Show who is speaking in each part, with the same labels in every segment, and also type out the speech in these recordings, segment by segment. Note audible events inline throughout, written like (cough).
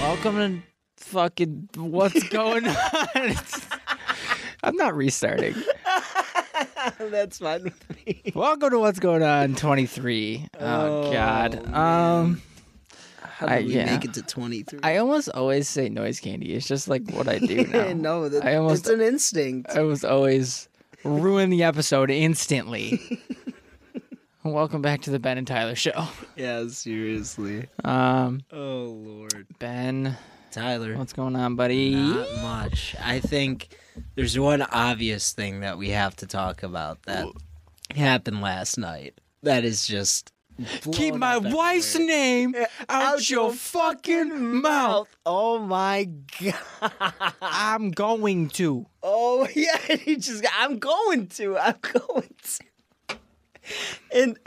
Speaker 1: Welcome to fucking what's (laughs) going on? It's- I'm not restarting.
Speaker 2: That's fine with (laughs) me.
Speaker 1: Welcome to what's going on 23. Oh,
Speaker 2: Oh,
Speaker 1: god. Um
Speaker 2: How
Speaker 1: I-
Speaker 2: did we
Speaker 1: yeah.
Speaker 2: make it to 23?
Speaker 1: I almost always say noise candy. It's just like what I (laughs) do now.
Speaker 2: no, that,
Speaker 1: I almost
Speaker 2: it's an instinct.
Speaker 1: I was always ruin the episode (laughs) instantly. Welcome back to the Ben and Tyler show.
Speaker 2: yeah, seriously.
Speaker 1: Um
Speaker 2: Oh, Lord.
Speaker 1: Ben,
Speaker 2: Tyler,
Speaker 1: what's going on, buddy?
Speaker 2: not much. I think there's one obvious thing that we have to talk about that happened last night. That is just.
Speaker 1: Keep
Speaker 2: blown
Speaker 1: my
Speaker 2: up
Speaker 1: wife's
Speaker 2: everywhere.
Speaker 1: name Eh, out,
Speaker 2: out
Speaker 1: your
Speaker 2: your
Speaker 1: fucking mouth.
Speaker 2: Oh, my (laughs) God.
Speaker 1: I'm going to.
Speaker 2: Oh (laughs) yeah, and he just I'm going to. I'm going to. And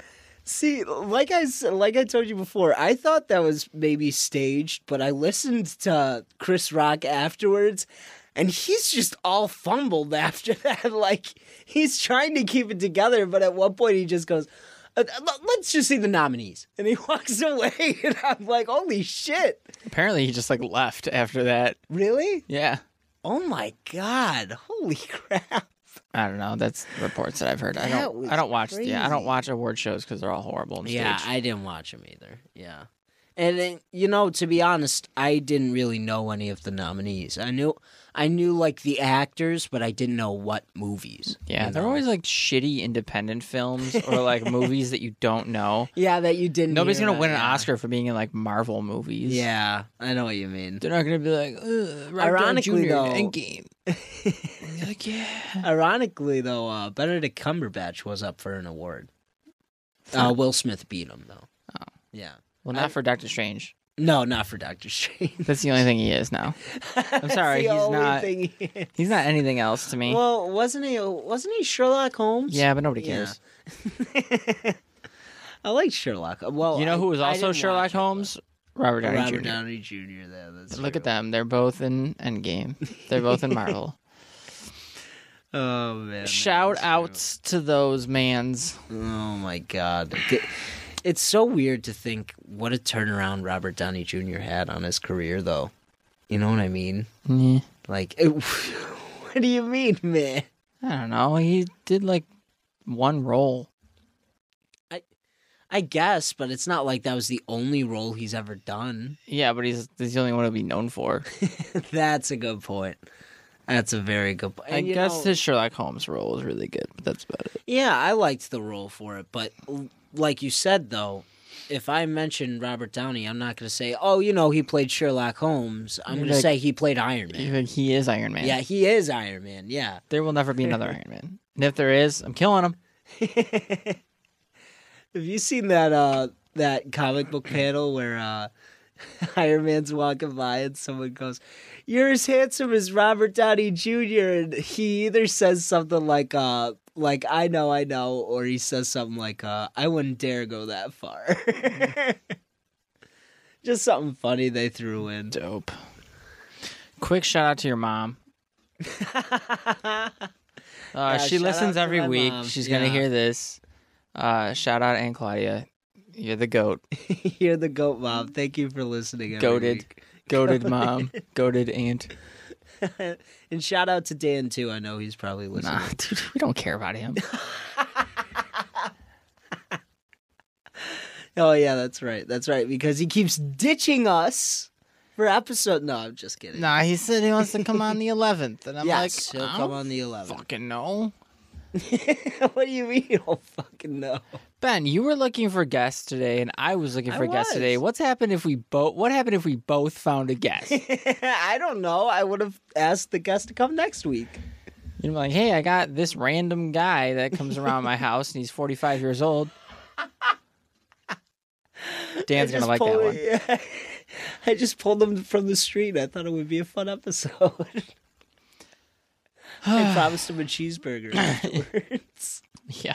Speaker 2: see, like I s- like I told you before, I thought that was maybe staged, but I listened to Chris Rock afterwards and he's just all fumbled (laughs) after that. Like he's trying to keep it together, but at one point he just goes "Uh, l- Let's just see the nominees, and he (laughs) walks away, and I'm like, "Holy shit!
Speaker 1: Apparently, he just like left after that.
Speaker 2: Really?
Speaker 1: Yeah.
Speaker 2: Oh my god! Holy (laughs) crap!"
Speaker 1: I don't know. That's reports that I've heard. I
Speaker 2: That
Speaker 1: don't.
Speaker 2: was
Speaker 1: I don't watch. Yeah, I don't
Speaker 2: crazy.
Speaker 1: watch award shows because they're all horrible. And
Speaker 2: Yeah,
Speaker 1: staged.
Speaker 2: I didn't watch them either. Yeah. And then, you know, to be honest, I didn't really know any of the nominees. I knew I knew like the actors, but I didn't know what movies.
Speaker 1: yeah,
Speaker 2: you
Speaker 1: they're
Speaker 2: know?
Speaker 1: always like shitty independent films
Speaker 2: (laughs)
Speaker 1: or like movies that you don't know.
Speaker 2: Yeah, that you didn't
Speaker 1: Nobody's
Speaker 2: hear
Speaker 1: gonna
Speaker 2: about,
Speaker 1: win an
Speaker 2: yeah.
Speaker 1: Oscar for being in like Marvel movies.
Speaker 2: Yeah, I know what
Speaker 1: (laughs)
Speaker 2: you mean.
Speaker 1: They're not gonna be like, Ugh, Robert Downey
Speaker 2: Ironically,
Speaker 1: Jr.
Speaker 2: though-
Speaker 1: in
Speaker 2: (laughs)
Speaker 1: Endgame. And you're like, yeah,
Speaker 2: Ironically though, uh Benedict Cumberbatch was up for an award. Uh Will Smith beat him though.
Speaker 1: Oh.
Speaker 2: Yeah.
Speaker 1: well, not for Doctor Strange.
Speaker 2: No, not for Doctor (laughs) Strange.
Speaker 1: That's the only thing he is
Speaker 2: (laughs)
Speaker 1: now.
Speaker 2: I'm
Speaker 1: sorry, he's not- He's not anything else to me.
Speaker 2: (laughs) Well, wasn't he wasn't he Sherlock Holmes?
Speaker 1: yeah, but nobody
Speaker 2: yeah.
Speaker 1: cares.
Speaker 2: I like Sherlock. Well,
Speaker 1: you know
Speaker 2: I-
Speaker 1: who was
Speaker 2: I
Speaker 1: also
Speaker 2: didn't
Speaker 1: Sherlock
Speaker 2: watch it,
Speaker 1: Holmes? Robert
Speaker 2: but-
Speaker 1: Downey
Speaker 2: Robert
Speaker 1: Jr.
Speaker 2: Downey Jr. There, that's
Speaker 1: Look
Speaker 2: true.
Speaker 1: at them. They're both in Endgame. They're both
Speaker 2: (laughs)
Speaker 1: in Marvel.
Speaker 2: Oh man! that
Speaker 1: Shout
Speaker 2: is true.
Speaker 1: outs to those mans.
Speaker 2: Oh my god! It- It's so weird to think what a turnaround Robert Downey Jr. had on his career, though. You know what I mean?
Speaker 1: Yeah.
Speaker 2: Like, (laughs) it- what do you mean, man?
Speaker 1: I don't know. He did like one role.
Speaker 2: I guess, but it's not like that was the only role he's ever done. (laughs)
Speaker 1: Yeah, but he's, he's the only one to be known for.
Speaker 2: That's a good point. That's a very good point.
Speaker 1: I guess his Sherlock Holmes role was really good, but that's about it.
Speaker 2: Yeah, I liked the role for it, but l- like you said though, if I mention Robert Downey, I'm not going to say, "Oh, you know, he played Sherlock Holmes." I'm
Speaker 1: You're
Speaker 2: going to
Speaker 1: like-
Speaker 2: say he played Iron Man.
Speaker 1: Even he is Iron Man.
Speaker 2: Yeah, he is Iron Man. Yeah.
Speaker 1: There will never be
Speaker 2: (laughs)
Speaker 1: another Iron Man. And if there is, I'm killing him.
Speaker 2: Have you seen that uh that comic book panel where uh (laughs) Iron Man's walking by and someone goes, "You're as handsome as Robert Downey Jr." and he either says something like uh like I know, I know, or he says something like uh I wouldn't dare go that far. (laughs) Just something funny they threw in.
Speaker 1: Dope. Quick shout out to your mom. Uh,
Speaker 2: Yeah,
Speaker 1: she
Speaker 2: shout
Speaker 1: listens
Speaker 2: out to
Speaker 1: every
Speaker 2: my
Speaker 1: week.
Speaker 2: mom.
Speaker 1: She's gonna
Speaker 2: Yeah.
Speaker 1: hear this. Uh, shout out Aunt Claudia. You're the
Speaker 2: (laughs)
Speaker 1: goat.
Speaker 2: (laughs) You're the goat mom. Thank you for listening. every
Speaker 1: Goated.
Speaker 2: week.
Speaker 1: Goated mom. Goated aunt.
Speaker 2: (laughs) And shout out to Dan too. I know he's probably listening.
Speaker 1: Nah, dude, we don't care about
Speaker 2: (laughs)
Speaker 1: him.
Speaker 2: Oh yeah, that's right. That's right because he keeps ditching us for episode. No, I'm just kidding.
Speaker 1: nah, he said he wants to come on the eleventh, and I'm
Speaker 2: yes,
Speaker 1: like, oh,
Speaker 2: he'll
Speaker 1: I
Speaker 2: come
Speaker 1: don't
Speaker 2: on the 11th.
Speaker 1: fucking know.
Speaker 2: (laughs) what do you mean? Oh fucking no.
Speaker 1: Ben, you were looking for guests today, and I was looking
Speaker 2: I
Speaker 1: for guests today.
Speaker 2: was.
Speaker 1: What's happened if we both? What happened if we both found a
Speaker 2: (laughs)
Speaker 1: guest?
Speaker 2: (laughs) I don't know. I would have asked the guest to come next week.
Speaker 1: You'd be like, hey, I got this random
Speaker 2: (laughs)
Speaker 1: guy that comes around my house, and he's 45 years old. Dan's gonna
Speaker 2: just
Speaker 1: like that
Speaker 2: pulled-
Speaker 1: one.
Speaker 2: yeah. (laughs) I just pulled them from the street. I thought it would be a fun episode. (laughs) I promised him a cheeseburger afterwards.
Speaker 1: (laughs) Yeah.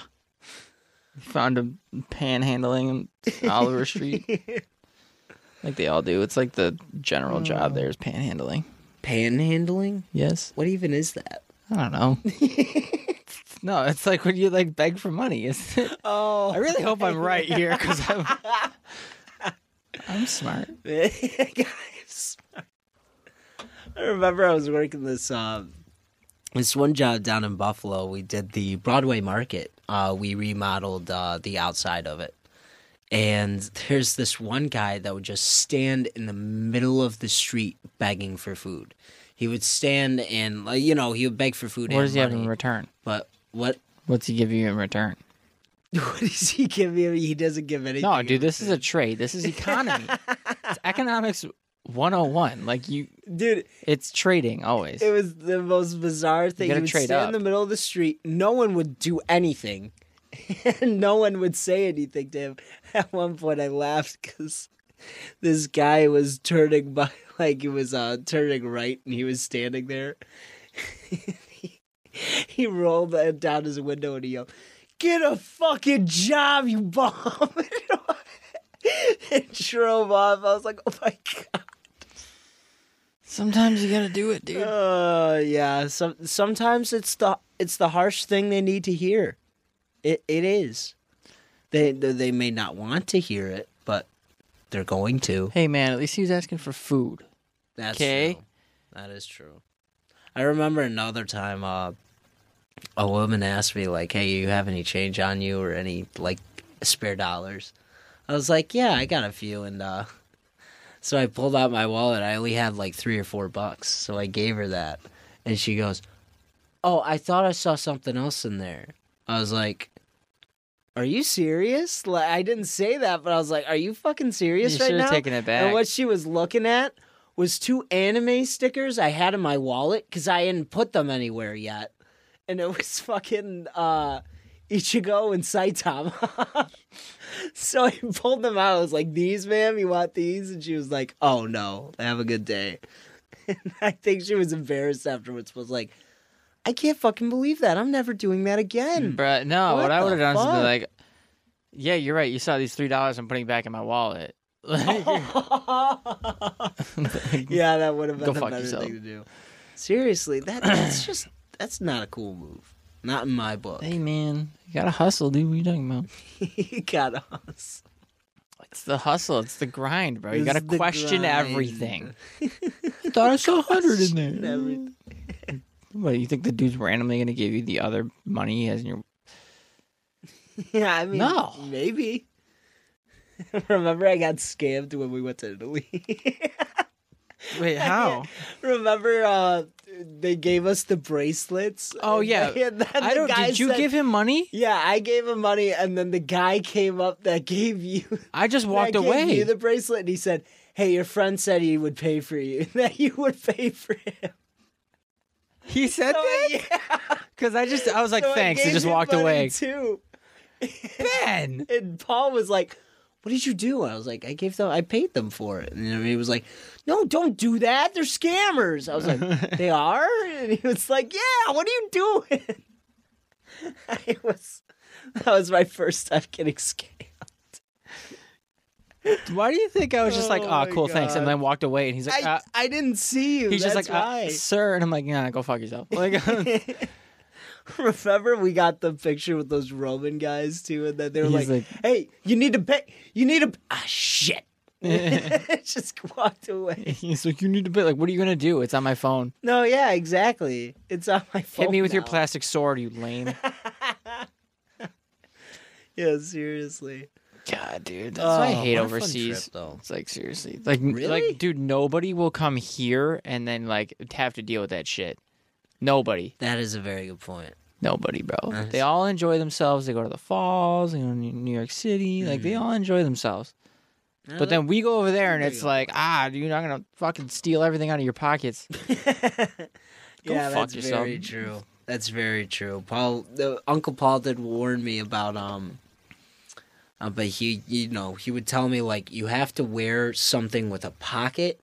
Speaker 1: Found him panhandling in Oliver Street.
Speaker 2: (laughs)
Speaker 1: Like they all do. It's like the general
Speaker 2: Oh.
Speaker 1: job there is panhandling.
Speaker 2: Panhandling?
Speaker 1: Yes.
Speaker 2: What even is that?
Speaker 1: I don't
Speaker 2: (laughs)
Speaker 1: know. no, it's like when you like beg for money. Is it?
Speaker 2: Oh,
Speaker 1: (laughs) I really hope I'm right here because
Speaker 2: (laughs)
Speaker 1: I'm I'm smart.
Speaker 2: guys. I remember I was working this um this one job down in Buffalo. We did the Broadway Market. Uh, we remodeled uh, the outside of it, and there's this one guy that would just stand in the middle of the street begging for food. He would stand and like, you know he would beg for food.
Speaker 1: What
Speaker 2: and
Speaker 1: does he have in
Speaker 2: money.
Speaker 1: return?
Speaker 2: But what (laughs)
Speaker 1: What's he give you in return?
Speaker 2: what does he give me? He doesn't give anything.
Speaker 1: No, dude, this is a trade. This is
Speaker 2: (laughs)
Speaker 1: economy. it's economics 101. Like you
Speaker 2: dude.
Speaker 1: it's trading always.
Speaker 2: It was the most bizarre thing.
Speaker 1: gotta
Speaker 2: You would
Speaker 1: trade
Speaker 2: stand
Speaker 1: up.
Speaker 2: in the middle of the street. No one would do anything, (laughs) and no one would say anything to him. (laughs) At one point, I laughed because this guy was turning (laughs) by, like he was uh, turning right, and he was standing there. (laughs) he, he rolled that down his window and he yelled, "Get a fucking job, you bum!" (laughs) and drove off. I was like, "Oh my god."
Speaker 1: Sometimes you gotta do it, dude.
Speaker 2: Uh, yeah. Some sometimes it's the it's the harsh thing they need to hear. It it is. They they they may not want to hear it, but they're going to.
Speaker 1: Hey man, at least he was asking for food.
Speaker 2: That's
Speaker 1: 'Kay.
Speaker 2: true. That is true. I remember another time. Uh, a woman asked me like, "Hey, you have any change on you or any like spare dollars?" I was like, "Yeah, I got a few." And uh, (laughs) so I pulled out my wallet. I only had like three or four bucks, so I gave her that, and she goes, "Oh, I thought I saw something else in there." I was like. Are you serious? Like I didn't say that, but I was like, "Are you fucking serious
Speaker 1: You
Speaker 2: right
Speaker 1: should've
Speaker 2: now?"
Speaker 1: taken it back.
Speaker 2: And what she was looking at was two anime stickers I had in my wallet because I hadn't put them anywhere yet and it was (laughs) fucking uh Ichigo and Saitama. (laughs) so I pulled them out. I was like, "These, ma'am, you want these?" And she was like, "Oh no, have a good day." (laughs) And I think she was embarrassed afterwards. Was like, "I can't fucking believe that. I'm never doing that again."
Speaker 1: Bruh, no, what,
Speaker 2: What
Speaker 1: I
Speaker 2: the
Speaker 1: would have done is been
Speaker 2: fuck?
Speaker 1: like, yeah, you're right. You saw these three dollars I'm putting back in my wallet. (laughs) Like,
Speaker 2: (laughs) Oh.
Speaker 1: (laughs)
Speaker 2: yeah, that would have been
Speaker 1: Go
Speaker 2: a
Speaker 1: fuck
Speaker 2: better
Speaker 1: yourself.
Speaker 2: thing to do. Seriously, that that's just that's not a cool move. Not in my book.
Speaker 1: hey man, you gotta hustle, dude. What are you talking about?
Speaker 2: (laughs) he got us.
Speaker 1: It's the hustle. It's the grind, bro. You
Speaker 2: It's
Speaker 1: gotta
Speaker 2: the
Speaker 1: question
Speaker 2: grind. (laughs)
Speaker 1: everything. I thought I saw a hundred in there.
Speaker 2: Everything.
Speaker 1: What you think the dude's randomly gonna give you the other money he has in your?
Speaker 2: Yeah, I mean,
Speaker 1: No.
Speaker 2: maybe. (laughs) Remember, I got scammed when we went to Italy. (laughs)
Speaker 1: (laughs) Wait, how?
Speaker 2: Remember, uh, they gave us the bracelets.
Speaker 1: Oh,
Speaker 2: and
Speaker 1: yeah.
Speaker 2: then- (laughs) and then
Speaker 1: I
Speaker 2: the
Speaker 1: don't.
Speaker 2: guy
Speaker 1: Did you
Speaker 2: said-
Speaker 1: give him money?
Speaker 2: Yeah, I gave him money, and then the guy came up that gave you (laughs)
Speaker 1: I just walked
Speaker 2: that gave
Speaker 1: away.
Speaker 2: you the bracelet, and he said, "Hey, your friend said he would pay for you. (laughs) That you would pay for him."
Speaker 1: He
Speaker 2: (laughs)
Speaker 1: said
Speaker 2: So,
Speaker 1: that
Speaker 2: yeah,
Speaker 1: because I just I was Oh, like,
Speaker 2: so I
Speaker 1: thanks. I
Speaker 2: gave
Speaker 1: just
Speaker 2: him
Speaker 1: walked
Speaker 2: money,
Speaker 1: away.
Speaker 2: too.
Speaker 1: Ben.
Speaker 2: and Paul was like, "What did you do?" I was like, "I gave them, I paid them for it." And then he was like, "No, don't do that. They're scammers." I was
Speaker 1: (laughs)
Speaker 2: like, "They are?" And he was like, "Yeah. What are you doing?" (laughs) I was. That was my first time getting scammed.
Speaker 1: Why do you think I was just like,
Speaker 2: Oh
Speaker 1: oh,
Speaker 2: my
Speaker 1: cool, thanks, and
Speaker 2: God.
Speaker 1: then walked away? And he's like,
Speaker 2: I,
Speaker 1: uh,
Speaker 2: I didn't see you.
Speaker 1: he's just
Speaker 2: that's
Speaker 1: like, uh, sir, and I'm like, nah, go fuck yourself.
Speaker 2: (laughs)
Speaker 1: Like, (laughs)
Speaker 2: why. (laughs) Remember, we got the picture with those Roman guys too, and then they were
Speaker 1: He's
Speaker 2: like,
Speaker 1: like-
Speaker 2: "Hey, you need to pay. You need to ah (laughs) shit." just walked away.
Speaker 1: he's like, you need to be like, what are you gonna do? It's on my phone.
Speaker 2: No, yeah, exactly. It's on my phone.
Speaker 1: Hit me with your
Speaker 2: now.
Speaker 1: plastic sword, you
Speaker 2: (laughs)
Speaker 1: lame.
Speaker 2: Yeah, seriously.
Speaker 1: God, dude, that's why I
Speaker 2: Oh,
Speaker 1: hate
Speaker 2: what a fun
Speaker 1: overseas.
Speaker 2: trip, though.
Speaker 1: it's like seriously, like,
Speaker 2: Really?
Speaker 1: like, dude, nobody will come here and then like have to deal with that shit. Nobody,
Speaker 2: That is a very good point.
Speaker 1: nobody, bro. They all enjoy themselves. They go to the falls. They go to New York City. Like, they all enjoy themselves. But then we go over there and it's like, ah, dude, I'm gonna fucking steal everything out of your (laughs) pockets. go
Speaker 2: yeah,
Speaker 1: fuck
Speaker 2: that's
Speaker 1: yourself.
Speaker 2: very true. That's very true. Paul, the, Uncle Paul did warn me about um Uh, but he, you know, he would tell me like you have to wear something with a pocket,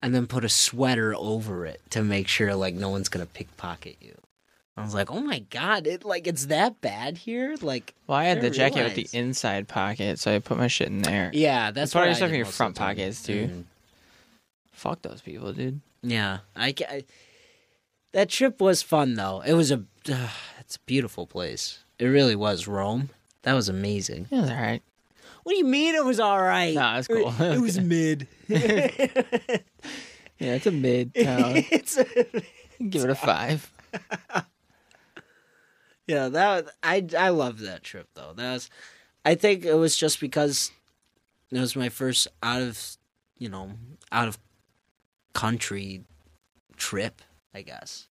Speaker 2: and then put a sweater over it to make sure like no one's gonna pickpocket you. I was like, oh my god, it like it's that bad here. Like,
Speaker 1: Well, I had the
Speaker 2: didn't
Speaker 1: jacket with
Speaker 2: realize.
Speaker 1: the inside pocket, so I put my shit in there.
Speaker 2: yeah, that's
Speaker 1: Put
Speaker 2: what
Speaker 1: your
Speaker 2: I
Speaker 1: stuff in
Speaker 2: did
Speaker 1: your
Speaker 2: most of
Speaker 1: front
Speaker 2: the time.
Speaker 1: pockets, dude.
Speaker 2: Mhm.
Speaker 1: Fuck those people, dude.
Speaker 2: Yeah, I, ca- I- that trip was fun though. It was a uh, it's a beautiful place. It really was Rome. That was amazing.
Speaker 1: It was all right.
Speaker 2: What do you mean it was all right?
Speaker 1: Nah, it's
Speaker 2: It-
Speaker 1: cool.
Speaker 2: It, (laughs) was mid.
Speaker 1: Yeah, it's a mid. (laughs) Uh,
Speaker 2: (laughs) it's a-
Speaker 1: give it a five.
Speaker 2: yeah, that was- I I love that trip though. That was I think it was just because it was my first out of you know out of country trip. I guess.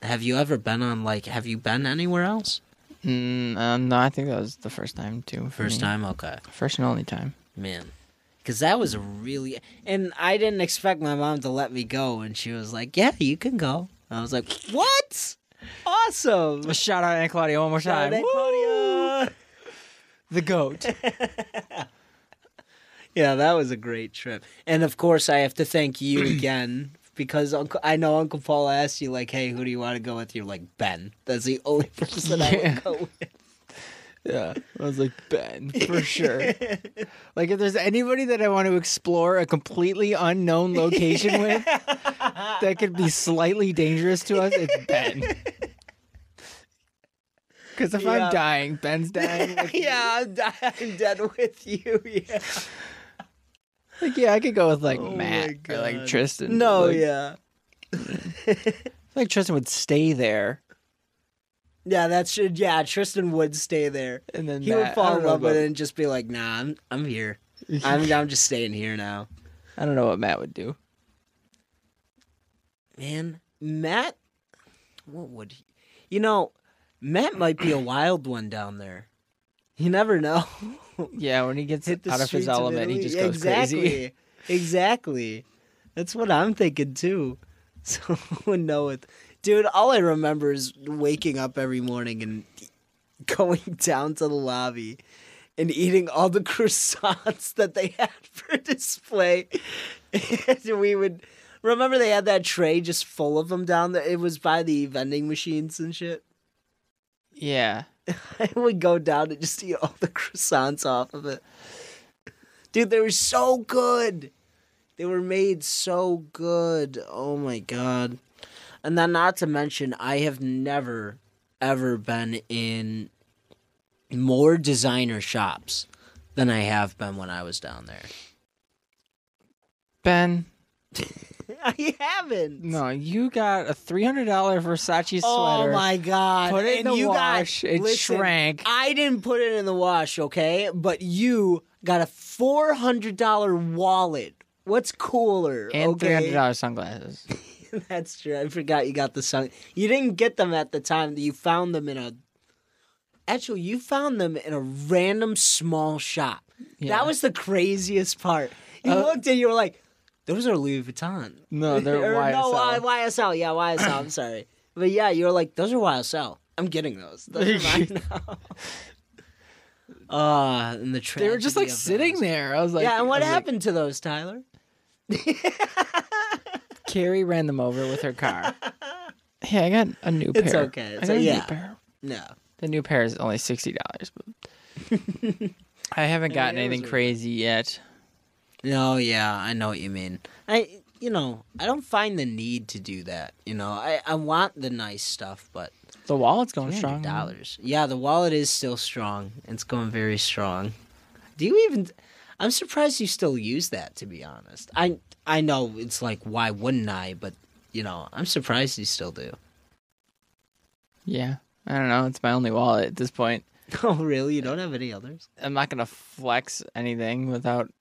Speaker 2: Have you ever been on like? Have you been anywhere else?
Speaker 1: Mm, um, no, I think that was the first time too. for
Speaker 2: First
Speaker 1: me.
Speaker 2: time, okay,
Speaker 1: First and only time.
Speaker 2: man. Because that was a really, and I didn't expect my mom to let me go, and she was like, "Yeah, you can go." I was like, "What? Awesome!"
Speaker 1: Shout out Aunt Claudia one more time.
Speaker 2: Shout out,
Speaker 1: Woo!
Speaker 2: Claudia.
Speaker 1: The goat.
Speaker 2: Yeah, that was a great trip, and of course, I have to
Speaker 1: (clears throat)
Speaker 2: thank you again because Uncle, I know Uncle Paul asked you like, "Hey, who do you want to go with?" You're like, "Ben." That's the only (laughs) person I
Speaker 1: Yeah.
Speaker 2: would go with.
Speaker 1: yeah, I was like Ben for
Speaker 2: (laughs)
Speaker 1: sure. like if there's anybody that I want to explore a completely unknown location with that could be slightly dangerous to us, it's Ben.
Speaker 2: (laughs)
Speaker 1: Because if
Speaker 2: Yeah.
Speaker 1: I'm dying, Ben's dying.
Speaker 2: (laughs)
Speaker 1: Like,
Speaker 2: yeah, I'm, di- I'm dead with you.
Speaker 1: (laughs)
Speaker 2: (laughs) Yeah.
Speaker 1: like, yeah, I could go with like
Speaker 2: Oh my
Speaker 1: Matt or like
Speaker 2: God.
Speaker 1: Tristan.
Speaker 2: No,
Speaker 1: like,
Speaker 2: yeah.
Speaker 1: like Tristan would stay there,
Speaker 2: Yeah, that should. Yeah, Tristan would stay there.
Speaker 1: and then
Speaker 2: He
Speaker 1: Matt-
Speaker 2: would
Speaker 1: I
Speaker 2: fall
Speaker 1: don't
Speaker 2: in
Speaker 1: know
Speaker 2: love with
Speaker 1: about-
Speaker 2: it and just be like, "Nah, I'm I'm
Speaker 1: (laughs)
Speaker 2: here. I'm I'm just staying here now."
Speaker 1: I don't know what Matt would do.
Speaker 2: Man, Matt, what would he? You know, Matt might be a wild one down there. You never know. (laughs)
Speaker 1: Yeah, when he gets
Speaker 2: Hit the
Speaker 1: out of
Speaker 2: streets
Speaker 1: his element, he
Speaker 2: Italy.
Speaker 1: just
Speaker 2: Yeah,
Speaker 1: goes
Speaker 2: exactly.
Speaker 1: crazy.
Speaker 2: Exactly. That's what I'm thinking too. (laughs) So would know it, dude. All I remember is waking up every morning and (laughs) going down to the lobby and eating all the (laughs) croissants that they had for display. (laughs) and we would remember they had that tray just full of them down there. It was by the vending machines and shit.
Speaker 1: (laughs) Yeah,
Speaker 2: (laughs) I would go down and just eat all the croissants off of it. Dude, they were so good. They were made so good. Oh my god. And then not to mention I have never ever been in more designer shops than I have been when I was down
Speaker 1: (laughs)
Speaker 2: there.
Speaker 1: Ben.
Speaker 2: I haven't.
Speaker 1: No, you got a three hundred dollar Versace sweater.
Speaker 2: Oh my god!
Speaker 1: Put it in
Speaker 2: And
Speaker 1: the
Speaker 2: you got-
Speaker 1: wash. It
Speaker 2: listen,
Speaker 1: shrank.
Speaker 2: (laughs) I didn't put it in the wash, okay? But you got a four hundred dollar wallet. What's cooler?
Speaker 1: And three hundred
Speaker 2: okay,
Speaker 1: dollar sunglasses.
Speaker 2: (laughs) that's true. I forgot you got the sun. You didn't get them at the time. You found them in a. Actually, you found them in a random small shop.
Speaker 1: Yeah.
Speaker 2: That was the craziest part. You
Speaker 1: Uh,
Speaker 2: looked and you were like, "Those are Louis Vuitton."
Speaker 1: No, they're
Speaker 2: Or
Speaker 1: YSL.
Speaker 2: No, Y- YSL. Yeah, YSL. I'm sorry. But yeah, you were like, those are YSL. I'm getting those. Those
Speaker 1: (laughs)
Speaker 2: are mine now. Ah, and the
Speaker 1: they were just like sitting there. I was like,
Speaker 2: yeah, and what
Speaker 1: I was like,
Speaker 2: happened to those, Tyler?
Speaker 1: Carrie ran them over with her
Speaker 2: (laughs)
Speaker 1: car. hey, I got a new pair.
Speaker 2: It's okay.
Speaker 1: I
Speaker 2: It's
Speaker 1: got
Speaker 2: a-
Speaker 1: a new
Speaker 2: yeah.
Speaker 1: pair.
Speaker 2: No.
Speaker 1: The new pair is only sixty dollars, but
Speaker 2: (laughs)
Speaker 1: I haven't gotten
Speaker 2: those
Speaker 1: anything
Speaker 2: are-
Speaker 1: crazy yet.
Speaker 2: No, yeah, I know what you mean. I, you know, I don't find the need to do that. You know, I, I want the nice stuff, but
Speaker 1: The wallet's going strong.
Speaker 2: dollars. Yeah, the wallet is still strong. It's going very strong. Do you even? I'm surprised you still use that. To be honest, I I know it's like why wouldn't I? But you know, I'm surprised you still do. (laughs)
Speaker 1: Yeah, I don't know. It's my only wallet at this point.
Speaker 2: Oh, really? You don't have any others? (laughs)
Speaker 1: I'm not gonna flex anything without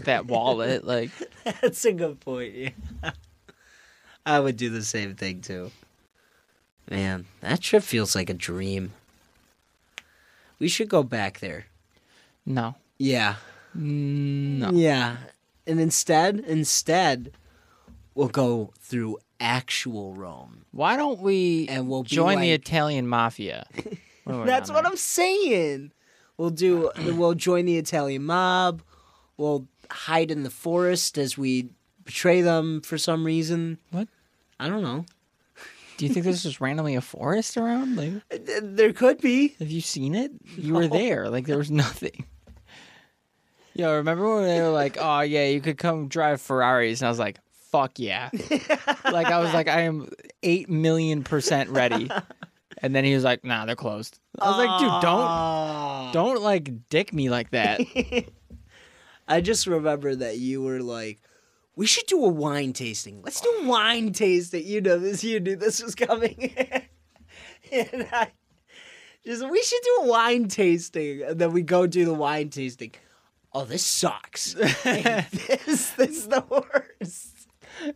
Speaker 1: that
Speaker 2: (laughs)
Speaker 1: wallet. like,
Speaker 2: That's a good point. Yeah, (laughs) I would do the same thing too. Man, that trip feels like a dream. We should go back there.
Speaker 1: no,
Speaker 2: Yeah, Mm,
Speaker 1: no.
Speaker 2: Yeah. And instead, instead, we'll go through actual Rome.
Speaker 1: Why don't we
Speaker 2: And we'll be
Speaker 1: join the
Speaker 2: like-
Speaker 1: Italian mafia? when we're
Speaker 2: (laughs) That's
Speaker 1: down
Speaker 2: what
Speaker 1: there?
Speaker 2: I'm saying. We'll do. We'll join the Italian mob. We'll hide in the forest as we betray them for some reason.
Speaker 1: What?
Speaker 2: I don't know.
Speaker 1: Do you think there's just randomly a forest around? Like,
Speaker 2: Th- There could be.
Speaker 1: have you seen it? You were there. Like, there was
Speaker 2: (laughs)
Speaker 1: nothing. Yo, remember when they were like, "Oh yeah, you could come drive Ferraris," and I was like, "Fuck
Speaker 2: (laughs)
Speaker 1: yeah!" like, I was like, "I am eight million percent ready." And then he was like, "Nah, they're closed." I was like, "Dude, don't
Speaker 2: Ah.
Speaker 1: don't like dick me like that."
Speaker 2: I just remember that you were like, we should do a wine tasting. Let's do wine tasting. You know this. You knew this was coming. (laughs) and I just, we should do a wine tasting. And then we go do the wine tasting. Oh, this sucks. (laughs) this, this is the worst.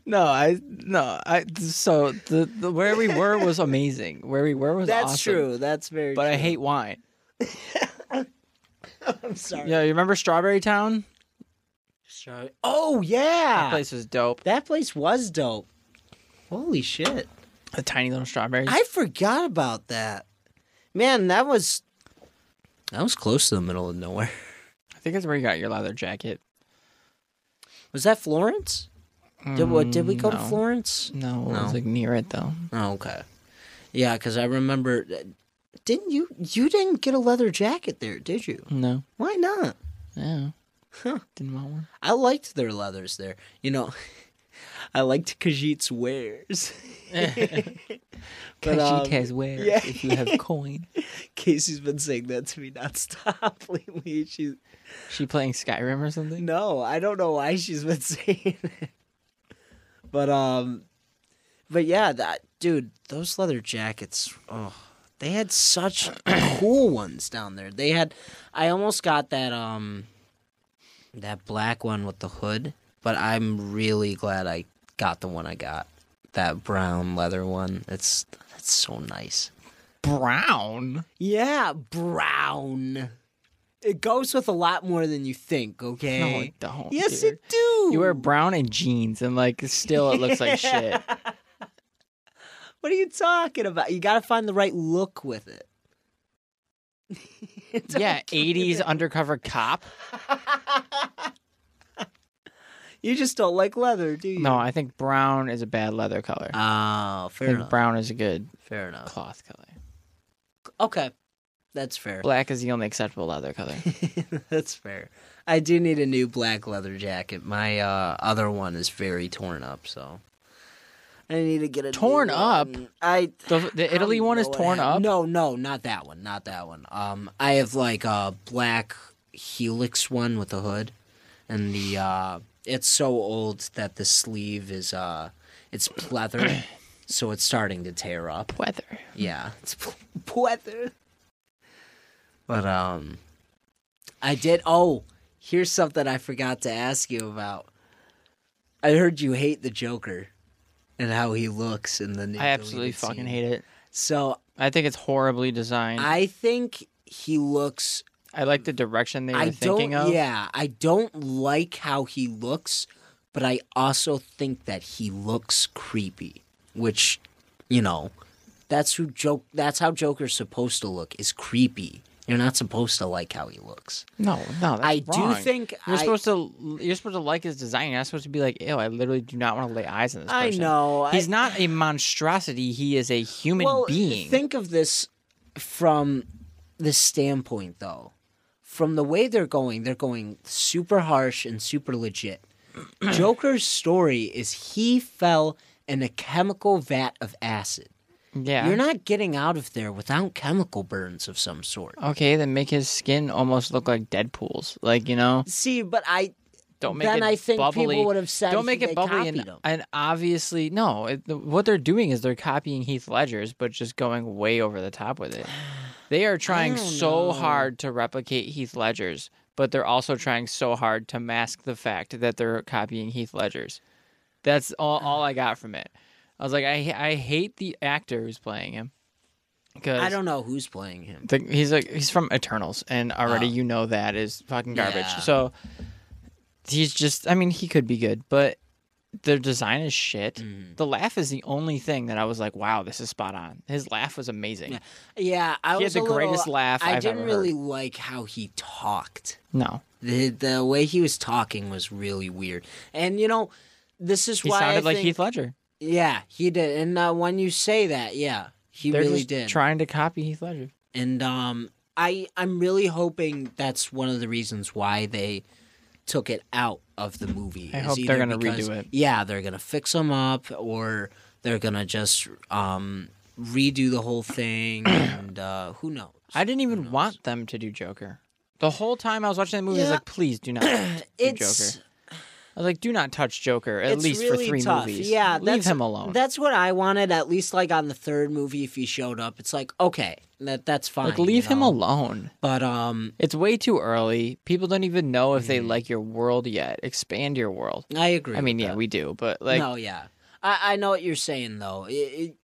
Speaker 1: No, I no, I so the, the where we were was amazing. Where we were was
Speaker 2: That's
Speaker 1: awesome,
Speaker 2: true. That's very
Speaker 1: But I
Speaker 2: true.
Speaker 1: hate wine.
Speaker 2: I'm sorry.
Speaker 1: Yeah, you remember Strawberry Town?
Speaker 2: Sorry. Oh,
Speaker 1: That
Speaker 2: yeah.
Speaker 1: place was dope.
Speaker 2: that place was dope. Holy shit.
Speaker 1: The tiny little strawberries.
Speaker 2: I forgot about that. Man, that was that was close to the middle of nowhere. (laughs)
Speaker 1: I think that's where you got your leather jacket.
Speaker 2: Was that Florence? Did what did we
Speaker 1: Mm,
Speaker 2: go to
Speaker 1: no.
Speaker 2: Florence?
Speaker 1: No, it
Speaker 2: No.
Speaker 1: was like near it though.
Speaker 2: Oh, okay. Yeah, because I remember. uh, Didn't you? You didn't get a leather jacket there, did you?
Speaker 1: No,
Speaker 2: Why not?
Speaker 1: yeah,
Speaker 2: Huh.
Speaker 1: didn't want one.
Speaker 2: I liked their leathers there. You know, (laughs) I liked
Speaker 1: (laughs)
Speaker 2: Khajiit's wares. (laughs) But, um,
Speaker 1: Kashik has wares
Speaker 2: yeah.
Speaker 1: if you
Speaker 2: (laughs)
Speaker 1: have coin.
Speaker 2: Casey's been saying that to me nonstop (laughs) lately. She's
Speaker 1: She playing Skyrim or something?
Speaker 2: No, I don't know why she's been (laughs) saying it. But um but yeah, that dude, those leather jackets, oh they had such (coughs) cool ones down there. They had I almost got that um that black one with the hood, but I'm really glad I got the one I got. That brown leather one. It's that's so nice.
Speaker 1: Brown.
Speaker 2: Yeah, brown. It goes with a lot more than you think, okay?
Speaker 1: No, it don't.
Speaker 2: Yes,
Speaker 1: dude.
Speaker 2: it do.
Speaker 1: You wear brown and jeans, and like still it looks
Speaker 2: (laughs)
Speaker 1: like shit.
Speaker 2: What are you talking about? You got to find the right look with it. (laughs) Don't
Speaker 1: Yeah,
Speaker 2: give me
Speaker 1: eighties
Speaker 2: that.
Speaker 1: undercover cop.
Speaker 2: (laughs) You just don't like leather, do you?
Speaker 1: No, I think brown is a bad leather color.
Speaker 2: Oh,
Speaker 1: I
Speaker 2: fair
Speaker 1: think
Speaker 2: enough.
Speaker 1: brown is a good
Speaker 2: Fair enough.
Speaker 1: cloth color.
Speaker 2: Okay, that's fair.
Speaker 1: Black is the only acceptable leather color.
Speaker 2: (laughs) that's fair. I do need a new black leather jacket. My uh, other one is very torn up, so I need to get a new
Speaker 1: Torn up?
Speaker 2: one. I
Speaker 1: The, the Italy
Speaker 2: I
Speaker 1: one is
Speaker 2: know it
Speaker 1: torn
Speaker 2: happened.
Speaker 1: up.
Speaker 2: No, no, not that one. Not that one. Um, I have like a black Helix one with a hood, and the uh, it's so old that the sleeve is uh,
Speaker 1: (coughs)
Speaker 2: it's pleather, so it's starting to tear up.
Speaker 1: Weather.
Speaker 2: Yeah, it's p- pleather. But um, I did. Oh, here's something I forgot to ask you about. I heard you hate the Joker. And how he looks in the new
Speaker 1: I absolutely
Speaker 2: deleted scene.
Speaker 1: fucking hate it.
Speaker 2: So
Speaker 1: I think it's horribly designed. I,
Speaker 2: I think he looks.
Speaker 1: like the direction they were
Speaker 2: I
Speaker 1: thinking
Speaker 2: don't.
Speaker 1: of.
Speaker 2: Yeah, I don't like how he looks, but I also think that he looks creepy. Which, you know, that's who joke. That's how Joker's supposed to look. Is creepy. You're not supposed to like how he looks.
Speaker 1: No, no, that's
Speaker 2: I
Speaker 1: wrong.
Speaker 2: do think
Speaker 1: you're
Speaker 2: I,
Speaker 1: supposed to. You're supposed to like his design. You're not supposed to be like, ew. I literally do not want to lay eyes on this.
Speaker 2: I
Speaker 1: person."
Speaker 2: know. I-
Speaker 1: He's not a monstrosity. He is a human
Speaker 2: well,
Speaker 1: being.
Speaker 2: Think of this from the standpoint, though. From the way they're going, they're going super harsh and
Speaker 1: (clears throat)
Speaker 2: super legit. Joker's story is he fell in a chemical vat of acid.
Speaker 1: yeah.
Speaker 2: You're not getting out of there without chemical burns of some sort.
Speaker 1: Okay, then make his skin almost look like Deadpool's. Like you know,
Speaker 2: See, but I
Speaker 1: don't make
Speaker 2: then
Speaker 1: it
Speaker 2: I think
Speaker 1: bubbly.
Speaker 2: people would have said
Speaker 1: don't make
Speaker 2: they
Speaker 1: it bubbly
Speaker 2: copied
Speaker 1: and,
Speaker 2: him.
Speaker 1: and obviously no. It, the- what they're doing is they're copying Heath Ledger's, but just going way over the top
Speaker 2: (sighs)
Speaker 1: with it. They are trying
Speaker 2: don't
Speaker 1: so
Speaker 2: know.
Speaker 1: hard to replicate Heath Ledger's, but they're also trying so hard to mask the fact that they're copying Heath Ledger's. That's all, all I got from it. I was like, I I hate the actor who's playing him because
Speaker 2: I don't know who's playing him.
Speaker 1: the, he's like he's from Eternals, and already
Speaker 2: Oh.
Speaker 1: you know that is fucking garbage.
Speaker 2: Yeah.
Speaker 1: So he's just. I mean, he could be good, but Their design is shit.
Speaker 2: Mm.
Speaker 1: The laugh is the only thing that I was like, wow, this is spot on. His laugh was amazing.
Speaker 2: Yeah, I
Speaker 1: He had
Speaker 2: was
Speaker 1: the
Speaker 2: a little-
Speaker 1: greatest laugh
Speaker 2: I
Speaker 1: I've
Speaker 2: didn't
Speaker 1: ever
Speaker 2: really like how he talked.
Speaker 1: No.
Speaker 2: The the way he was talking was really weird. And you know, this is
Speaker 1: He
Speaker 2: why I
Speaker 1: sounded like
Speaker 2: think-
Speaker 1: Heath Ledger.
Speaker 2: Yeah, he did. And uh, when you say that, yeah, he
Speaker 1: They're
Speaker 2: really
Speaker 1: just
Speaker 2: did.
Speaker 1: trying to copy Heath Ledger.
Speaker 2: and um, I I'm really hoping that's one of the reasons why they took it out of the movie.
Speaker 1: I
Speaker 2: is
Speaker 1: hope they're
Speaker 2: either
Speaker 1: gonna
Speaker 2: because-
Speaker 1: redo it.
Speaker 2: Yeah, they're gonna fix them up, or they're gonna just um redo the
Speaker 1: (clears throat)
Speaker 2: whole thing, and uh, who knows?
Speaker 1: I didn't even want them to do Joker. The whole time I was watching that movie, I was
Speaker 2: Yeah.
Speaker 1: like, please
Speaker 2: (clears throat)
Speaker 1: do not do
Speaker 2: it's
Speaker 1: Joker. I was like, do not touch Joker, at
Speaker 2: it's
Speaker 1: least
Speaker 2: really
Speaker 1: for three
Speaker 2: tough.
Speaker 1: movies.
Speaker 2: Yeah,
Speaker 1: Leave
Speaker 2: that's,
Speaker 1: him alone.
Speaker 2: That's what I wanted. At least like on the third movie, if he showed up, it's like okay, that that's fine.
Speaker 1: like,
Speaker 2: you
Speaker 1: leave him
Speaker 2: know?
Speaker 1: alone.
Speaker 2: But um,
Speaker 1: It's way too early. People don't even know if they like your world yet. Expand your world.
Speaker 2: I Mm-hmm. agree.
Speaker 1: I mean,
Speaker 2: with
Speaker 1: yeah,
Speaker 2: that.
Speaker 1: we do, but like,
Speaker 2: no, yeah, I, I know what you're saying though. It, it,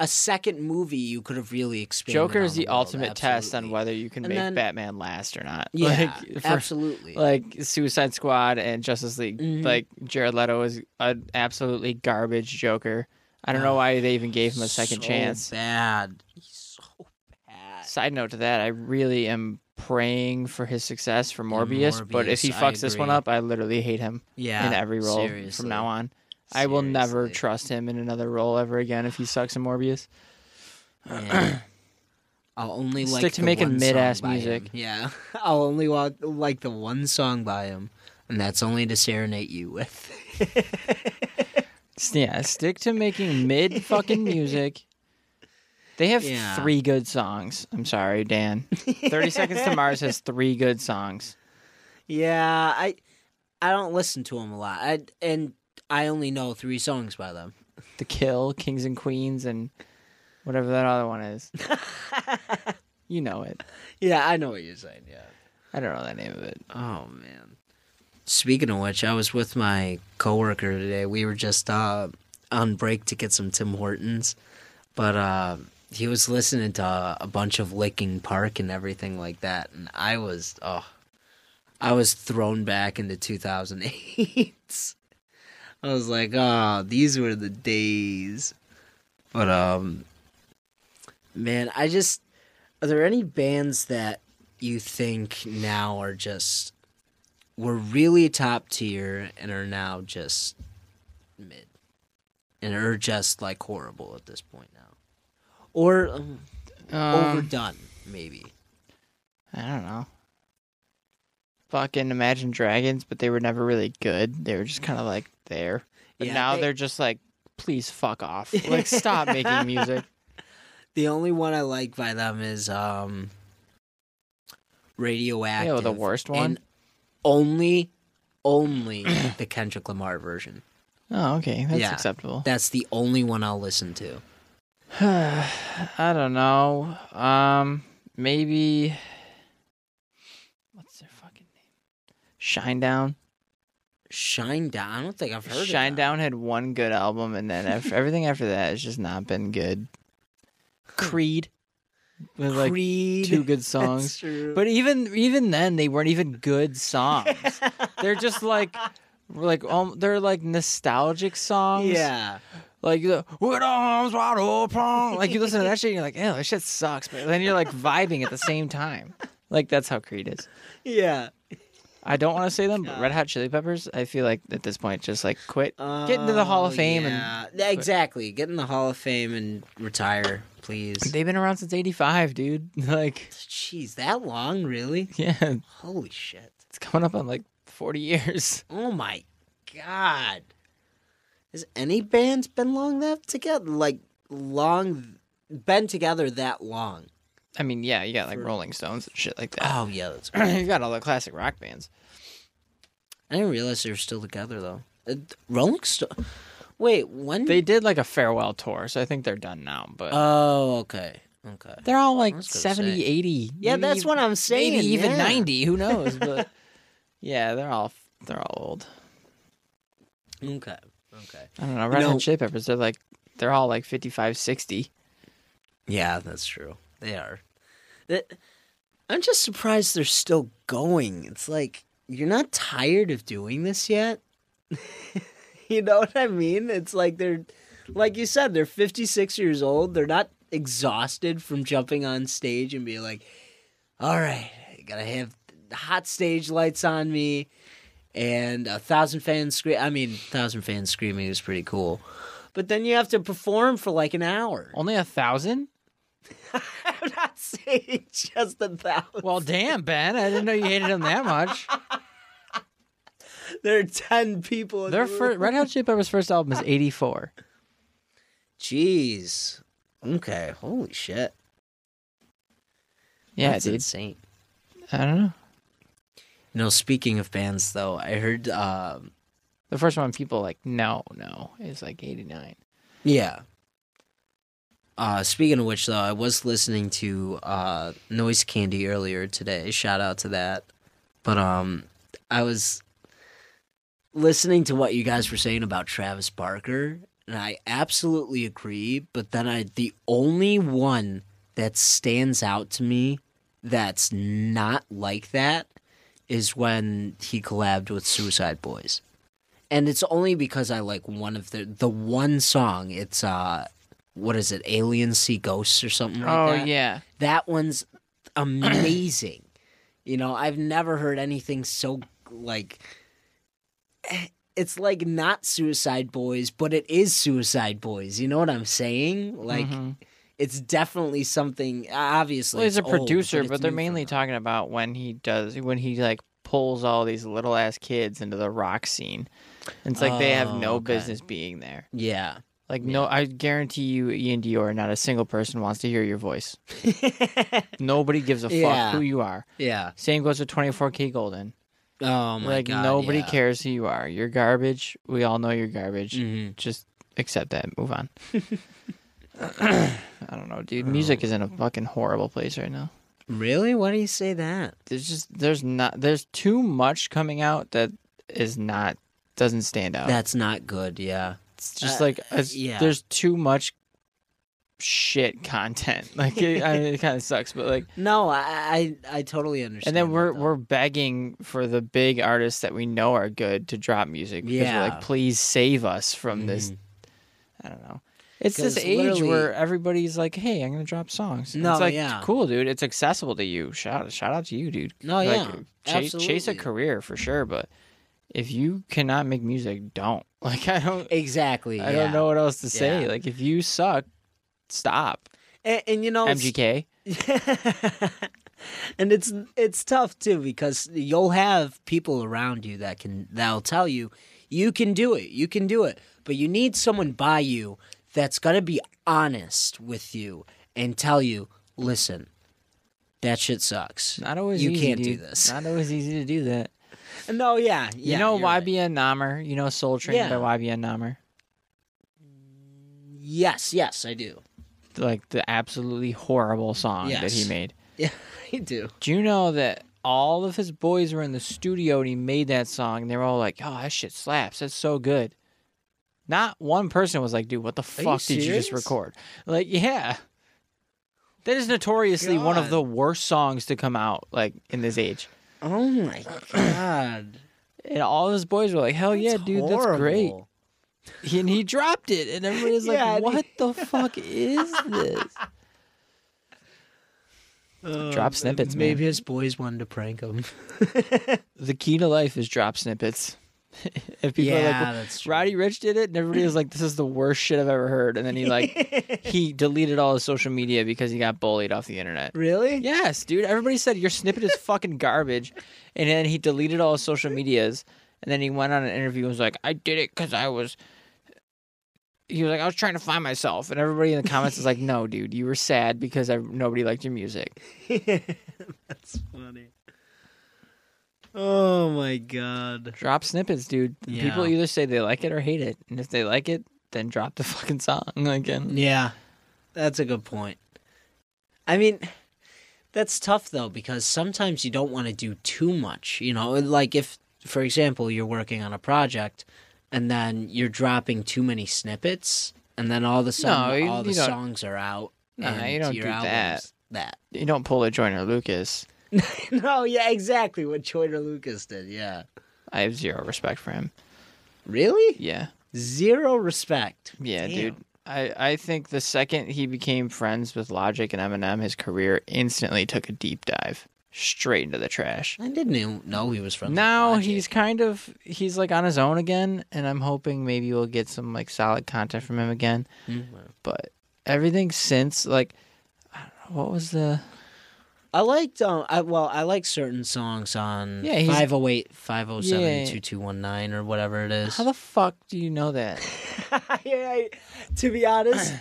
Speaker 2: a second movie, you could have really expanded.
Speaker 1: Joker
Speaker 2: on
Speaker 1: is the
Speaker 2: world,
Speaker 1: ultimate test on (laughs)
Speaker 2: absolutely.
Speaker 1: whether you can
Speaker 2: And
Speaker 1: make
Speaker 2: then-
Speaker 1: Batman last or not.
Speaker 2: Yeah,
Speaker 1: like, for-
Speaker 2: absolutely.
Speaker 1: Like Suicide Squad and Justice League.
Speaker 2: Mhm.
Speaker 1: Like Jared Leto is an absolutely garbage Joker. I don't know
Speaker 2: Oh,
Speaker 1: why they even gave him a second
Speaker 2: So
Speaker 1: chance.
Speaker 2: Bad. He's so bad.
Speaker 1: Side note to that, I really am praying for his success for Morbius, but if he
Speaker 2: Morbius, I
Speaker 1: fucks this one
Speaker 2: agree.
Speaker 1: up, I literally hate him
Speaker 2: Yeah.
Speaker 1: in every role
Speaker 2: seriously.
Speaker 1: from now on. I will never
Speaker 2: Seriously.
Speaker 1: trust him in another role ever again if he sucks in Morbius.
Speaker 2: Yeah. I'll only like
Speaker 1: Stick to
Speaker 2: the
Speaker 1: making
Speaker 2: one song
Speaker 1: mid-ass
Speaker 2: by him.
Speaker 1: music.
Speaker 2: Yeah, (laughs) I'll only wa- like the one song by him, and that's only to serenade you with.
Speaker 1: S- Yeah, stick to making mid
Speaker 2: (laughs)
Speaker 1: fucking music. They have
Speaker 2: Yeah.
Speaker 1: three good songs. I'm sorry, Dan. 30 Seconds to Mars has three good songs.
Speaker 2: Yeah, I I don't listen to him a lot, I, and I only know three songs by them.
Speaker 1: The Kill, Kings and Queens, and whatever that other one
Speaker 2: (laughs)
Speaker 1: is. you know it.
Speaker 2: Yeah, I know what you're saying. Yeah.
Speaker 1: I don't know the name of it.
Speaker 2: Oh man. Speaking of which, I was with my coworker today. We were just uh, on break to get some Tim Hortons, but uh, he was listening to uh, a bunch of Licking Park and everything like that, and I was oh, I was thrown back into 2008. (laughs) I was like, oh, these were the days. But um, man, I just are there any bands that you think now are just were really top tier and are now just mid and are just like horrible at this point now or um,
Speaker 1: Um,
Speaker 2: overdone maybe
Speaker 1: I don't know. Fucking Imagine Dragons, but they were never really good. They were just kind of like there. But
Speaker 2: Yeah,
Speaker 1: now
Speaker 2: they-
Speaker 1: they... are just like, please fuck
Speaker 2: (laughs)
Speaker 1: off. Like, stop making music.
Speaker 2: the only one i like by them is um radioactive
Speaker 1: Yeah, the worst one.
Speaker 2: and only only (coughs) the kendrick lamar version
Speaker 1: Oh, okay, that's
Speaker 2: Yeah.
Speaker 1: acceptable. (sighs)
Speaker 2: that's the only one i'll listen to
Speaker 1: I don't know. Um, maybe what's their fucking name? Shinedown.
Speaker 2: shine down i don't think i've heard of that.
Speaker 1: Shinedown had one good album, and then
Speaker 2: (laughs)
Speaker 1: af everything after that has just not been good. Creed with like
Speaker 2: Hmm. Creed. (laughs)
Speaker 1: two good songs. But even even then, they weren't even good
Speaker 2: (laughs)
Speaker 1: songs. they're just like like um, they're like nostalgic songs.
Speaker 2: yeah,
Speaker 1: Like you're like, with arms wide open. Like you listen to that shit, and you're like, "Ew, that shit sucks." But then you're like vibing at the same time. Like that's how Creed is.
Speaker 2: yeah.
Speaker 1: I don't want to say them, but Red Hot Chili Peppers. I feel like at this point, just like quit, get into the Hall of
Speaker 2: Oh,
Speaker 1: Fame,
Speaker 2: yeah. exactly. Get in the Hall of Fame and retire, please.
Speaker 1: and they've been around since '85, dude. (laughs) Like,
Speaker 2: Jeez, that long, really?
Speaker 1: yeah, it's
Speaker 2: Holy shit!
Speaker 1: coming up on like 40 years.
Speaker 2: Oh my god. Has any band's been long that together? Like long, been together that long?
Speaker 1: I mean, yeah, you got like Rolling Stones and shit like that.
Speaker 2: Oh yeah, that's.
Speaker 1: (clears throat) you got all the classic rock bands.
Speaker 2: I didn't realize they were still together though. Uh, Rolling Stone. Wait, when?
Speaker 1: They did like a farewell tour, so I think they're done now. But
Speaker 2: Oh, okay, okay.
Speaker 1: they're all like
Speaker 2: was gonna
Speaker 1: 70,
Speaker 2: say.
Speaker 1: 80.
Speaker 2: Yeah,
Speaker 1: maybe
Speaker 2: that's what I'm saying.
Speaker 1: maybe even
Speaker 2: yeah.
Speaker 1: 90 who knows
Speaker 2: (laughs)
Speaker 1: but yeah they're all they're all old
Speaker 2: Okay, okay.
Speaker 1: i don't know red
Speaker 2: know-
Speaker 1: hot chili peppers they're like they're all like 55 60
Speaker 2: Yeah, that's true. They are. That- I'm just surprised they're still going. It's like you're not tired of doing this yet. (laughs) you know what I mean? It's like they're, like you said, they're 56 years old. They're not exhausted from jumping on stage and being like, all right, I gotta have hot stage lights on me and a thousand fans scream. I mean, thousand fans screaming is pretty cool. But then you have to perform for like an hour.
Speaker 1: Only a thousand?
Speaker 2: (laughs) I'm not saying (laughs) just a thousand.
Speaker 1: Well, damn, Ben. I didn't know you hated them that much.
Speaker 2: There are ten people. In
Speaker 1: Their
Speaker 2: the (laughs)
Speaker 1: first,
Speaker 2: room.
Speaker 1: Red Hot Chili Peppers' first album is 84.
Speaker 2: Jeez. Okay. Holy shit.
Speaker 1: Yeah,
Speaker 2: That's
Speaker 1: dude.
Speaker 2: insane.
Speaker 1: I don't know.
Speaker 2: You know, speaking of bands, though, I heard. Um,
Speaker 1: The first one people like, no, no, is like 89.
Speaker 2: yeah. Uh, speaking of which, though, I was listening to uh, Noise Candy earlier today. Shout out to that. But um, I was listening to what you guys were saying about Travis Barker, and I absolutely agree. But then I, the only one that stands out to me that's not like that is when he collabed with Suicide Boys. And it's only because I like one of the the one song. It's uh what is it? Aliens see ghosts or something like
Speaker 1: oh,
Speaker 2: that
Speaker 1: yeah.
Speaker 2: that one's amazing. you know, I've never heard anything so like eh, it's like not Suicide Boys, but it is Suicide Boys. You know what I'm saying? Like
Speaker 1: Mhm.
Speaker 2: it's definitely something obviously.
Speaker 1: Well, he's a
Speaker 2: it's old,
Speaker 1: producer, but,
Speaker 2: it's
Speaker 1: they're
Speaker 2: new for
Speaker 1: mainly
Speaker 2: them.
Speaker 1: talking about when he does, when he like pulls all these little ass kids into the rock scene. It's like they have
Speaker 2: Oh,
Speaker 1: no
Speaker 2: okay.
Speaker 1: business being there. (laughs)
Speaker 2: Yeah.
Speaker 1: Like, no, I guarantee you, Ian Dior, not a single person wants to hear your
Speaker 2: (laughs)
Speaker 1: voice. Nobody gives a fuck
Speaker 2: Yeah.
Speaker 1: who you are.
Speaker 2: yeah.
Speaker 1: Same goes with 24K Golden.
Speaker 2: Oh my
Speaker 1: like,
Speaker 2: god.
Speaker 1: nobody
Speaker 2: yeah.
Speaker 1: cares who you are. You're garbage. We all know you're garbage.
Speaker 2: Mhm.
Speaker 1: Just accept that. Move
Speaker 2: (laughs)
Speaker 1: on. (coughs) I don't know, dude. Music is in a fucking horrible place right now.
Speaker 2: Really? Why do you say that?
Speaker 1: There's just, there's not, there's too much coming out that is not, doesn't stand out.
Speaker 2: That's not good, yeah.
Speaker 1: it's just
Speaker 2: uh,
Speaker 1: like, it's,
Speaker 2: yeah.
Speaker 1: there's too much shit content. (laughs) Like, it, I mean, it kind of sucks, but like,
Speaker 2: No, I I, I totally
Speaker 1: and
Speaker 2: understand.
Speaker 1: then
Speaker 2: that,
Speaker 1: we're
Speaker 2: though.
Speaker 1: we're begging for the big artists that we know are good to drop music because we're
Speaker 2: Yeah.
Speaker 1: like, please save us from this.
Speaker 2: Mhm.
Speaker 1: I don't know. It's this
Speaker 2: 'Cause
Speaker 1: age
Speaker 2: literally-
Speaker 1: where everybody's like, "Hey, I'm gonna drop songs."
Speaker 2: No,
Speaker 1: it's like,
Speaker 2: yeah.
Speaker 1: cool, dude. It's accessible to you. Shout shout out to you, dude.
Speaker 2: No,
Speaker 1: like,
Speaker 2: yeah.
Speaker 1: cha- chase a
Speaker 2: absolutely.
Speaker 1: career for sure, but if you cannot make music, don't. (laughs) Like, I don't.
Speaker 2: Exactly.
Speaker 1: I don't
Speaker 2: yeah.
Speaker 1: know what else to say.
Speaker 2: Yeah.
Speaker 1: Like, if you suck, stop.
Speaker 2: And, and you know, it's-
Speaker 1: MGK.
Speaker 2: (laughs) and it's it's tough too because you'll have people around you that can that'll tell you you can do it, you can do it, but you need someone by you that's gonna be honest with you and tell you, listen, that shit sucks.
Speaker 1: Not always.
Speaker 2: you
Speaker 1: easy,
Speaker 2: can't do
Speaker 1: dude.
Speaker 2: this.
Speaker 1: Not always easy to do that.
Speaker 2: No, yeah, yeah
Speaker 1: you know
Speaker 2: you're right.
Speaker 1: YBN Nammer? You know Soul Train
Speaker 2: Yeah.
Speaker 1: by YBN Nammer?
Speaker 2: Yes, yes, I do. (laughs)
Speaker 1: Like the absolutely horrible song that he
Speaker 2: Yes.
Speaker 1: made.
Speaker 2: Yeah, I do.
Speaker 1: Do you know that all of his boys were in the studio and he made that song and they were all like, oh, that shit slaps. That's so good. Not one person was like, dude, what the
Speaker 2: you
Speaker 1: fuck did you just
Speaker 2: serious?
Speaker 1: record? Like, yeah. That is notoriously one of
Speaker 2: God.
Speaker 1: the worst songs to come out, like, in this age.
Speaker 2: Oh my (clears throat) god.
Speaker 1: And all of his boys were like, hell Oh, yeah,
Speaker 2: That's
Speaker 1: dude, that's great.
Speaker 2: horrible.
Speaker 1: He- and he dropped it, and everybody's like,
Speaker 2: Yeah, and he-
Speaker 1: "What the fuck is
Speaker 2: (laughs)
Speaker 1: this?" Drop snippets, man.
Speaker 2: Uh, Maybe his boys wanted to
Speaker 1: (laughs)
Speaker 2: prank him.
Speaker 1: The key to life is drop snippets. (laughs) if people are like,
Speaker 2: that's
Speaker 1: "Roddy Rich did it," and everybody was like, "This is the worst shit I've ever heard," and then he
Speaker 2: (laughs)
Speaker 1: like he deleted all his social media because he got bullied off the internet.
Speaker 2: Really?
Speaker 1: Yes, dude. Everybody said your snippet is fucking garbage, and then he deleted all his social medias, and then he went on an interview and was like, "I did it because I was." He was like, "I was trying to find myself," and everybody in the comments is like, "No, dude, you were sad because I, nobody liked your music."
Speaker 2: (laughs) that's funny. Oh my god.
Speaker 1: Drop snippets, dude.
Speaker 2: Yeah.
Speaker 1: People either say they like it or hate it, and if they like it, then drop the fucking song (laughs) again.
Speaker 2: Yeah. That's a good point. I mean, that's tough though because sometimes you don't want to do too much, you know, like if for example, you're working on a project and then you're dropping too many snippets and then all of a
Speaker 1: No,
Speaker 2: sudden
Speaker 1: you-
Speaker 2: all the
Speaker 1: you don't-
Speaker 2: songs are out.
Speaker 1: Nah,
Speaker 2: and
Speaker 1: you don't
Speaker 2: your
Speaker 1: do
Speaker 2: album's that. (laughs)
Speaker 1: You don't pull a Joyner Lucas.
Speaker 2: no, yeah, exactly what Joyner Lucas did. Yeah.
Speaker 1: I have zero respect for him.
Speaker 2: Really?
Speaker 1: Yeah,
Speaker 2: Zero respect.
Speaker 1: Yeah,
Speaker 2: Damn.
Speaker 1: dude. I, I think the second he became friends with Logic and Eminem, his career instantly took a deep dive straight into the trash.
Speaker 2: I didn't even know he was from.
Speaker 1: Now
Speaker 2: Logic.
Speaker 1: he's kind of he's like on his own again, and I'm hoping maybe we'll get some like solid content from him again.
Speaker 2: Mm-hmm.
Speaker 1: But everything since like I don't know, what was the
Speaker 2: I liked um I well I like certain songs on
Speaker 1: Yeah, he's-
Speaker 2: 508 507
Speaker 1: Yeah.
Speaker 2: 2219 or whatever it is.
Speaker 1: how the fuck do you know that?
Speaker 2: (laughs) I- I- to be (clears throat) honest,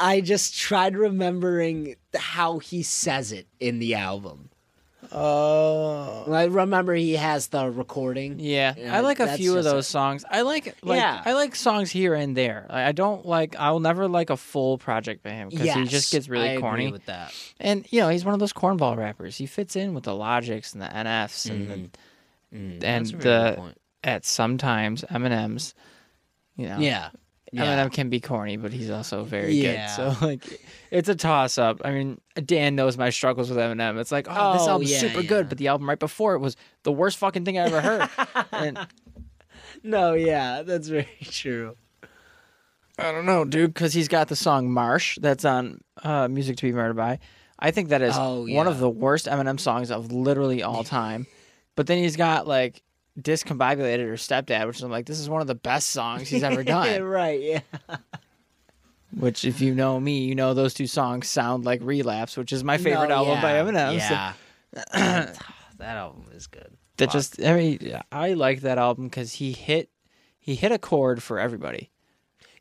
Speaker 2: I just tried remembering how he says it in the album.
Speaker 1: Oh.
Speaker 2: I remember he has the recording.
Speaker 1: Yeah,
Speaker 2: Yeah,
Speaker 1: I like a
Speaker 2: that's
Speaker 1: few of
Speaker 2: just a-
Speaker 1: those songs. I like, like
Speaker 2: Yeah.
Speaker 1: I like songs here and there. I I don't like. I'll never like a full project by him because he
Speaker 2: Yes,
Speaker 1: just gets really
Speaker 2: I agree
Speaker 1: corny.
Speaker 2: with that.
Speaker 1: and you know, he's one of those cornball rappers. He fits in with the Logics and the NFs and
Speaker 2: Mm,
Speaker 1: the, and
Speaker 2: that's a very good
Speaker 1: the
Speaker 2: point.
Speaker 1: at sometimes Eminem's. You know,
Speaker 2: yeah. yeah.
Speaker 1: Eminem can be corny, but he's also very
Speaker 2: Yeah.
Speaker 1: good. So like, it's a toss up. I mean, Dan knows my struggles with Eminem. It's like, oh, this
Speaker 2: Oh,
Speaker 1: album's
Speaker 2: yeah,
Speaker 1: super
Speaker 2: yeah.
Speaker 1: good, but the album right before it was the worst fucking thing I ever
Speaker 2: (laughs)
Speaker 1: heard. and
Speaker 2: No, yeah, that's very (laughs) true.
Speaker 1: I don't know, dude, because he's got the song "Marsh" that's on uh, "Music to Be Murdered By." I think that is
Speaker 2: Oh,
Speaker 1: one
Speaker 2: yeah.
Speaker 1: of the worst Eminem songs of literally all time. but then he's got like "Discombobulated" or "Stepdad," which I'm like, this is one of the best songs he's
Speaker 2: (laughs)
Speaker 1: ever done.
Speaker 2: right, yeah.
Speaker 1: which, if you know me, you know those two songs sound like "Relapse," which is my favorite
Speaker 2: No,
Speaker 1: album by
Speaker 2: yeah,
Speaker 1: Eminem. so
Speaker 2: Yeah.
Speaker 1: (clears throat)
Speaker 2: that album is good.
Speaker 1: that just, I mean, I like that album because he hit he hit a chord for everybody.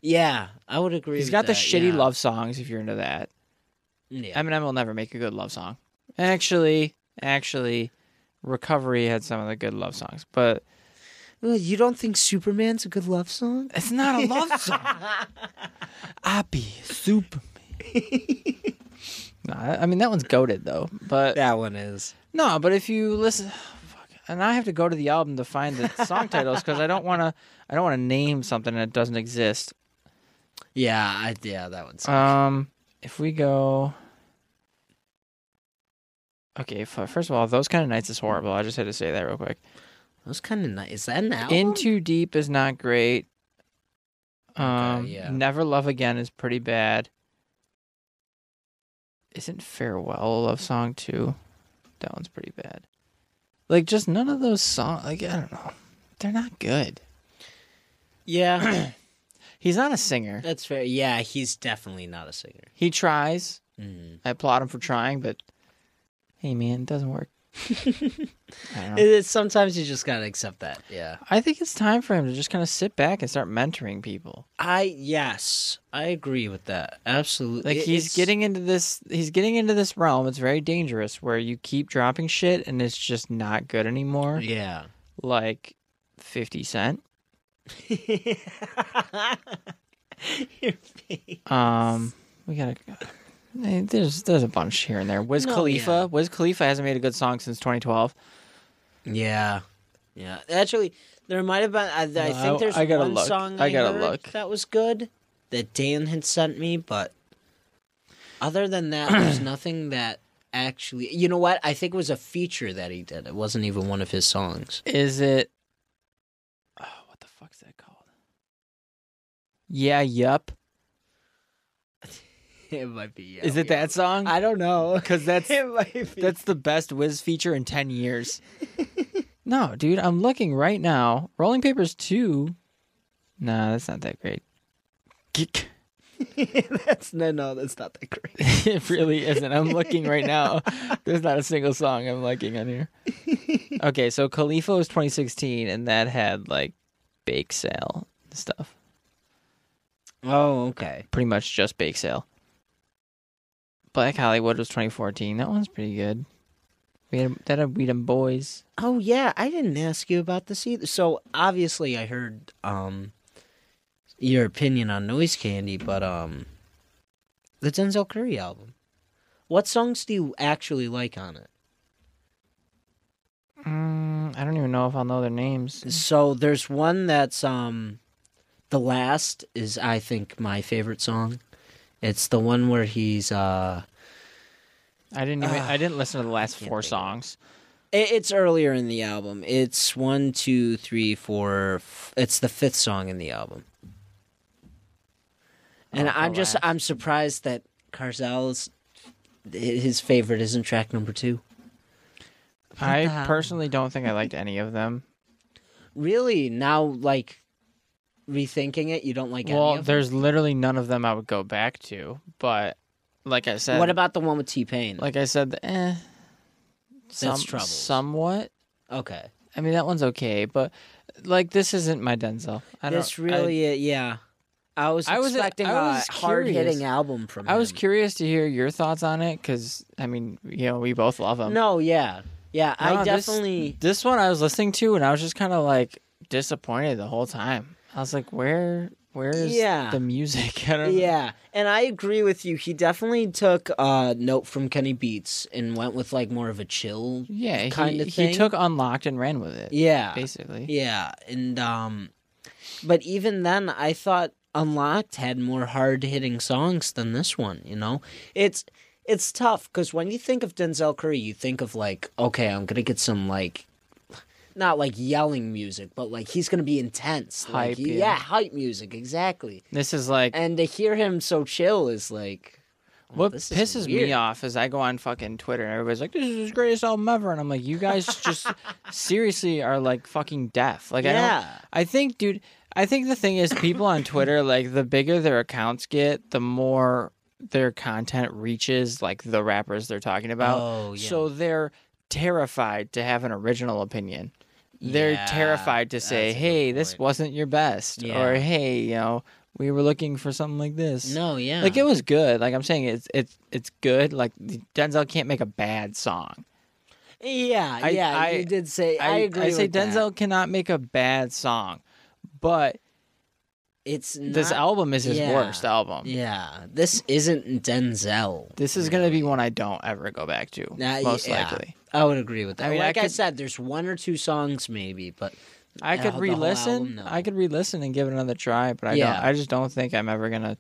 Speaker 2: Yeah, I would agree.
Speaker 1: He's
Speaker 2: with
Speaker 1: got the
Speaker 2: that,
Speaker 1: shitty
Speaker 2: yeah.
Speaker 1: love songs if you're into that.
Speaker 2: Yeah.
Speaker 1: Eminem will never make a good love song. Actually, actually, Recovery had some of the good love songs, but
Speaker 2: Well, You don't think Superman's a good love song?
Speaker 1: it's not a love song. I be Superman. no, I I mean that one's goaded though. But
Speaker 2: That one is.
Speaker 1: no, but if you listen, fuck, and I have to go to the album to find the song titles because I don't want to. I don't want to name something that doesn't exist.
Speaker 2: Yeah, I, yeah, that one's.
Speaker 1: Um, if we go. Okay, f- first of all, those kind of nights is horrible. I just had to say that real quick.
Speaker 2: that was kind of nice. Is that an album?
Speaker 1: In Too Deep is not great. Um,
Speaker 2: yeah.
Speaker 1: Never Love Again is pretty bad. Isn't Farewell a love song too? That one's pretty bad. Like just none of those songs. Like I don't know, they're not good. (clears throat)
Speaker 2: yeah,
Speaker 1: He's not a singer.
Speaker 2: that's fair. Yeah, he's definitely not a singer.
Speaker 1: He tries.
Speaker 2: Mm.
Speaker 1: I applaud him for trying, but hey, man, it doesn't
Speaker 2: (laughs)
Speaker 1: work. I don't know.
Speaker 2: It, it's- sometimes you just gotta accept that. Yeah.
Speaker 1: I think it's time for him to just kind of sit back and start mentoring people.
Speaker 2: I yes, I agree with that. Absolutely.
Speaker 1: like
Speaker 2: It-
Speaker 1: he's
Speaker 2: it's-
Speaker 1: getting into this he's getting into this realm it's very dangerous where you keep dropping shit and it's just not good anymore (laughs)
Speaker 2: Yeah. (laughs)
Speaker 1: like 50 cent
Speaker 2: Your face.
Speaker 1: um we gotta eh, there's there's a bunch here and there wiz
Speaker 2: No,
Speaker 1: khalifa
Speaker 2: yeah.
Speaker 1: wiz khalifa hasn't made a good song since 2012
Speaker 2: Yeah. Yeah. Actually, there might have been. I, I
Speaker 1: No, I-
Speaker 2: think there's
Speaker 1: I gotta
Speaker 2: one
Speaker 1: look.
Speaker 2: song
Speaker 1: I
Speaker 2: I,
Speaker 1: gotta
Speaker 2: heard
Speaker 1: look.
Speaker 2: that was good that Dan had sent me, but other than (clears throat) that, there's nothing that actually. You know what? I think it was a feature that he did. It wasn't even one of his songs.
Speaker 1: is it oh what the fuck's that called yeah yup
Speaker 2: (laughs) It might be. Oh, Yeah,
Speaker 1: is it that song
Speaker 2: I don't (laughs) know.
Speaker 1: because that's
Speaker 2: It might be.
Speaker 1: That's the best whiz feature in 10 years. no, dude, I'm looking right now. Rolling Papers 2. Nah, that's not that great. Geek.
Speaker 2: (laughs) that's no, no. That's not that great.
Speaker 1: (laughs) it really isn't. I'm looking right now. There's not a single song I'm liking on here. Okay, so Khalifa was 2016, and that had like bake sale and stuff.
Speaker 2: Oh, okay.
Speaker 1: Pretty much just bake sale. Black Hollywood was 2014. That one's pretty good. We had that had We Dem Boys.
Speaker 2: Oh yeah, I didn't ask you about this either. So obviously, I heard um your opinion on Noise Candy, but um the Denzel Curry album. What songs do you actually like on it?
Speaker 1: Mm, I don't even know if I'll know their names.
Speaker 2: So there's one that's um the last is I think my favorite song. It's the one where he's uh
Speaker 1: I didn't even. I didn't listen to the
Speaker 2: (sighs)
Speaker 1: last
Speaker 2: can't
Speaker 1: four
Speaker 2: think of it.
Speaker 1: songs.
Speaker 2: it- it's earlier in the album. It's one, two, three, four. F- it's the fifth song in the album. And
Speaker 1: I'll
Speaker 2: I'm
Speaker 1: go
Speaker 2: just
Speaker 1: last.
Speaker 2: I'm surprised that Carzel's his favorite isn't track number two. the
Speaker 1: I
Speaker 2: hell?
Speaker 1: personally don't think I liked any of them.
Speaker 2: Really? Now, like rethinking it, you don't like
Speaker 1: well,
Speaker 2: any of them?
Speaker 1: there's literally none of them I would go back to. But like I said,
Speaker 2: What about the one with T Pain?
Speaker 1: like I said, the, eh, some,
Speaker 2: Troubles.
Speaker 1: somewhat.
Speaker 2: okay,
Speaker 1: I mean, that one's okay, but like this isn't my Denzel. I don't,
Speaker 2: that's really it. Yeah, I was
Speaker 1: I was- uh,
Speaker 2: expecting
Speaker 1: I was
Speaker 2: a hard
Speaker 1: curious.
Speaker 2: hitting album from.
Speaker 1: I, I was
Speaker 2: him.
Speaker 1: curious to hear your thoughts on it because I mean, you know, we both love him.
Speaker 2: No, yeah, yeah.
Speaker 1: No,
Speaker 2: I
Speaker 1: this-
Speaker 2: definitely.
Speaker 1: This one I was listening to and I was just kind of like disappointed the whole time. I was like, where, where is
Speaker 2: Yeah.
Speaker 1: the music? (laughs) I don't know.
Speaker 2: Yeah, and I agree with you. He definitely took a note from Kenny Beats and went with like more of a chill.
Speaker 1: Yeah, he-
Speaker 2: kinda
Speaker 1: he,
Speaker 2: thing.
Speaker 1: took unlocked and ran with it.
Speaker 2: Yeah,
Speaker 1: basically.
Speaker 2: Yeah, and um but even then I thought Unlocked had more hard-hitting songs than this one, you know? It's it's tough cuz when you think of Denzel Curry, you think of like, okay, I'm going to get some like not like yelling music, but like he's going to be intense.
Speaker 1: Hype,
Speaker 2: Like,
Speaker 1: yeah.
Speaker 2: yeah, hype music, exactly.
Speaker 1: This is like
Speaker 2: And to hear him so chill is like oh,
Speaker 1: what
Speaker 2: this is
Speaker 1: pisses
Speaker 2: weird.
Speaker 1: me off is I go on fucking Twitter and everybody's like, "This is the greatest album ever," and I'm like, "You guys
Speaker 2: (laughs)
Speaker 1: just seriously are like fucking deaf." Like, I don't.
Speaker 2: Yeah.
Speaker 1: I think, dude. I think the thing is, people on Twitter, like, the bigger their accounts get, the more their content reaches like the rappers they're talking about.
Speaker 2: Oh, yeah.
Speaker 1: So they're terrified to have an original opinion. They're
Speaker 2: Yeah,
Speaker 1: terrified to say,
Speaker 2: that's a good
Speaker 1: "Hey, this
Speaker 2: point.
Speaker 1: wasn't your best,"
Speaker 2: Yeah.
Speaker 1: or "Hey, you know, we were looking for something like this."
Speaker 2: No, yeah.
Speaker 1: Like it was good. Like I'm saying, it's it's it's good. Like Denzel can't make a bad song.
Speaker 2: yeah,
Speaker 1: I-
Speaker 2: yeah,
Speaker 1: I-
Speaker 2: you did say I, agree
Speaker 1: I say
Speaker 2: with that.
Speaker 1: Denzel cannot make a bad song, but
Speaker 2: It's not,
Speaker 1: this album is his
Speaker 2: yeah.
Speaker 1: worst album.
Speaker 2: Yeah, this isn't Denzel.
Speaker 1: This is gonna be one I don't ever go back to.
Speaker 2: Nah,
Speaker 1: most
Speaker 2: yeah.
Speaker 1: likely,
Speaker 2: I would agree with that.
Speaker 1: I mean, I
Speaker 2: like I,
Speaker 1: could-
Speaker 2: said, there's one or two songs maybe, but
Speaker 1: I
Speaker 2: Yeah, the
Speaker 1: could
Speaker 2: whole
Speaker 1: re-listen.
Speaker 2: album, no.
Speaker 1: I could re-listen and give it another try, but I
Speaker 2: Yeah.
Speaker 1: don't. I just don't think I'm ever gonna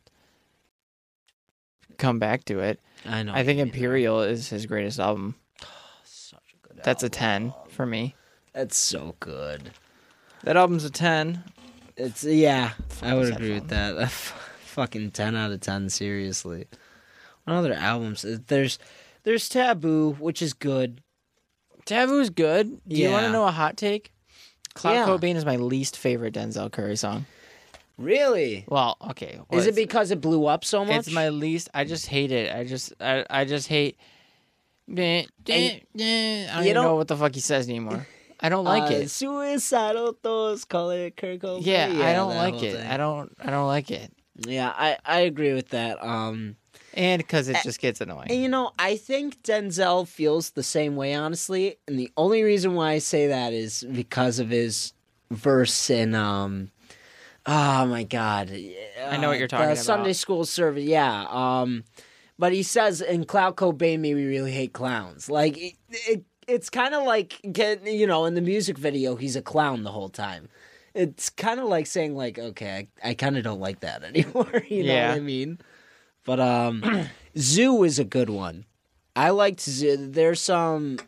Speaker 1: come back to it.
Speaker 2: I know.
Speaker 1: I think
Speaker 2: what you mean.
Speaker 1: Imperial is his greatest album.
Speaker 2: (sighs) Such a good
Speaker 1: That's a
Speaker 2: album.
Speaker 1: ten for me.
Speaker 2: That's so good.
Speaker 1: That album's a ten.
Speaker 2: It's yeah. I
Speaker 1: is
Speaker 2: would agree with that. (laughs) Fucking ten out of ten. Seriously. What other albums? Uh, There's there's Taboo, which is good.
Speaker 1: Taboo's good. Do you want to
Speaker 2: Yeah.
Speaker 1: know a hot take? Cloud
Speaker 2: Yeah.
Speaker 1: Cobain is my least favorite Denzel Curry song.
Speaker 2: Really?
Speaker 1: Well, okay. well,
Speaker 2: Is it
Speaker 1: it's-
Speaker 2: because it blew up so much?
Speaker 1: It's my least. I just hate it. I just. I. I just hate. I don't even
Speaker 2: don't-
Speaker 1: know what the fuck he says anymore. I (laughs) don't like
Speaker 2: Uh,
Speaker 1: it.
Speaker 2: Suicidal thoughts, call it Kirk Cobain.
Speaker 1: Yeah, I don't
Speaker 2: that
Speaker 1: like
Speaker 2: whole
Speaker 1: it.
Speaker 2: thing.
Speaker 1: I don't. I don't like it.
Speaker 2: Yeah, I, I agree with that. Um,
Speaker 1: And because it just gets annoying.
Speaker 2: and you know, I think Denzel feels the same way, honestly. And the only reason why I say that is because of his verse in, um, oh my god,
Speaker 1: I know what
Speaker 2: uh,
Speaker 1: you're talking
Speaker 2: the
Speaker 1: about.
Speaker 2: Sunday school service, yeah. Um, but he says in Cloud Cobain, me, we really hate clowns. Like it, it it's kind of like get you know, in the music video, he's a clown the whole time. It's kind of like saying like, okay, I, I kind of don't like that (laughs) anymore. you know
Speaker 1: Yeah.
Speaker 2: what I mean? But um, (clears throat) Zoo is a good one. I liked Zoo. There's some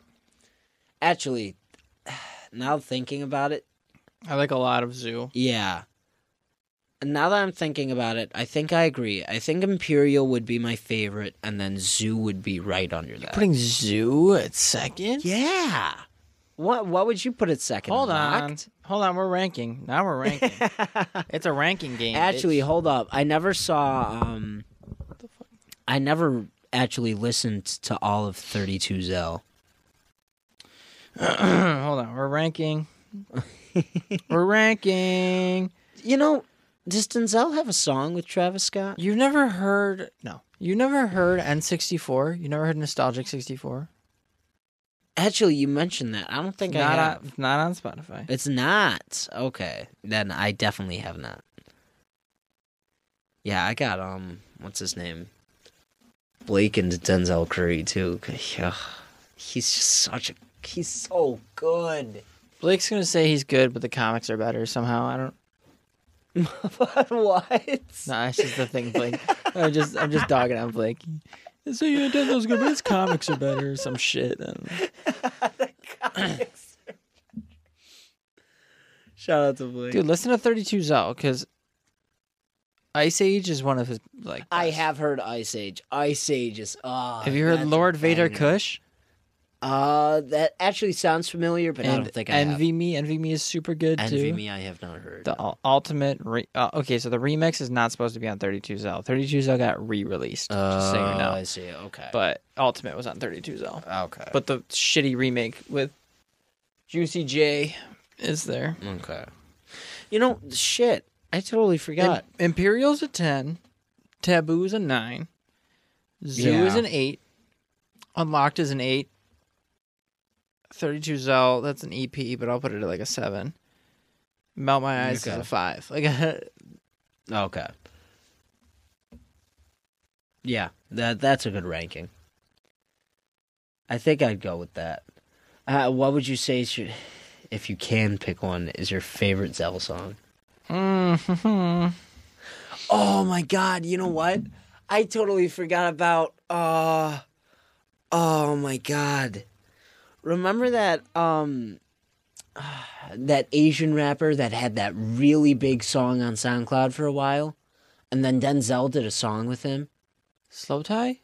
Speaker 2: actually. (sighs) Now thinking about it,
Speaker 1: I like a lot of Zoo.
Speaker 2: yeah. And Now that I'm thinking about it, I think I agree. I think Imperial would be my favorite, and then Zoo would be right under that.
Speaker 1: Putting Zoo at second.
Speaker 2: yeah. What What would you put it second?
Speaker 1: Hold on.
Speaker 2: Unlocked?
Speaker 1: Hold on. We're ranking. Now we're (laughs) ranking.
Speaker 2: (laughs)
Speaker 1: it's a ranking game. bitch.
Speaker 2: Actually, hold up. I never saw. Um, I never actually listened to all of 32 Zell.
Speaker 1: (clears throat) Hold on, we're ranking. (laughs) we're ranking.
Speaker 2: You know, does Denzel have a song with Travis Scott?
Speaker 1: You've never heard no. You never heard N64. You never heard Nostalgic 64.
Speaker 2: Actually, you mentioned that. I don't think I
Speaker 1: not
Speaker 2: have.
Speaker 1: on, not on Spotify.
Speaker 2: It's not. Okay. Then I definitely have not. Yeah, I got um what's his name? Blake and Denzel Curry too. Yeah. He's just such a he's so good. (laughs)
Speaker 1: Blake's gonna say he's good, but the comics are better somehow. I don't.
Speaker 2: But what?
Speaker 1: Nah, it's just the thing, (laughs) Blake. I'm just I'm just dogging on Blake. So yeah, Denzel's good, but his comics are better. or Some shit. I don't know.
Speaker 2: Shout out to Blake.
Speaker 1: Dude, listen to 32 Zell because Ice Age is one of his like.
Speaker 2: I
Speaker 1: best.
Speaker 2: have heard Ice Age. Ice Age is ah.
Speaker 1: Have you heard
Speaker 2: that's a
Speaker 1: Lord Vader
Speaker 2: banger.
Speaker 1: Kush?
Speaker 2: Uh, that actually sounds familiar, but I
Speaker 1: and
Speaker 2: don't think I
Speaker 1: Envy Me. Envy Me is super good
Speaker 2: have.
Speaker 1: too.
Speaker 2: Envy me, I have not heard.
Speaker 1: The ul- ultimate. Re- uh, okay, so the remix is not supposed to be on 32Zell. 32Zell got re released. just so you
Speaker 2: Oh,
Speaker 1: know.
Speaker 2: I see. Okay.
Speaker 1: uh, But Ultimate was on 32Zell.
Speaker 2: okay.
Speaker 1: But the shitty remake with Juicy J is there.
Speaker 2: okay. You know, shit. I totally forgot.
Speaker 1: Im- Imperial's a 10. Taboo's a 9. Zoo is
Speaker 2: Yeah.
Speaker 1: an 8. Unlocked is an 8. 32 Zell, that's an EP, but I'll put it at like a 7. Melt My Eyes is
Speaker 2: Okay.
Speaker 1: a 5. (laughs) Like,
Speaker 2: okay. Yeah, that that's a good ranking. I think I'd go with that. Uh, what would you say is your, if you can pick one, is your favorite Zell song? Mm-hmm.
Speaker 1: mm
Speaker 2: Oh my god, you know what? I totally forgot about uh Oh my god. Remember that um (sighs) that Asian rapper that had that really big song on SoundCloud for a while? And then Denzel did a song with him.
Speaker 1: Slow Tie?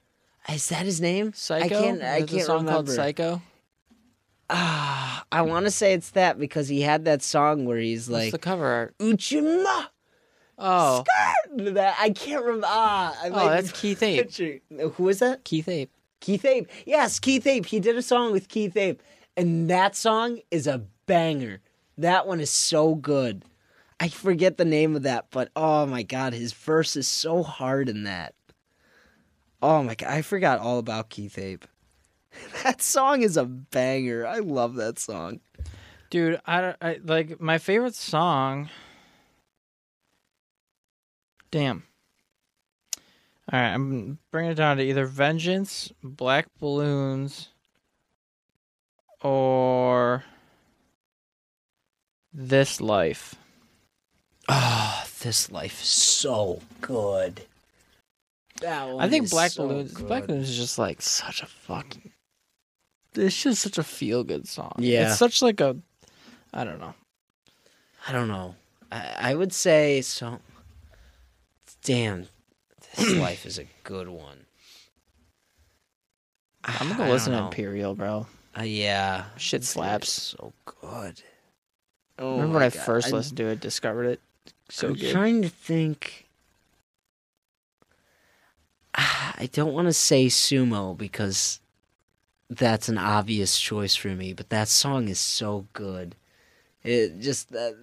Speaker 2: Is that his name?
Speaker 1: Psycho?
Speaker 2: I can't I
Speaker 1: There's
Speaker 2: can't
Speaker 1: a song
Speaker 2: remember.
Speaker 1: called Psycho.
Speaker 2: Ah, I want to say it's that because he had that song where he's
Speaker 1: What's
Speaker 2: like
Speaker 1: the cover art?
Speaker 2: Uchima.
Speaker 1: Oh,
Speaker 2: That I can't remember. Ah, I
Speaker 1: oh
Speaker 2: might
Speaker 1: that's
Speaker 2: be
Speaker 1: Keith
Speaker 2: (laughs)
Speaker 1: Ape.
Speaker 2: picturing- Who was that?
Speaker 1: Keith Ape.
Speaker 2: Keith Ape. Yes, Keith Ape. He did a song with Keith Ape, and that song is a banger. That one is so good. I forget the name of that, but oh my god, his verse is so hard in that. Oh my god, I forgot all about Keith Ape. (laughs) That song is a banger. I love that song.
Speaker 1: Dude, I, don't- I like my favorite song. Damn. All right, I'm bringing it down to either Vengeance, Black Balloons, or This Life.
Speaker 2: Oh, this life is so good. That one
Speaker 1: I think
Speaker 2: is
Speaker 1: Black
Speaker 2: so
Speaker 1: Balloons. Black
Speaker 2: good.
Speaker 1: Balloons is just like such a fucking. It's just such a feel good song.
Speaker 2: Yeah.
Speaker 1: it's such like a. I don't know.
Speaker 2: I don't know. I, I would say so. Damn,
Speaker 1: (clears throat)
Speaker 2: this life is a good one.
Speaker 1: I'm
Speaker 2: (sighs) I
Speaker 1: gonna
Speaker 2: don't
Speaker 1: listen to
Speaker 2: know.
Speaker 1: Imperial, bro.
Speaker 2: Uh, yeah,
Speaker 1: Shit
Speaker 2: This is
Speaker 1: slaps.
Speaker 2: So good. Oh
Speaker 1: Remember
Speaker 2: my
Speaker 1: when I
Speaker 2: God.
Speaker 1: first
Speaker 2: I'm-
Speaker 1: listened to it, discovered it? So
Speaker 2: I'm
Speaker 1: good.
Speaker 2: trying to think. Ah, I don't want to say sumo because that's an obvious choice for me, but that song is so good. It just the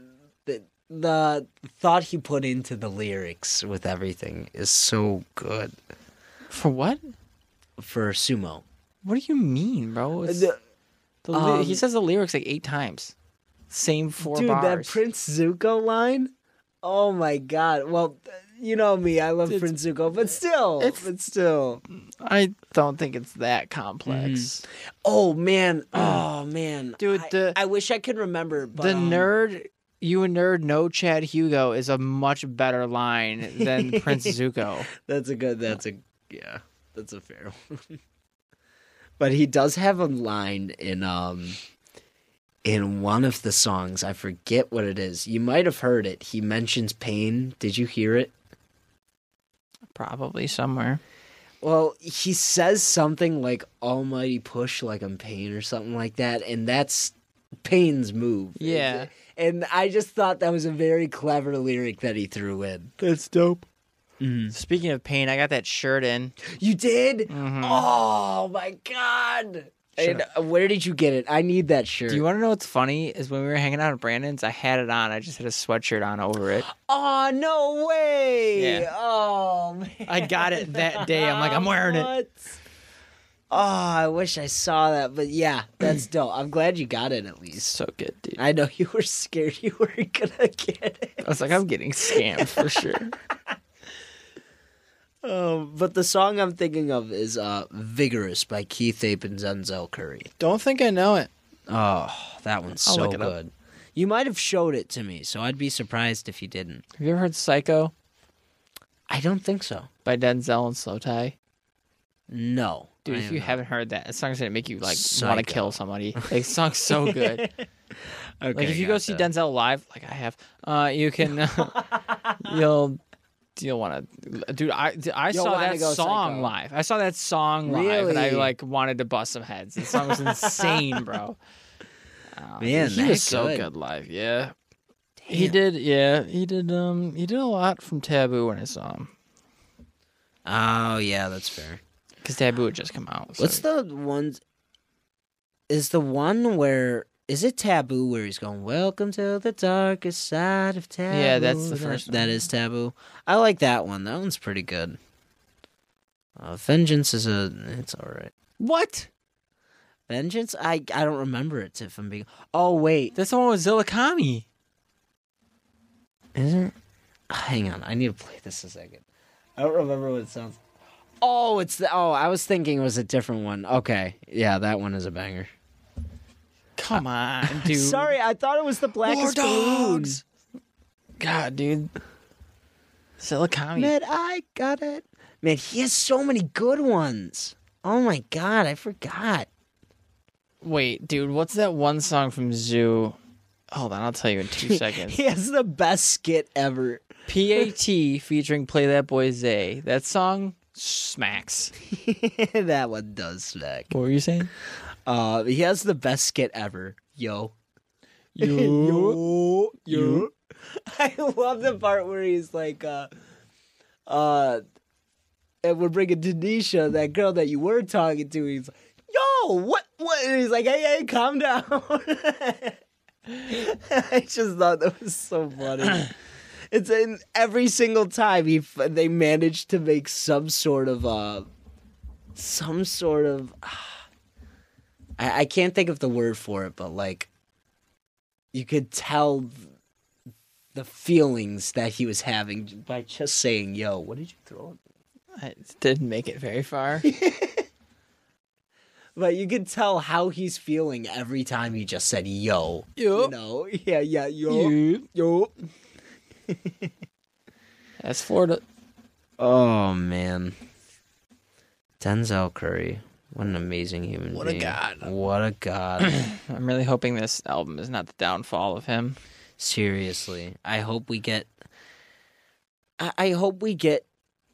Speaker 2: the, the thought he put into the lyrics with everything is so good
Speaker 1: For what?
Speaker 2: for sumo.
Speaker 1: What do you mean, bro? It's-
Speaker 2: The-
Speaker 1: Uh, the ly-
Speaker 2: um,
Speaker 1: he says the lyrics like eight times. Same four
Speaker 2: Dude,
Speaker 1: bars.
Speaker 2: that Prince Zuko line. Oh my god. Well, you know me, I love
Speaker 1: It's-
Speaker 2: Prince Zuko, but still,
Speaker 1: it's-
Speaker 2: but still.
Speaker 1: I don't think it's that complex. (clears throat)
Speaker 2: Oh man. Oh man.
Speaker 1: Mm. Dude,
Speaker 2: I,
Speaker 1: the-
Speaker 2: I wish I could remember but,
Speaker 1: The
Speaker 2: um,
Speaker 1: nerd, you a nerd, no Chad Hugo is a much better line (laughs) than Prince Zuko.
Speaker 2: That's a good that's a yeah. That's a fair one. (laughs) but he does have a line in um in one of the songs. I forget what it is. You might have heard it. He mentions pain. Did you hear it?
Speaker 1: Probably somewhere.
Speaker 2: Well, he says something like "Almighty push," like I'm pain or something like that, and that's Payne's move.
Speaker 1: Yeah.
Speaker 2: and I just thought that was a very clever lyric that he threw in.
Speaker 1: That's dope. Speaking of pain, I got that shirt in.
Speaker 2: You did?
Speaker 1: Mhm.
Speaker 2: Oh my god!
Speaker 1: Shut
Speaker 2: And uh, where did you get it? I need that shirt.
Speaker 1: Do you want to know what's funny? Is when we were hanging out at Brandon's, I had it on. I just had a sweatshirt on over it.
Speaker 2: oh no way!
Speaker 1: Yeah.
Speaker 2: Oh man,
Speaker 1: I got it that day. I'm like, I'm wearing (laughs) it.
Speaker 2: What? Oh, I wish I saw that, but yeah, that's dope. I'm glad you got it at least.
Speaker 1: So good, dude.
Speaker 2: I know you were scared you weren't gonna get it.
Speaker 1: (laughs) I was like, I'm getting scammed (laughs) for sure.
Speaker 2: Um, but the song I'm thinking of is uh, "Vigorous" by Keith Ape and Denzel Curry.
Speaker 1: Don't think I know it.
Speaker 2: Oh, that one's
Speaker 1: I'll
Speaker 2: so
Speaker 1: look it up.
Speaker 2: good. You might have showed it to me, so I'd be surprised if you didn't.
Speaker 1: Have you ever heard Psycho
Speaker 2: I don't think so.
Speaker 1: by Denzel and Slow Tie?
Speaker 2: No,
Speaker 1: Dude,
Speaker 2: I
Speaker 1: if
Speaker 2: am
Speaker 1: you
Speaker 2: not.
Speaker 1: haven't heard that, that song's gonna make you like want to
Speaker 2: Psycho.
Speaker 1: kill somebody. Like, the song's so good. (laughs)
Speaker 2: okay,
Speaker 1: like, if you go see
Speaker 2: gotcha. (laughs)
Speaker 1: Denzel live, like I have, uh, you can, uh, you'll you want to, dude. I d- I
Speaker 2: You'll
Speaker 1: saw
Speaker 2: wanna
Speaker 1: that
Speaker 2: go
Speaker 1: song
Speaker 2: psycho.
Speaker 1: live. I saw that song live, and I
Speaker 2: Really?
Speaker 1: like wanted to bust some heads. The song
Speaker 2: (laughs)
Speaker 1: was insane, bro. Uh,
Speaker 2: Man,
Speaker 1: he
Speaker 2: that
Speaker 1: was so
Speaker 2: good.
Speaker 1: good live. Yeah, he did. Yeah, he did. Um, he did a lot from Taboo um, when I saw him
Speaker 2: Oh yeah, that's fair.
Speaker 1: because Taboo had just come out. So.
Speaker 2: What's the one? Is the one where is it taboo where he's going? Welcome to the darkest side of taboo.
Speaker 1: Yeah, that's the
Speaker 2: That-
Speaker 1: first
Speaker 2: That
Speaker 1: one.
Speaker 2: is taboo. I like that one. That one's pretty good. Uh, Vengeance is a. It's all right.
Speaker 1: what?
Speaker 2: Vengeance. I I don't remember it. If I'm being. Oh wait,
Speaker 1: That's the one with Zillikami.
Speaker 2: isn't? Hang on. I need to play this a second. I don't remember what it sounds. Oh, it's the. Oh, I was thinking it was a different one. Okay, yeah, that one is a banger.
Speaker 1: Come on, dude.
Speaker 2: (laughs) Sorry, I thought it was the blackest balloon.
Speaker 1: dogs. God, dude. Silicon.
Speaker 2: Man, I got it. Man, he has so many good ones. Oh my god, I forgot.
Speaker 1: Wait, dude, what's that one song from Zoo? Hold on, I'll tell you in
Speaker 2: (laughs)
Speaker 1: two seconds.
Speaker 2: He has the best skit ever. (laughs)
Speaker 1: PAT featuring Play That Boy Zay. That song smacks.
Speaker 2: that one does smack.
Speaker 1: What were you saying?
Speaker 2: Uh, he has the best skit ever. Yo.
Speaker 1: Yo, yo.
Speaker 2: (laughs) I love the part where he's like, uh, uh, and we're bringing Denisha, that girl that you were talking to. He's like, yo, what, what? And he's like, hey, hey, calm down. (laughs) I just thought that was so funny. It's in every single time he f- they managed to make some sort of uh, some sort of I, I can't think of the word for it, but like you could tell th- the feelings that he was having j- by just saying, "Yo, what did you throw?" at me?"
Speaker 1: I didn't make it very far.
Speaker 2: But you could tell how he's feeling every time he just said, "Yo."
Speaker 1: Yo.
Speaker 2: (laughs) You know, yeah, yeah, yo,
Speaker 1: Yo.
Speaker 2: yo.
Speaker 1: That's Florida.
Speaker 2: Oh man, Denzel Curry, what an amazing human
Speaker 1: What a being. god.
Speaker 2: What a god.
Speaker 1: I'm really hoping this album is not the downfall of him.
Speaker 2: Seriously, I hope we get. I, I hope we get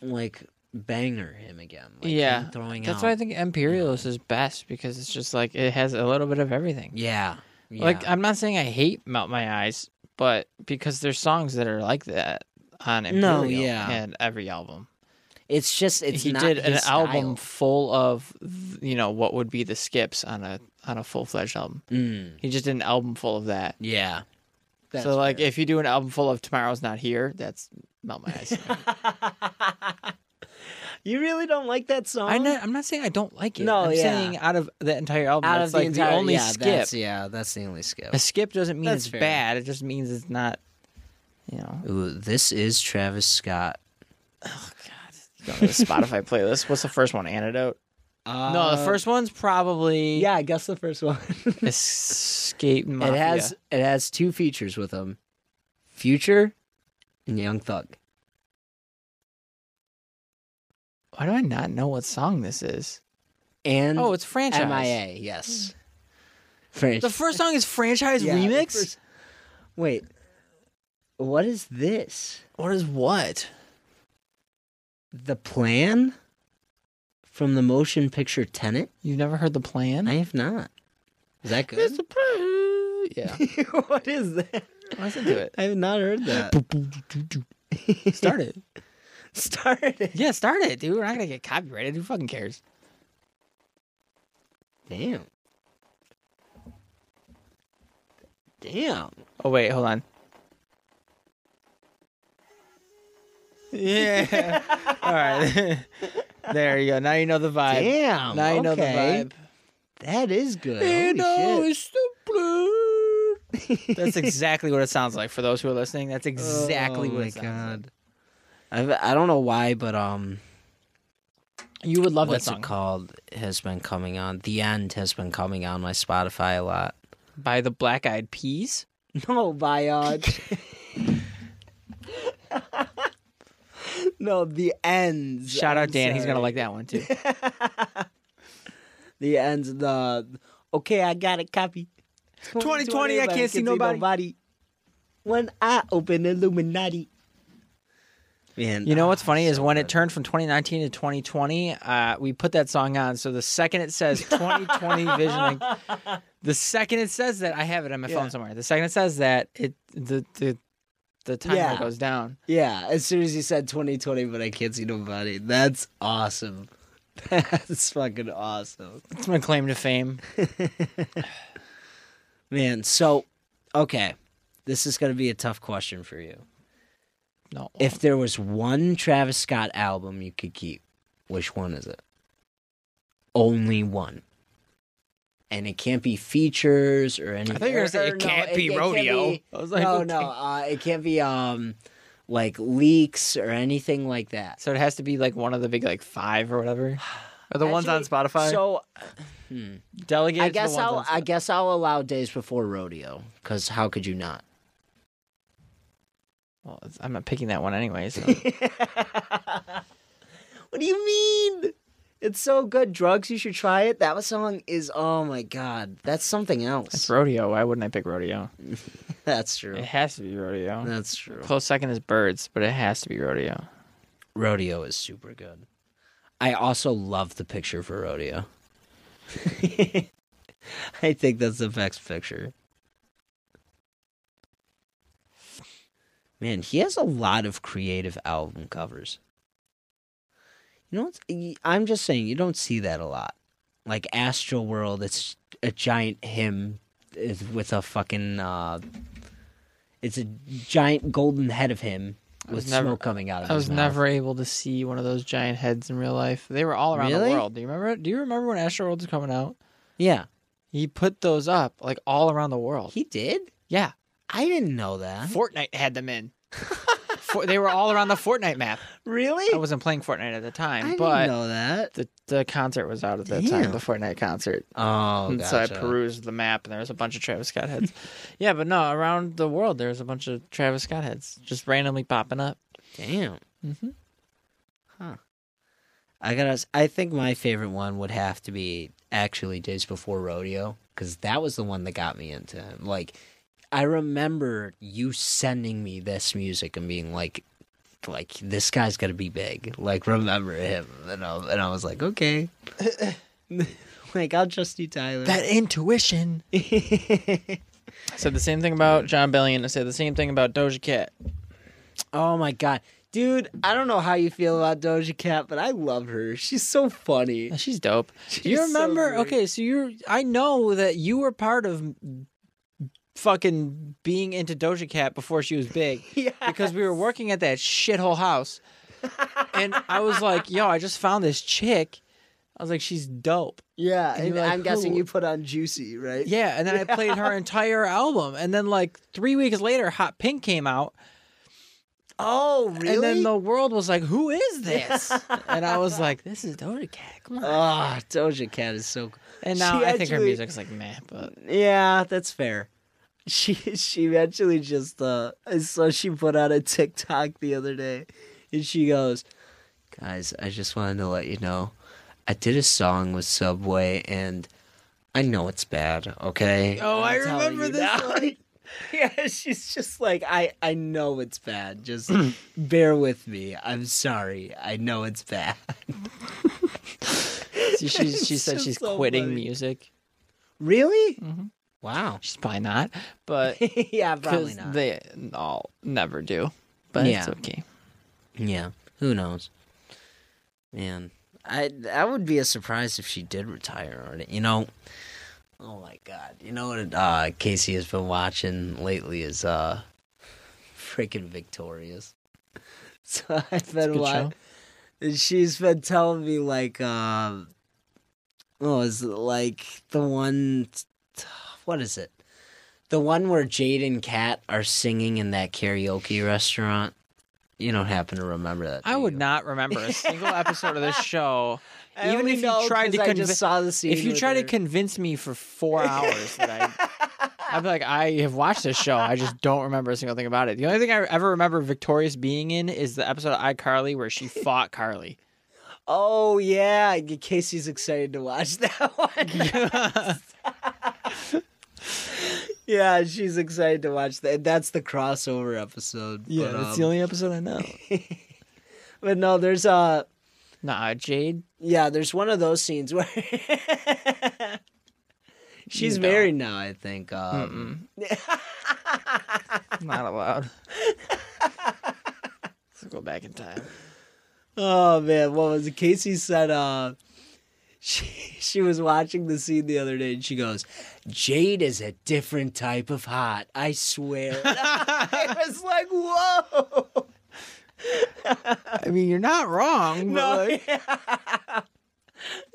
Speaker 2: like banger him again. Like,
Speaker 1: Yeah,
Speaker 2: him throwing
Speaker 1: That's
Speaker 2: out.
Speaker 1: why I think Imperialist is best because it's just like it has a little bit of everything.
Speaker 2: Yeah, yeah.
Speaker 1: Like I'm not saying I hate Melt My Eyes, but because there's songs that are like that on Imperial
Speaker 2: No, yeah.
Speaker 1: and every album.
Speaker 2: it's just it's
Speaker 1: he
Speaker 2: not
Speaker 1: did an
Speaker 2: his
Speaker 1: album
Speaker 2: style.
Speaker 1: full of th- you know what would be the skips on a on a full fledged album.
Speaker 2: Mm,
Speaker 1: He just did an album full of that.
Speaker 2: yeah. That's
Speaker 1: so like
Speaker 2: fair.
Speaker 1: if you do an album full of Tomorrow's Not Here, that's Melt My
Speaker 2: (laughs)
Speaker 1: Eyes.
Speaker 2: you really don't like that song,
Speaker 1: I'm not I'm not saying I don't like it.
Speaker 2: No,
Speaker 1: I'm
Speaker 2: yeah.
Speaker 1: saying out of the entire album,
Speaker 2: out
Speaker 1: that's
Speaker 2: of
Speaker 1: like
Speaker 2: the entire
Speaker 1: only
Speaker 2: yeah,
Speaker 1: skip.
Speaker 2: That's, yeah, that's the only skip.
Speaker 1: A skip doesn't mean
Speaker 2: That's
Speaker 1: it's
Speaker 2: fair.
Speaker 1: bad. It just means it's not you know
Speaker 2: Ooh, this is Travis Scott.
Speaker 1: Go to the Spotify playlist. What's the first one? Antidote.
Speaker 2: Uh,
Speaker 1: no, the first one's probably
Speaker 2: Yeah, I guess the first one. (laughs)
Speaker 1: Escape Mafia.
Speaker 2: It has it has two features with him, Future and Young Thug.
Speaker 1: Why do I not know what song this is?
Speaker 2: And
Speaker 1: Oh, it's franchise.
Speaker 2: MIA, yes. Franchise
Speaker 1: The first song is franchise
Speaker 2: Yeah, the
Speaker 1: remix.
Speaker 2: first- Wait, what is this?
Speaker 1: What is what?
Speaker 2: The plan from the motion picture Tenant?
Speaker 1: You've never heard the plan?
Speaker 2: I have not. Is that good?
Speaker 1: It's the plan. (laughs) Yeah,
Speaker 2: what is that?
Speaker 1: listen to it.
Speaker 2: I have not heard that.
Speaker 1: (laughs) Start it.
Speaker 2: Start it.
Speaker 1: Yeah, start it, dude. We're not gonna get copyrighted. Who fucking cares?
Speaker 2: Damn. Damn.
Speaker 1: Oh wait, hold on. Yeah. (laughs) All right. (laughs) there you go. Now you know the vibe.
Speaker 2: Damn.
Speaker 1: Now you know the
Speaker 2: okay.
Speaker 1: vibe.
Speaker 2: That is good.
Speaker 1: You know
Speaker 2: Holy
Speaker 1: it's
Speaker 2: shit.
Speaker 1: the blue. That's exactly what it sounds like for those who are listening. That's exactly
Speaker 2: oh
Speaker 1: what
Speaker 2: my
Speaker 1: it sounds
Speaker 2: god. (laughs) I've, I don't know why, but um,
Speaker 1: like. You would love
Speaker 2: what's
Speaker 1: that
Speaker 2: it
Speaker 1: song
Speaker 2: called? Has been coming on. The end has been coming on my Spotify a lot.
Speaker 1: by the Black Eyed Peas.
Speaker 2: (laughs) No, by uh, no, the ends.
Speaker 1: Shout out
Speaker 2: I'm
Speaker 1: Dan. He's gonna
Speaker 2: sorry.
Speaker 1: like that one
Speaker 2: (laughs)
Speaker 1: too.
Speaker 2: the ends. The okay, I got it. Copy.
Speaker 1: 2020, I can't see nobody.
Speaker 2: When I open Illuminati. Man,
Speaker 1: You know what's
Speaker 2: ah,
Speaker 1: funny is
Speaker 2: so
Speaker 1: when it
Speaker 2: good.
Speaker 1: turned from 2019 to 2020, uh, we put that song on. So the second it says
Speaker 2: (laughs)
Speaker 1: 2020 vision, like, the second it says that, I have it on my
Speaker 2: Yeah.
Speaker 1: phone somewhere. The second it says that, it the the, the timer
Speaker 2: Yeah.
Speaker 1: goes down.
Speaker 2: Yeah, as soon as you said 2020, but I can't see nobody. That's awesome. (laughs) That's fucking awesome.
Speaker 1: It's my claim to fame.
Speaker 2: Man, so, okay. This is going to be a tough question for you.
Speaker 1: No,
Speaker 2: If there was one Travis Scott album you could keep, which one is it? Only one. And it can't be features or anything.
Speaker 1: thought you were gonna say
Speaker 2: or-
Speaker 1: it
Speaker 2: or
Speaker 1: can't be
Speaker 2: (laughs)
Speaker 1: rodeo.
Speaker 2: be-
Speaker 1: I was like,
Speaker 2: no,
Speaker 1: okay.
Speaker 2: no, uh, it can't be um, like leaks or anything like that.
Speaker 1: so it has to be like one of the big like five or whatever, or the ones on
Speaker 2: Actually,
Speaker 1: Spotify.
Speaker 2: So Hmm.
Speaker 1: delegate.
Speaker 2: I
Speaker 1: to the
Speaker 2: guess
Speaker 1: ones
Speaker 2: I'll
Speaker 1: on
Speaker 2: I
Speaker 1: Spotify.
Speaker 2: guess I'll allow days before rodeo because how could you not?
Speaker 1: Well, it's- I'm not picking that one anyway.
Speaker 2: (laughs)
Speaker 1: So
Speaker 2: What do you mean? It's so good. Drugs, you should try it. That song is oh my god, that's something
Speaker 1: it's
Speaker 2: else.
Speaker 1: rodeo. Why wouldn't I pick rodeo?
Speaker 2: That's true.
Speaker 1: It has to be rodeo.
Speaker 2: That's true.
Speaker 1: Close second is birds, but it has to be rodeo.
Speaker 2: Rodeo is super good. I also love the picture for rodeo. (laughs) I think that's the best picture. Man, he has a lot of creative album covers. You know, what's- I'm just saying you don't see that a lot. Like Astral World, it's a giant hymn is- with a fucking. Uh, it's a giant golden head of him
Speaker 1: I was
Speaker 2: with
Speaker 1: never-
Speaker 2: smoke coming out of
Speaker 1: I
Speaker 2: his
Speaker 1: was
Speaker 2: mouth.
Speaker 1: never able to see one of those giant heads in real life. They were all around
Speaker 2: Really?
Speaker 1: the world. Do you remember? Do you remember when Astroworld was coming out?
Speaker 2: Yeah,
Speaker 1: He put those up like all around the world.
Speaker 2: he did.
Speaker 1: yeah,
Speaker 2: I didn't know that.
Speaker 1: Fortnite had them
Speaker 2: (laughs)
Speaker 1: in. For, they were all around the Fortnite map.
Speaker 2: Really?
Speaker 1: I wasn't playing Fortnite at the
Speaker 2: I
Speaker 1: time,
Speaker 2: didn't
Speaker 1: but
Speaker 2: know that.
Speaker 1: the the concert was out at that
Speaker 2: Damn.
Speaker 1: time. The Fortnite concert.
Speaker 2: Oh,
Speaker 1: and
Speaker 2: gotcha.
Speaker 1: so I perused the map, and there was a bunch of Travis Scott
Speaker 2: (laughs)
Speaker 1: heads. yeah, but no, around the world there was a bunch of Travis Scott heads just randomly popping up.
Speaker 2: Damn.
Speaker 1: Mhm.
Speaker 2: Huh. I gotta. s- I think my favorite one would have to be actually Days Before Rodeo because that was the one that got me into him. Like, I remember you sending me this music and being like, like this guy's gonna be big. Like, remember him? And I, and I was like, (laughs) okay. like, I'll trust you, Tyler.
Speaker 1: intuition.
Speaker 2: (laughs)
Speaker 1: I said the same thing about John Bellion. I said the same thing about Doja Cat.
Speaker 2: Oh my god. Dude, I don't know how you feel about Doja Cat, but I love her. She's so funny.
Speaker 1: Yeah, She's
Speaker 2: (laughs)
Speaker 1: dope. Do
Speaker 2: She's
Speaker 1: you
Speaker 2: so
Speaker 1: remember?
Speaker 2: great.
Speaker 1: okay, so you're. I know that you were part of fucking being into Doja Cat before she was
Speaker 2: (laughs)
Speaker 1: big
Speaker 2: Yeah.
Speaker 1: because we were working at that shithole house, and I was like, "Yo, I just found this chick." I was like, "She's dope."
Speaker 2: Yeah,
Speaker 1: And
Speaker 2: and
Speaker 1: you're like,
Speaker 2: I'm guessing
Speaker 1: who-
Speaker 2: you put on Juicy, right?
Speaker 1: Yeah, and then I played her entire album, and then like three weeks later, Hot Pink came out,
Speaker 2: Oh, really?
Speaker 1: and then the world was like, "Who is
Speaker 2: (laughs)
Speaker 1: this?" and I was like, "This is Doja Cat." Come on.
Speaker 2: Oh, Doja Cat is so
Speaker 1: And now
Speaker 2: She
Speaker 1: I think her
Speaker 2: actually-
Speaker 1: music's like meh, but
Speaker 2: Yeah, that's fair. She she actually just uh so she put out a TikTok the other day and she goes, Guys, I just wanted to let you know I did a song with Subway and I know it's bad, okay?
Speaker 1: Oh, I
Speaker 2: telling
Speaker 1: remember
Speaker 2: you
Speaker 1: this
Speaker 2: now." (laughs) yeah, she's just like, I, I know it's bad. Just bear with me. I'm sorry. I know it's bad. (laughs)
Speaker 1: see, (laughs) she's, she
Speaker 2: It's
Speaker 1: said
Speaker 2: just
Speaker 1: she's
Speaker 2: so
Speaker 1: quitting
Speaker 2: funny.
Speaker 1: music.
Speaker 2: Really?
Speaker 1: Mhm.
Speaker 2: Wow. (laughs)
Speaker 1: She's probably not, (laughs) but
Speaker 2: yeah, probably
Speaker 1: because
Speaker 2: not.
Speaker 1: they all never do. But it's
Speaker 2: Yeah.
Speaker 1: okay.
Speaker 2: Yeah, who knows? Man, I that would be a surprise if she did retire already. You know, oh my god, you know what uh, Casey has been watching lately is uh, freaking Victorious. (laughs) So I've been
Speaker 1: good
Speaker 2: watching. She's been telling me like, uh, what was it like the one? What is it? The one where Jade and Kat are singing in that karaoke restaurant. You don't happen to remember that?
Speaker 1: I
Speaker 2: do
Speaker 1: would
Speaker 2: you?
Speaker 1: not remember a single episode of (laughs) this show.
Speaker 2: I
Speaker 1: even
Speaker 2: only
Speaker 1: if you
Speaker 2: know
Speaker 1: tried to
Speaker 2: 'cause I
Speaker 1: convi-
Speaker 2: just saw the scene.
Speaker 1: if you
Speaker 2: with
Speaker 1: try to
Speaker 2: her.
Speaker 1: convince me for four hours that I, (laughs) I'd be like, I have watched this show. I just don't remember a single thing about it. The only thing I ever remember Victorious being in is the episode of iCarly where she fought Carly.
Speaker 2: oh yeah, Casey's excited to watch (laughs) that one.
Speaker 1: (laughs)
Speaker 2: (laughs) yeah, she's excited to watch that. That's the crossover episode. but, um,
Speaker 1: only episode I know.
Speaker 2: But no, there's uh
Speaker 1: (laughs) Nah, Jade.
Speaker 2: yeah, there's one of those scenes where (laughs) she's
Speaker 1: No.
Speaker 2: married now, I think. Um,
Speaker 1: Not allowed. (laughs) Let's go back in time.
Speaker 2: Oh man, what was it? Casey said uh (laughs) she she was watching the scene the other day and she goes, Jade is a different type of hot, I swear. (laughs) I was like, whoa.
Speaker 1: I mean, you're not wrong.
Speaker 2: No, (laughs)
Speaker 1: But like,
Speaker 2: I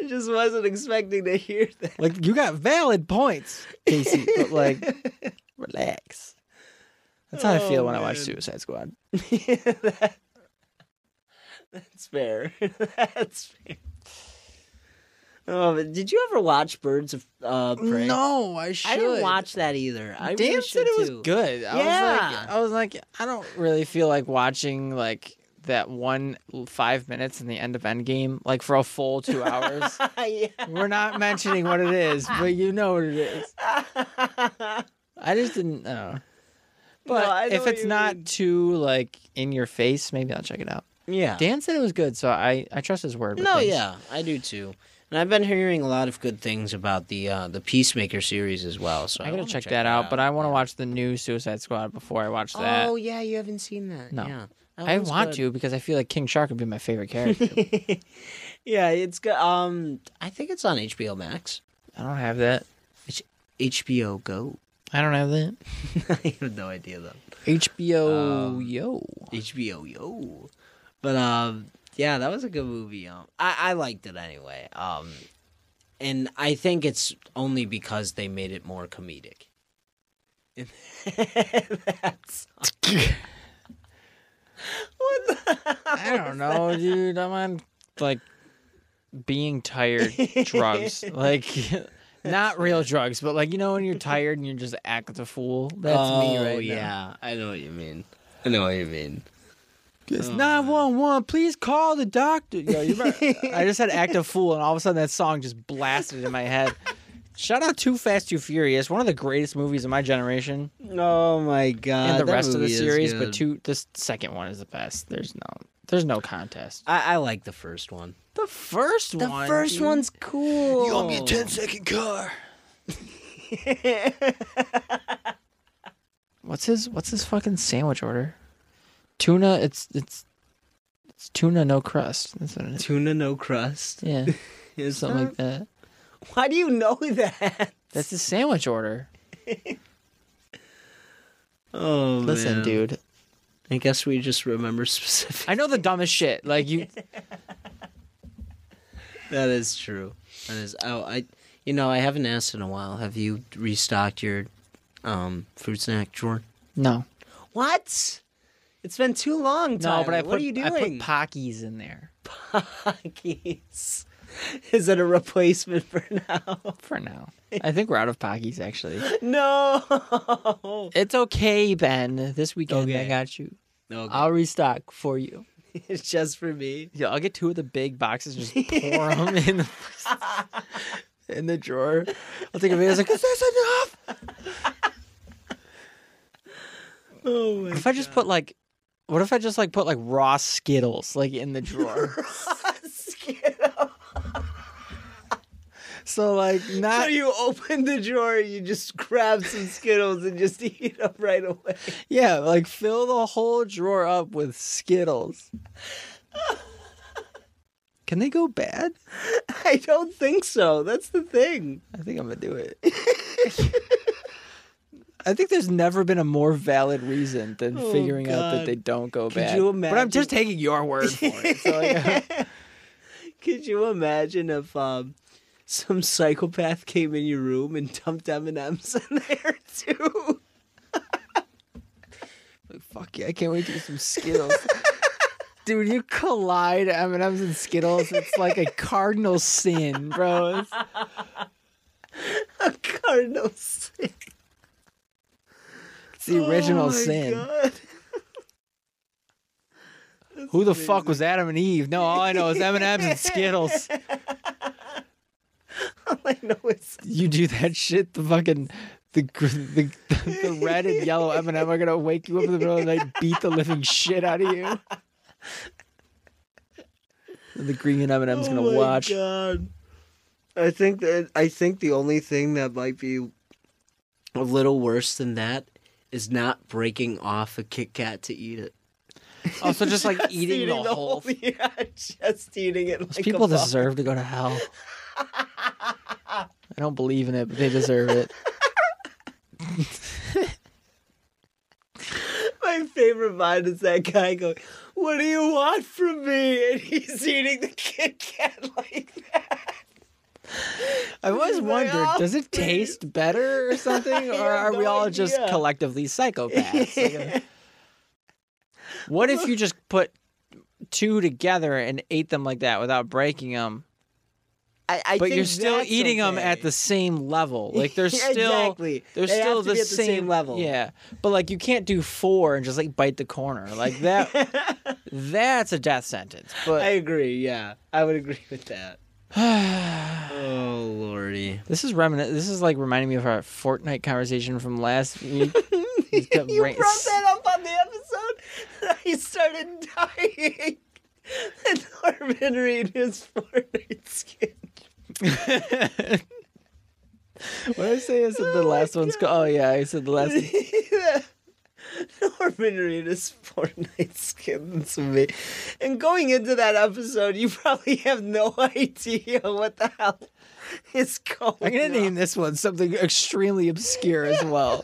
Speaker 2: just wasn't expecting to hear that.
Speaker 1: like, you got valid points, Casey. But (laughs) like, relax. That's how I feel
Speaker 2: Oh,
Speaker 1: when I watch
Speaker 2: man.
Speaker 1: Suicide Squad.
Speaker 2: (laughs) That- That's fair. (laughs) That's fair. Oh, but did you ever watch Birds of uh, Prey?
Speaker 1: No, I should.
Speaker 2: I didn't watch that either. I
Speaker 1: Damn
Speaker 2: really
Speaker 1: said
Speaker 2: should
Speaker 1: it was
Speaker 2: too.
Speaker 1: good. I was
Speaker 2: Yeah.
Speaker 1: like, I was like, I don't really feel like watching like that one five minutes in the end of Endgame, like for a full
Speaker 2: (laughs)
Speaker 1: two hours.
Speaker 2: (laughs) yeah.
Speaker 1: We're not mentioning what it is, but you know what it
Speaker 2: (laughs)
Speaker 1: is. I just didn't oh. know. But
Speaker 2: I know
Speaker 1: if
Speaker 2: what
Speaker 1: it's
Speaker 2: you
Speaker 1: not
Speaker 2: mean.
Speaker 1: too like in your face, maybe I'll check it out.
Speaker 2: yeah.
Speaker 1: Dan said it was good, so I I trust his word. with
Speaker 2: Oh. No,
Speaker 1: things.
Speaker 2: yeah, I do too. And I've been hearing a lot of good things about the uh, the Peacemaker series as well. So
Speaker 1: I
Speaker 2: want
Speaker 1: gotta check, that out, but I want to watch the new Suicide Squad before I watch that.
Speaker 2: Oh yeah, you haven't seen that.
Speaker 1: No.
Speaker 2: Yeah. That
Speaker 1: I
Speaker 2: one's
Speaker 1: want
Speaker 2: good.
Speaker 1: to because I feel like King Shark would be my favorite
Speaker 2: (laughs)
Speaker 1: character.
Speaker 2: Yeah, it's good. Um, I think it's on HBO Max.
Speaker 1: I don't have that. (laughs)
Speaker 2: HBO Go.
Speaker 1: I don't have that.
Speaker 2: I have no idea though.
Speaker 1: HBO
Speaker 2: Um, (laughs)
Speaker 1: Yo.
Speaker 2: HBO Yo. But um yeah, that was a good movie. Um I, I liked it anyway. Um and I think it's only because they made it more (laughs) comedic. And That's What the
Speaker 1: I don't know, dude. I'm on like being tired
Speaker 2: (laughs)
Speaker 1: drugs. Like (laughs) not real drugs, but like you know when you're tired and you're just acting a fool. That's me
Speaker 2: Oh,
Speaker 1: right now.
Speaker 2: yeah. I know what you mean. I know what you mean.
Speaker 1: It's 911. Please call the doctor. Yo, you remember, I just had act a fool, and all of a sudden that song just blasted in my head. Shout out Too Fast, Too Furious, one of the greatest movies of my generation,
Speaker 2: Oh my god.
Speaker 1: and the rest of the series. But two, this second one is the best. There's no, there's no contest.
Speaker 2: I, I like the first one.
Speaker 1: The first
Speaker 2: The
Speaker 1: one,
Speaker 2: first
Speaker 1: dude.
Speaker 2: one's cool.
Speaker 3: second car.
Speaker 1: (laughs) What's his What's his fucking sandwich order? Tuna. It's it's it's tuna no crust. That's what it is.
Speaker 2: Tuna no crust.
Speaker 1: Yeah,
Speaker 2: Is (laughs)
Speaker 1: something
Speaker 2: that-
Speaker 1: like that.
Speaker 2: Why do you know that?
Speaker 1: That's his sandwich order.
Speaker 2: Oh,
Speaker 1: Listen,
Speaker 2: man.
Speaker 1: dude.
Speaker 2: I guess we just remember (laughs) specific.
Speaker 1: I know the dumbest shit. Like you,
Speaker 2: That is true. That is. Oh, I. You know, I haven't asked in a while. Have you restocked your um food snack drawer?
Speaker 1: no,
Speaker 2: What? It's been too long.
Speaker 1: no.
Speaker 2: Tyler.
Speaker 1: But I put
Speaker 2: what are you doing?
Speaker 1: I put
Speaker 2: (laughs)
Speaker 1: pockies in there
Speaker 2: Pockies. Is it a replacement for now?
Speaker 1: for now. I think we're out of pockies actually.
Speaker 2: (laughs) no.
Speaker 1: It's okay, Ben. This weekend I
Speaker 2: Okay.
Speaker 1: got you.
Speaker 2: No,
Speaker 1: I'll restock for you.
Speaker 2: (laughs) it's just for me.
Speaker 1: Yeah, I'll get two of the big boxes and just (laughs) pour them in the in the drawer. I'll take a video. I was like, is this enough?
Speaker 2: Oh my (laughs)
Speaker 1: If I just put like, what if I just like put like raw Skittles like in the (laughs) drawer? so like
Speaker 2: So
Speaker 1: not
Speaker 2: you open the drawer, you just grab some Skittles and just (laughs) eat them right away.
Speaker 1: yeah, like fill the whole drawer up with (laughs) Skittles. Can they go bad?
Speaker 2: I don't think so. That's the thing.
Speaker 1: I think I'm gonna do it. (laughs) I think there's never been a more valid reason than
Speaker 2: Oh,
Speaker 1: figuring out that
Speaker 2: God.
Speaker 1: they don't go
Speaker 2: Could
Speaker 1: bad.
Speaker 2: you
Speaker 1: But I'm
Speaker 2: imagine-
Speaker 1: just taking your word for it. So (laughs) like,
Speaker 2: Could you imagine if um, some psychopath came in your room and dumped M and M's in there too? (laughs)
Speaker 1: fuck yeah, I can't wait to eat some Skittles. (laughs) Dude, you collide M&M's and Skittles. It's like a cardinal sin, bro. (laughs) It's-
Speaker 2: A cardinal sin.
Speaker 1: It's the original
Speaker 2: Oh my
Speaker 1: sin.
Speaker 2: God.
Speaker 1: Who the fuck was Adam and Eve? No, all I know is M&M's and (laughs) Skittles.
Speaker 2: (laughs) All I know (laughs) is
Speaker 1: you do that shit, the fucking the gr- the, the red and yellow M and M are gonna wake you up in the middle of the night, beat the living shit out of you. the green M and M's gonna watch.
Speaker 2: Oh God. I think that I think the only thing that might be a little worse than that is not breaking off a Kit Kat to eat it.
Speaker 1: Also, just
Speaker 2: (laughs)
Speaker 1: like
Speaker 2: Just
Speaker 1: eating, the, whole. thing.
Speaker 2: (laughs) yeah, just eating it.
Speaker 1: Those
Speaker 2: like a
Speaker 1: people
Speaker 2: bug.
Speaker 1: deserve to go to hell. I don't believe in it, but they deserve
Speaker 2: (laughs)
Speaker 1: it.
Speaker 2: My favorite line is that guy going, "What do you want from me?" And he's eating the Kit Kat like that.
Speaker 1: I always
Speaker 2: They
Speaker 1: wondered,
Speaker 2: all
Speaker 1: does it
Speaker 2: pretty-
Speaker 1: taste better or something,
Speaker 2: (laughs) I
Speaker 1: or
Speaker 2: have
Speaker 1: are we
Speaker 2: no
Speaker 1: all just
Speaker 2: idea. (laughs)
Speaker 1: collectively psychopaths? Like, what if you just put two together and ate them like that without breaking them,
Speaker 2: I, I
Speaker 1: but
Speaker 2: think
Speaker 1: you're still
Speaker 2: that's
Speaker 1: eating them at
Speaker 2: okay.
Speaker 1: the same level? Like (laughs) there's
Speaker 2: (laughs) Yeah,
Speaker 1: still
Speaker 2: exactly.
Speaker 1: There's
Speaker 2: They have
Speaker 1: still
Speaker 2: to be at the same level. (laughs)
Speaker 1: Yeah, but like you can't do four and just like bite the corner like (laughs) that. that's a death sentence. But
Speaker 2: I agree. Yeah, I would agree
Speaker 1: (sighs)
Speaker 2: with that. oh
Speaker 1: (laughs)
Speaker 2: lordy.
Speaker 1: This is remin. This is like reminding me of our Fortnite conversation from last (laughs) week. It's got
Speaker 2: (laughs) you
Speaker 1: rain-
Speaker 2: brought that up on the episode. (laughs) I started dying. (laughs) And Norman Reed is (laughs) Fortnite skin.
Speaker 1: what did I say? I said the
Speaker 2: Oh my
Speaker 1: last one's. Co- oh yeah, I said the last.
Speaker 2: (laughs) Norman Reedus Fortnite skins me. And going into that episode, you probably have no (laughs) idea what the hell is going
Speaker 1: I'm gonna
Speaker 2: on.
Speaker 1: name this one something extremely obscure as (laughs) well.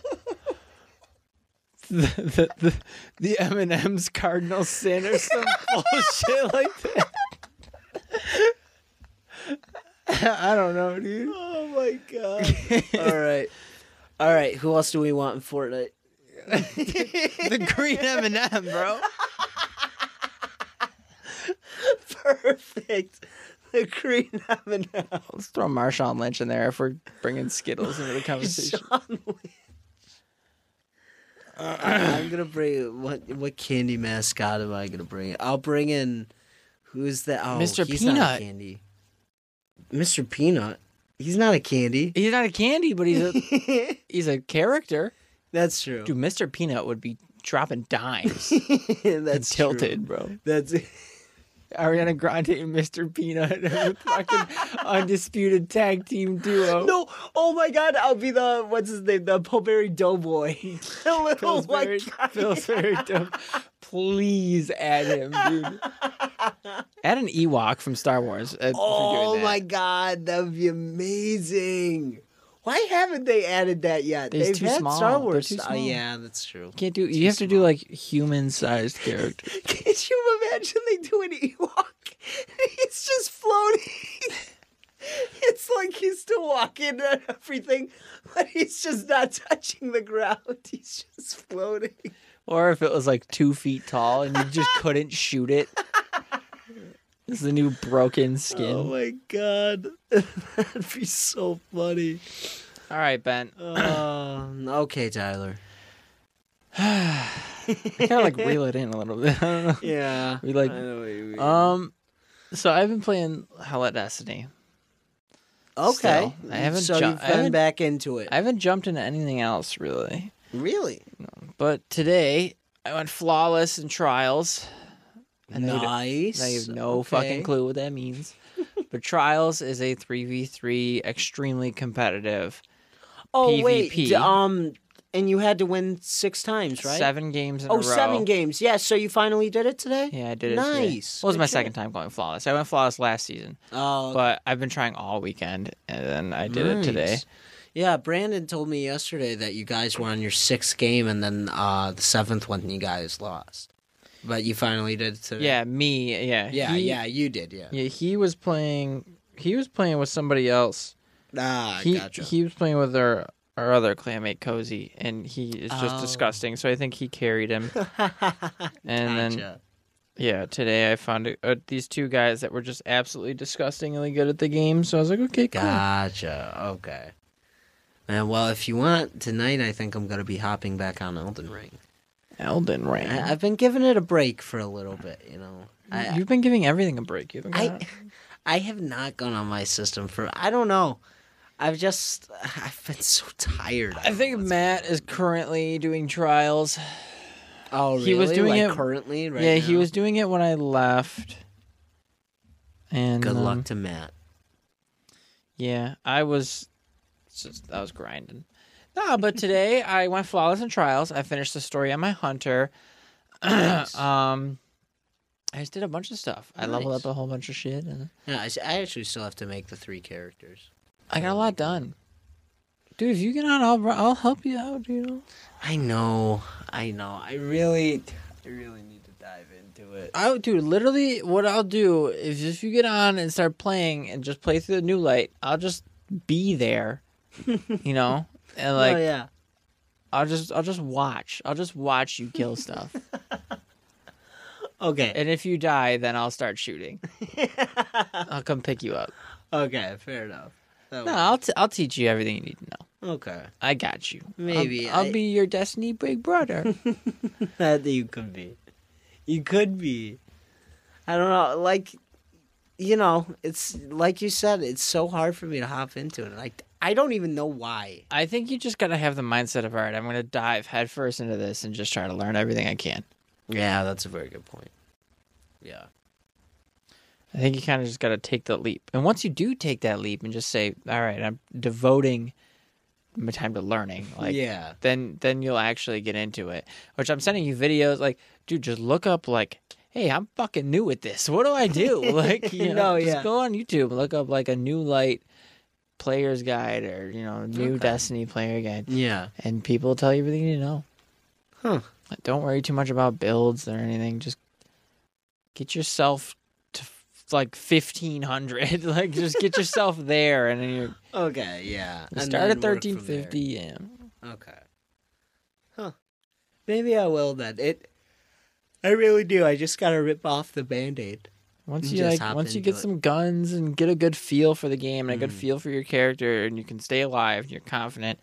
Speaker 1: The the the, the M and M's cardinal sin or some bullshit (laughs) like
Speaker 2: (laughs)
Speaker 1: that. I don't know, dude.
Speaker 2: Oh my god. (laughs) All right. All right. Who else do we want in Fortnite?
Speaker 1: The green M and M, bro.
Speaker 2: Perfect. The green M&M.
Speaker 1: Let's throw Marshawn Lynch in there if we're bringing Skittles (laughs) into the conversation.
Speaker 2: Sean Lee. Uh, (clears throat) I'm gonna bring what? What candy mascot am I gonna bring? I'll bring in who's the oh,
Speaker 1: Mr.
Speaker 2: He's not
Speaker 1: Peanut.
Speaker 2: a candy. Mr. Peanut. He's not a candy.
Speaker 1: He's not a candy, but he's a (laughs) he's a character.
Speaker 2: That's true.
Speaker 1: Dude, Mr. Peanut would be dropping (laughs) dimes
Speaker 2: (laughs) That's
Speaker 1: and
Speaker 2: true.
Speaker 1: tilted, bro.
Speaker 2: That's
Speaker 1: Ariana Grande and Mr. Peanut (laughs) are the fucking undisputed tag team duo.
Speaker 2: (laughs) no. Oh my God! I'll be the what's his name? The Pillsbury Doughboy. (laughs) Oh the little
Speaker 1: Pillsbury,
Speaker 2: white
Speaker 1: (laughs)
Speaker 2: guy.
Speaker 1: Pillsbury Dome. Please add him, dude. Add an Ewok from Star Wars. uh, if you're doing
Speaker 2: Oh
Speaker 1: that.
Speaker 2: my God, that would be amazing. Why haven't they added that yet?
Speaker 1: It's
Speaker 2: They've
Speaker 1: too
Speaker 2: had
Speaker 1: small.
Speaker 2: Star
Speaker 1: They're
Speaker 2: Wars.
Speaker 1: too
Speaker 2: Oh,
Speaker 1: small.
Speaker 2: yeah, that's true. (laughs)
Speaker 1: Can't do. You have to do
Speaker 2: small.
Speaker 1: like human-sized characters.
Speaker 2: Could you imagine they do an Ewok? (laughs) He's just floating. (laughs) It's like he's still walking and everything, but he's just not touching the ground. (laughs) He's just floating.
Speaker 1: Or if it was like two feet tall and you just couldn't shoot it. It's the new broken skin.
Speaker 2: Oh my god, (laughs) that'd be so funny.
Speaker 1: All right, Ben.
Speaker 2: Um, okay, Tyler.
Speaker 1: I kind of like reel it in a little bit. (laughs) I don't know.
Speaker 2: Yeah,
Speaker 1: We like-
Speaker 2: I know what you mean.
Speaker 1: Um, so I've been playing Hell at Destiny.
Speaker 2: Okay. Mm,
Speaker 1: Still, I haven't
Speaker 2: So
Speaker 1: ju-
Speaker 2: you've
Speaker 1: I
Speaker 2: gotten
Speaker 1: haven't-
Speaker 2: back into it.
Speaker 1: I haven't jumped into anything else really,
Speaker 2: Really?
Speaker 1: but today I went flawless in trials. I know you don't-
Speaker 2: nice.
Speaker 1: Now you have no fucking
Speaker 2: Okay.
Speaker 1: clue what that
Speaker 2: (laughs)
Speaker 1: means. but trials is a three v three, extremely competitive.
Speaker 2: Oh wait.
Speaker 1: PvP.
Speaker 2: d- Um, and you had to win six times, right?
Speaker 1: Seven games in a
Speaker 2: Oh,
Speaker 1: row.
Speaker 2: seven games. Yes. so you finally did it today.
Speaker 1: Yeah, I did it. today.
Speaker 2: Nice.
Speaker 1: Well, it was
Speaker 2: Good
Speaker 1: my
Speaker 2: shit.
Speaker 1: second time going flawless. I went flawless last season,
Speaker 2: Oh,
Speaker 1: but I've been trying all weekend, and then I did it
Speaker 2: nice.
Speaker 1: today.
Speaker 2: Yeah, Brandon told me yesterday that you guys were on your sixth game, and then uh, the seventh one you guys lost. But you finally did it today.
Speaker 1: Yeah, me. Yeah.
Speaker 2: Yeah.
Speaker 1: he-
Speaker 2: yeah. You did. Yeah.
Speaker 1: Yeah. He was playing. He was playing with somebody else.
Speaker 2: Ah,
Speaker 1: he
Speaker 2: gotcha.
Speaker 1: he was playing with our our other clammate cozy, and he is just
Speaker 2: Oh.
Speaker 1: disgusting. So I think he carried
Speaker 2: (laughs)
Speaker 1: him. and then
Speaker 2: Gotcha.
Speaker 1: yeah, today I found uh, these two guys that were just absolutely disgustingly good at the game. So I was like, okay, cool.
Speaker 2: Gotcha. Okay. And well, if you want tonight, I think I'm gonna be hopping back on Elden Ring.
Speaker 1: Elden Ring.
Speaker 2: I, I've been giving it a break for a little bit, you know. I
Speaker 1: You've been giving everything a break. You haven't
Speaker 2: I
Speaker 1: gone out-
Speaker 2: I have not gone on my system for I don't know. I've just I've been so tired.
Speaker 1: (laughs) I think Matt is currently doing trials.
Speaker 2: Oh,
Speaker 1: he was
Speaker 2: really?
Speaker 1: doing
Speaker 2: Like,
Speaker 1: it-
Speaker 2: currently. Right
Speaker 1: yeah, he
Speaker 2: now?
Speaker 1: was doing it when I left. And
Speaker 2: Good
Speaker 1: um,
Speaker 2: luck to Matt.
Speaker 1: Yeah, I was, just, I was grinding. No, (laughs) but today I went flawless in trials. I finished the story on my hunter. (clears throat) um, I just did a bunch of stuff. I leveled
Speaker 2: Nice.
Speaker 1: up a whole bunch of shit, and
Speaker 2: No, I, s- I actually still have to make the three characters.
Speaker 1: I got a lot done. Dude, if you get on, I'll I'll help you out. You know,
Speaker 2: I know. I know. I really, I really need to dive into it.
Speaker 1: I would- dude, literally, what I'll do is if you get on and start playing and just play through the new light, I'll just be (laughs) there. you know, and like
Speaker 2: oh yeah.
Speaker 1: I'll just I'll just watch. I'll just watch you kill (laughs) stuff.
Speaker 2: Okay.
Speaker 1: And if you die, then I'll start (laughs) shooting. I'll come pick you up.
Speaker 2: okay. Fair enough. That
Speaker 1: No,
Speaker 2: works.
Speaker 1: I'll, t- I'll teach you everything you need to know.
Speaker 2: Okay.
Speaker 1: I got you. I'll-
Speaker 2: Maybe
Speaker 1: I'll,
Speaker 2: I-
Speaker 1: be your destiny big brother.
Speaker 2: that you could be. You could be. I don't know. Like, you know, it's like you said. It's so hard for me to hop into it. Like, I don't even know why.
Speaker 1: I think you just got to have the mindset of, all right, I'm going to dive headfirst into this and just try to learn everything I can.
Speaker 2: Yeah, that's a very good point. Yeah.
Speaker 1: I think you kind of just got to take the leap. And once you do take that leap and just say, all right, I'm devoting my time to learning, like,
Speaker 2: yeah.
Speaker 1: then then you'll actually get into it. Which I'm sending you videos like, dude, just look up like, hey, I'm fucking new at this. What do I
Speaker 2: (laughs)
Speaker 1: do? Like, you know,
Speaker 2: No,
Speaker 1: just
Speaker 2: yeah.
Speaker 1: go on YouTube and look up like a new light player's guide or you know, new
Speaker 2: Okay.
Speaker 1: Destiny player guide,
Speaker 2: Yeah.
Speaker 1: and people tell you everything you need to know.
Speaker 2: Huh.
Speaker 1: Don't worry too much about builds or anything. Just get yourself to like 1500 (laughs) like just get yourself there and then you're
Speaker 2: Okay. Yeah. And
Speaker 1: start at
Speaker 2: then work from
Speaker 1: 1350 and
Speaker 2: there. Okay. Huh. Maybe I will then. It. I really do. I just gotta rip off the band-aid.
Speaker 1: Once you
Speaker 2: and just
Speaker 1: like,
Speaker 2: hop
Speaker 1: once you
Speaker 2: into
Speaker 1: get
Speaker 2: it. Mm.
Speaker 1: some guns and get a good feel for the game and a good feel for your character, and you can stay alive and you're confident,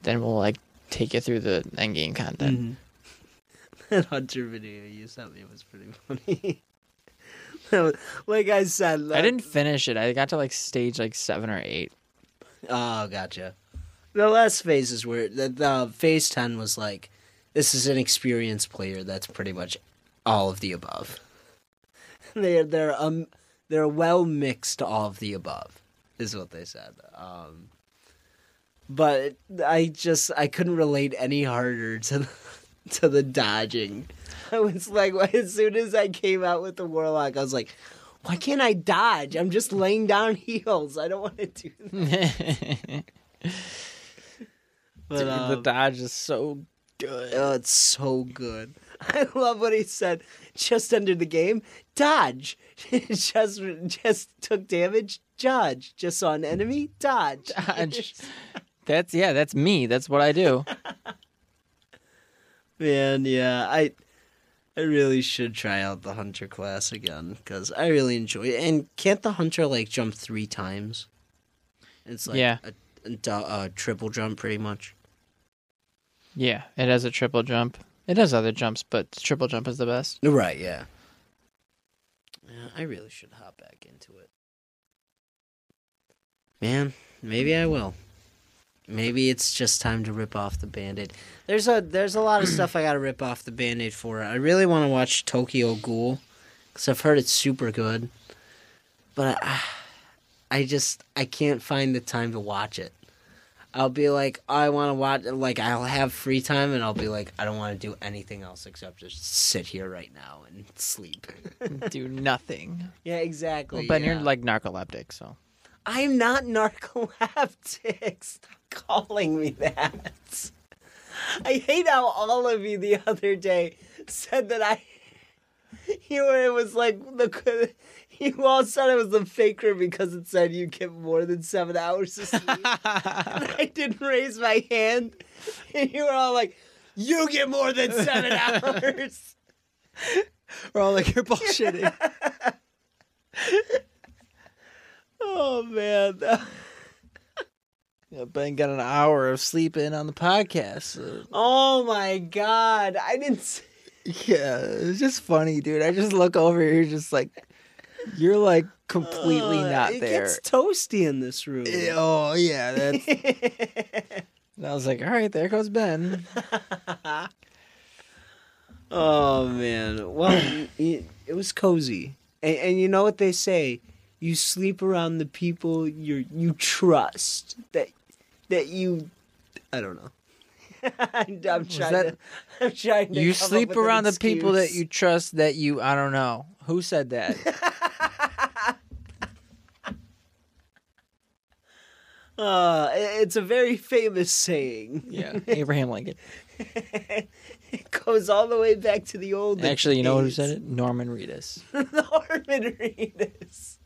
Speaker 1: then we'll like take you through the end game content.
Speaker 2: Mm. (laughs) that hunter video you sent me was pretty funny. (laughs) That was- like I said,
Speaker 1: I
Speaker 2: that-
Speaker 1: didn't finish it. I got to like stage like seven or eight. (laughs)
Speaker 2: Oh, gotcha. The last phase is where the, the phase ten was like, this is an experienced player. That's pretty much all of the above. (laughs) They're they're um they're well mixed all of the above, is what they said. Um, but I just I couldn't relate any harder (laughs) to the, to the dodging. I was like, (laughs) as soon as I came out with the warlock, I was like, why can't I dodge? I'm just laying down (laughs) heels. I don't want to do that. But,
Speaker 1: Dude, the
Speaker 2: um,
Speaker 1: dodge is so good.
Speaker 2: Oh, it's so good. (laughs) I love what he said. Just entered the game, dodge. (laughs) just just took damage, dodge. Just saw an enemy, dodge.
Speaker 1: Dodge. That's yeah, that's me. That's what I do.
Speaker 2: (laughs) Man, yeah, I I really should try out the hunter class again because I really enjoy it. And can't the hunter like jump three times? It's like
Speaker 1: Yeah.
Speaker 2: a, a, du- a triple jump, pretty much.
Speaker 1: (laughs) Yeah, it has a triple jump. It has other jumps, but triple jump is the (laughs) best.
Speaker 2: Right. Yeah. Yeah, I really should hop back into it. Man, maybe I will. Maybe it's just time to rip off the band-aid. There's a there's a lot of stuff I gotta rip off the band-aid for. I really want to watch Tokyo Ghoul because I've heard it's super good, but I, I just I can't find the time to watch it. I'll be like, I want to watch. Like I'll have free time, and I'll be like, I don't want to do anything else except just sit here right now and sleep.
Speaker 1: do nothing.
Speaker 2: yeah, exactly.
Speaker 1: Well, Ben,
Speaker 2: yeah.
Speaker 1: you're like narcoleptic, so
Speaker 2: I'm not narcoleptic. (laughs) Stop calling me that. I hate how all of you the other day said that I. (laughs) You were, it was like the. (laughs) You all said it was the faker because it said you get more than seven hours
Speaker 1: (laughs)
Speaker 2: of sleep. and I didn't raise my hand, and you were all like, "You get more than
Speaker 1: (laughs)
Speaker 2: seven hours."
Speaker 1: we're all like you're bullshitting.
Speaker 2: oh man.
Speaker 1: (laughs) Yeah, Ben got an hour of sleep in on the podcast. so-
Speaker 2: (laughs) Oh my god! I didn't. s-
Speaker 1: yeah, it's just funny, dude. I just look over here, just like you're like completely
Speaker 2: Uh,
Speaker 1: not
Speaker 2: it
Speaker 1: there.
Speaker 2: gets toasty in this room.
Speaker 1: Yeah, oh yeah,
Speaker 2: (laughs)
Speaker 1: that's. and I was like, all right, there goes (laughs) Ben.
Speaker 2: oh man. Well, it, it was cozy. And, and you know what they say? You sleep around the people you you trust that that you. I don't know. (laughs) I'm, I'm trying.
Speaker 1: that-
Speaker 2: to, I'm trying. To
Speaker 1: You
Speaker 2: come up
Speaker 1: sleep
Speaker 2: with an
Speaker 1: around the people that
Speaker 2: excuse.
Speaker 1: you trust that you I don't know. Who said that? (laughs)
Speaker 2: Uh, i- it's a very famous saying. (laughs)
Speaker 1: yeah. Abraham Lincoln.
Speaker 2: It goes all the way back to the old.
Speaker 1: Actually, you know who said it? Norman Reedus.
Speaker 2: it? (laughs) Norman Reedus.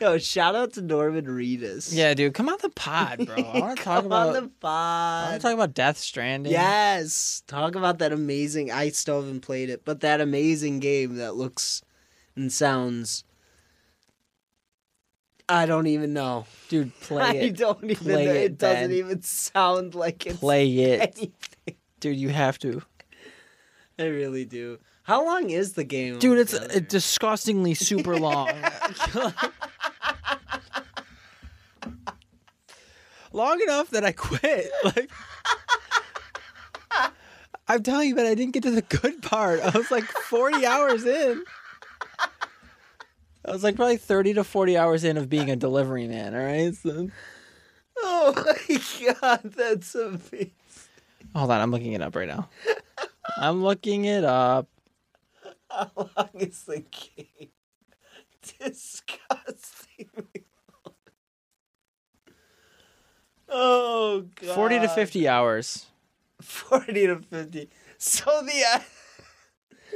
Speaker 2: Yo, shout out to Norman Reedus.
Speaker 1: Yeah, dude, come on the pod, bro. I (laughs) want to talk
Speaker 2: Come
Speaker 1: about
Speaker 2: on the
Speaker 1: I want
Speaker 2: pod.
Speaker 1: to talk about Death Stranding.
Speaker 2: Yes, talk about that amazing. I still haven't played it, but that amazing game that looks and sounds. I don't even know.
Speaker 1: dude, play
Speaker 2: I
Speaker 1: it.
Speaker 2: don't even
Speaker 1: Play
Speaker 2: know. It,
Speaker 1: it,
Speaker 2: doesn't
Speaker 1: Ben.
Speaker 2: even sound like it's
Speaker 1: Play (laughs) it,
Speaker 2: (laughs) anything.
Speaker 1: dude. You have to,
Speaker 2: I really do. How long is the game?
Speaker 1: dude. It's
Speaker 2: altogether?
Speaker 1: it's disgustingly super (laughs) long. long enough that I quit. (laughs) Like, I'm telling you, but I didn't get to the good part. I was like 40 hours in. I was like probably 30 to 40 hours in of being a delivery man. All right, so,
Speaker 2: Oh my (laughs) god, that's amazing.
Speaker 1: hold on, I'm looking it up right (laughs) now. I'm looking it up.
Speaker 2: How long is the game? Disgustingly long. Oh god.
Speaker 1: 40 to 50 hours.
Speaker 2: 40 to 50. So the e,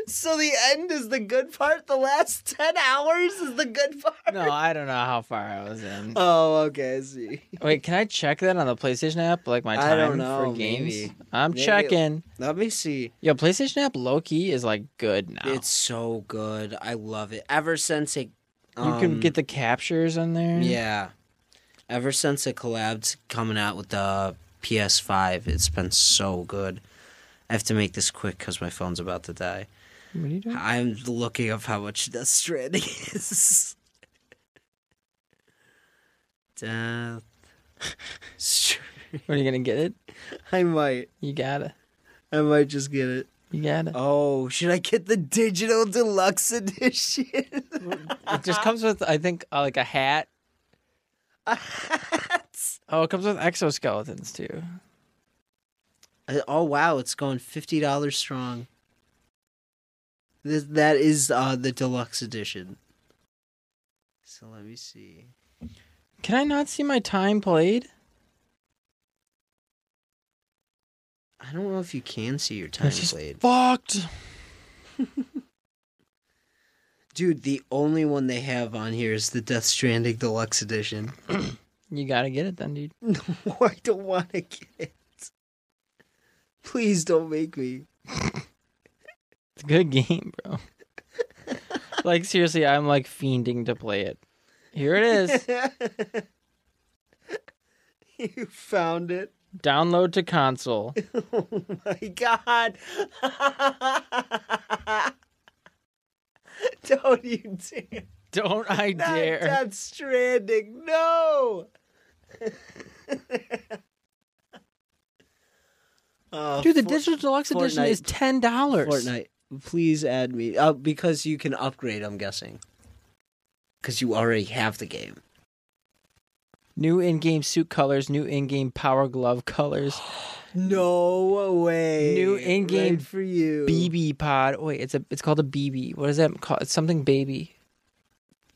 Speaker 2: So the end is the good part. The last 10 hours is the good part.
Speaker 1: No, I don't know how far I was (laughs) in.
Speaker 2: Oh, okay, I see.
Speaker 1: Wait, can I check that on the PlayStation app? Like my
Speaker 2: I
Speaker 1: time
Speaker 2: don't know,
Speaker 1: for games?
Speaker 2: maybe.
Speaker 1: I'm
Speaker 2: Maybe it-
Speaker 1: checking.
Speaker 2: Let me see.
Speaker 1: Yo, PlayStation app low key is like good now.
Speaker 2: It's so good. I love it. Ever since it
Speaker 1: you can get the captures on there.
Speaker 2: um, Yeah. Ever since it collabed coming out with the PS5, it's been so good. I have to make this quick because my phone's about to die.
Speaker 1: What are you doing?
Speaker 2: I'm looking up how much Death Stranding (laughs) is. Death. Str-
Speaker 1: What, are you gonna get it?
Speaker 2: (laughs) I might.
Speaker 1: You gotta.
Speaker 2: I might just get it.
Speaker 1: You gotta.
Speaker 2: Oh, should I get the digital deluxe edition? (laughs) Oh.
Speaker 1: It just comes with I think uh, like a hat. Oh, it comes with exoskeletons too.
Speaker 2: Uh, Oh wow, it's going fifty dollars strong. This that is uh the deluxe edition. So let me see.
Speaker 1: Can I not see my time played?
Speaker 2: I don't know if you can see your time
Speaker 1: That's just
Speaker 2: played,
Speaker 1: fucked.
Speaker 2: dude. The only one they have on here is the Death Stranding deluxe edition. (laughs)
Speaker 1: You gotta get it then, dude.
Speaker 2: No, I don't want to get it. Please don't make me.
Speaker 1: It's a good game, bro.
Speaker 2: (laughs)
Speaker 1: like seriously, I'm like fiending to play it. Here it is.
Speaker 2: (laughs) you found it.
Speaker 1: Download to console.
Speaker 2: (laughs) Oh my god. (laughs) Don't you dare.
Speaker 1: Don't I
Speaker 2: Not
Speaker 1: dare.
Speaker 2: Death Stranding. No. (laughs) uh,
Speaker 1: Dude, the
Speaker 2: Fort-
Speaker 1: digital deluxe edition
Speaker 2: Fortnite.
Speaker 1: is ten dollars.
Speaker 2: Fortnite. Please add me. Uh, because you can upgrade, I'm guessing. Because you already have the game.
Speaker 1: New in-game suit colors, new in-game power glove
Speaker 2: (gasps)
Speaker 1: colors,
Speaker 2: No way.
Speaker 1: New in-game
Speaker 2: Right for you.
Speaker 1: BB pod. Oh, wait, it's a it's called a BB. What is that called? It's something baby.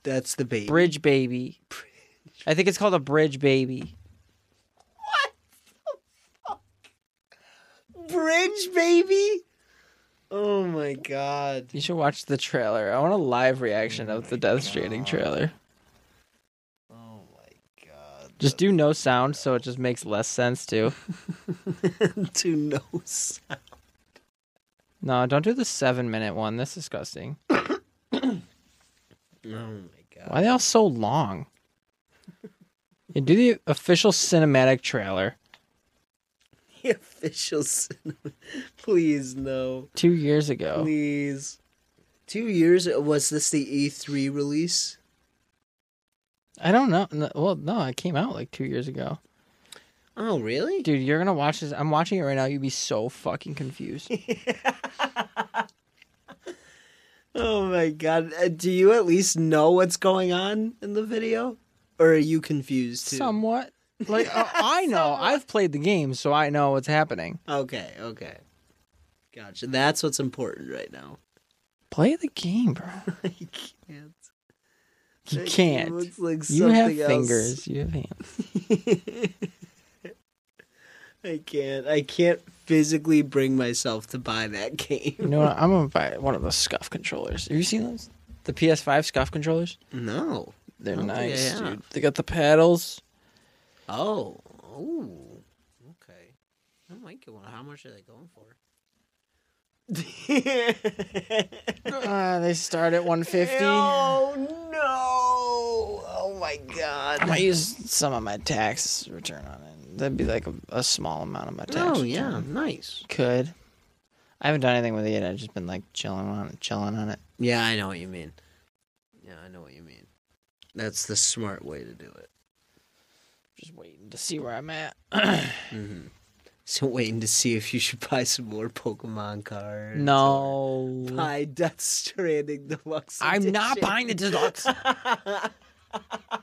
Speaker 2: That's the baby.
Speaker 1: Bridge baby. I think it's called a bridge baby.
Speaker 2: Bridge baby. Oh my god.
Speaker 1: You should watch the trailer. I want a live reaction of the Death Stranding trailer.
Speaker 2: Oh my god.
Speaker 1: Just do no sound so it just makes less sense too.
Speaker 2: (laughs) to no sound.
Speaker 1: No, don't do the seven minute one. That's
Speaker 2: (coughs)
Speaker 1: disgusting.
Speaker 2: Oh my god.
Speaker 1: Why are they all so long? Yeah, do the official cinematic trailer.
Speaker 2: The official cinema. Please no.
Speaker 1: Two years
Speaker 2: Oh.
Speaker 1: ago.
Speaker 2: Please. Two years was this the E3 release?
Speaker 1: I don't know. No, well, no, it came out like two years ago.
Speaker 2: Oh really?
Speaker 1: Dude, you're gonna watch this. I'm watching it right now. You'd be so fucking confused.
Speaker 2: (laughs) Oh my god! Uh, Do you at least know what's going on in the video, or are you confused too?
Speaker 1: Somewhat. Like uh,
Speaker 2: (laughs)
Speaker 1: I know, I've played the game, so I know what's happening.
Speaker 2: Okay, okay, gotcha. That's what's important right now.
Speaker 1: Play the game, bro.
Speaker 2: (laughs) I can't.
Speaker 1: You
Speaker 2: It
Speaker 1: can't.
Speaker 2: looks like
Speaker 1: You have
Speaker 2: something else.
Speaker 1: fingers. You have hands.
Speaker 2: (laughs) I can't. I can't physically bring myself to buy that
Speaker 1: You (laughs)
Speaker 2: game.
Speaker 1: know what? I'm gonna buy one of those scuff controllers. Have you seen those? The PS5 scuff controllers.
Speaker 2: No.
Speaker 1: They're
Speaker 2: Oh,
Speaker 1: nice,
Speaker 2: yeah.
Speaker 1: dude. They got the paddles.
Speaker 2: Oh. Ooh. Okay. I might get one. How much are they going for?
Speaker 1: (laughs) Uh, they start at 150. I
Speaker 2: (laughs) Oh no! Oh my god!
Speaker 1: might use some of my tax return on it. That'd be like a, a small amount of my tax.
Speaker 2: oh
Speaker 1: return.
Speaker 2: yeah, nice.
Speaker 1: Could. I haven't done anything with it yet. I've just been like chilling on it, chilling on it.
Speaker 2: Yeah, I know what you mean. Yeah, I know what you mean. That's the smart way to do it. (laughs)
Speaker 1: Just waiting to see where I'm at.
Speaker 2: So waiting to see if you should buy some more Pokemon cards.
Speaker 1: no.
Speaker 2: or Buy Death Stranding Deluxe.
Speaker 1: I'm not
Speaker 2: Edition.
Speaker 1: buying the
Speaker 2: (laughs)
Speaker 1: deluxe.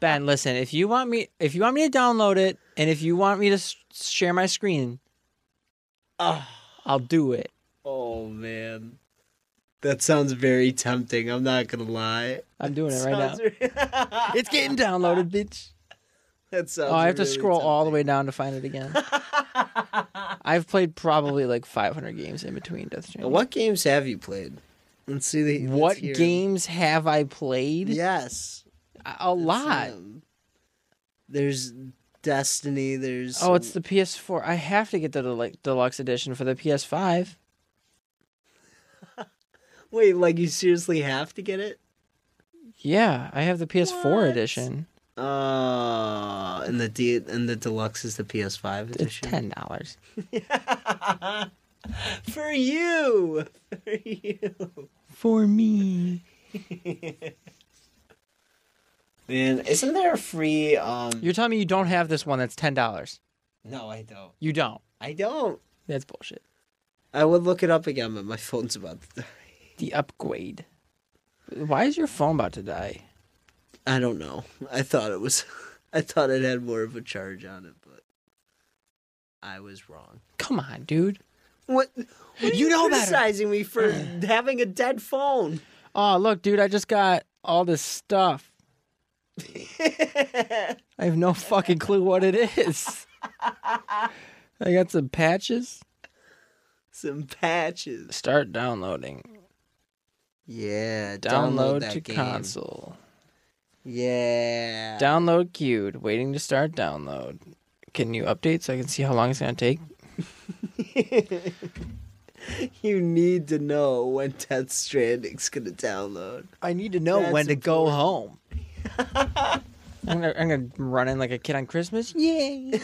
Speaker 1: ben, listen. If you want me, if you want me to download it, and if you want me to s- share my screen,
Speaker 2: Ugh.
Speaker 1: I'll do it.
Speaker 2: Oh man, that sounds very tempting. I'm not gonna lie.
Speaker 1: I'm doing it right now.
Speaker 2: Sounds re-
Speaker 1: It's getting downloaded, bitch.
Speaker 2: (laughs) that sounds.
Speaker 1: Oh, I have to
Speaker 2: really
Speaker 1: scroll all the
Speaker 2: tempting.
Speaker 1: way down to find it
Speaker 2: (laughs)
Speaker 1: again. I've played probably like 500 games in between Death Stranding.
Speaker 2: What games have you played? Let's see the let's
Speaker 1: What
Speaker 2: hear 'em.
Speaker 1: games have I played?
Speaker 2: Yes,
Speaker 1: A- A
Speaker 2: let's
Speaker 1: lot.
Speaker 2: see 'em. There's Destiny. There's
Speaker 1: Oh, it's the PS4. I have to get the del- deluxe edition for the PS5.
Speaker 2: wait. Like you seriously have to get it?
Speaker 1: Yeah, I have the PS4
Speaker 2: What?
Speaker 1: edition.
Speaker 2: Uh, and the D and the deluxe is the PS5
Speaker 1: It's
Speaker 2: edition.
Speaker 1: ten dollars.
Speaker 2: For you, (laughs) for you.
Speaker 1: For me,
Speaker 2: Man, isn't there a free? Um,
Speaker 1: you're telling me you don't have this one that's ten dollars.
Speaker 2: no, I don't.
Speaker 1: You don't.
Speaker 2: I don't.
Speaker 1: That's bullshit.
Speaker 2: I would look it up again, but my phone's about to die.
Speaker 1: The upgrade. Why is your phone about to die?
Speaker 2: I don't know. I thought it was. (laughs) I thought it had more of a charge on it, but I was wrong.
Speaker 1: Come on, dude.
Speaker 2: What? what are
Speaker 1: You know better.
Speaker 2: criticizing me (sighs) for having a dead phone.
Speaker 1: Oh, look, dude. I just got all this (laughs) stuff. I have no fucking clue what it is. I got some patches.
Speaker 2: Some patches.
Speaker 1: Start downloading.
Speaker 2: Yeah.
Speaker 1: Download,
Speaker 2: that
Speaker 1: to
Speaker 2: game.
Speaker 1: console.
Speaker 2: Yeah.
Speaker 1: Download queued. Waiting to start download. Can you update so I can see how long it's gonna take?
Speaker 2: you need to know when Death Stranding's gonna download.
Speaker 1: I need to know
Speaker 2: That's
Speaker 1: when to go home.
Speaker 2: (laughs)
Speaker 1: I'm gonna, I'm gonna run in like a kid on Christmas. Yay!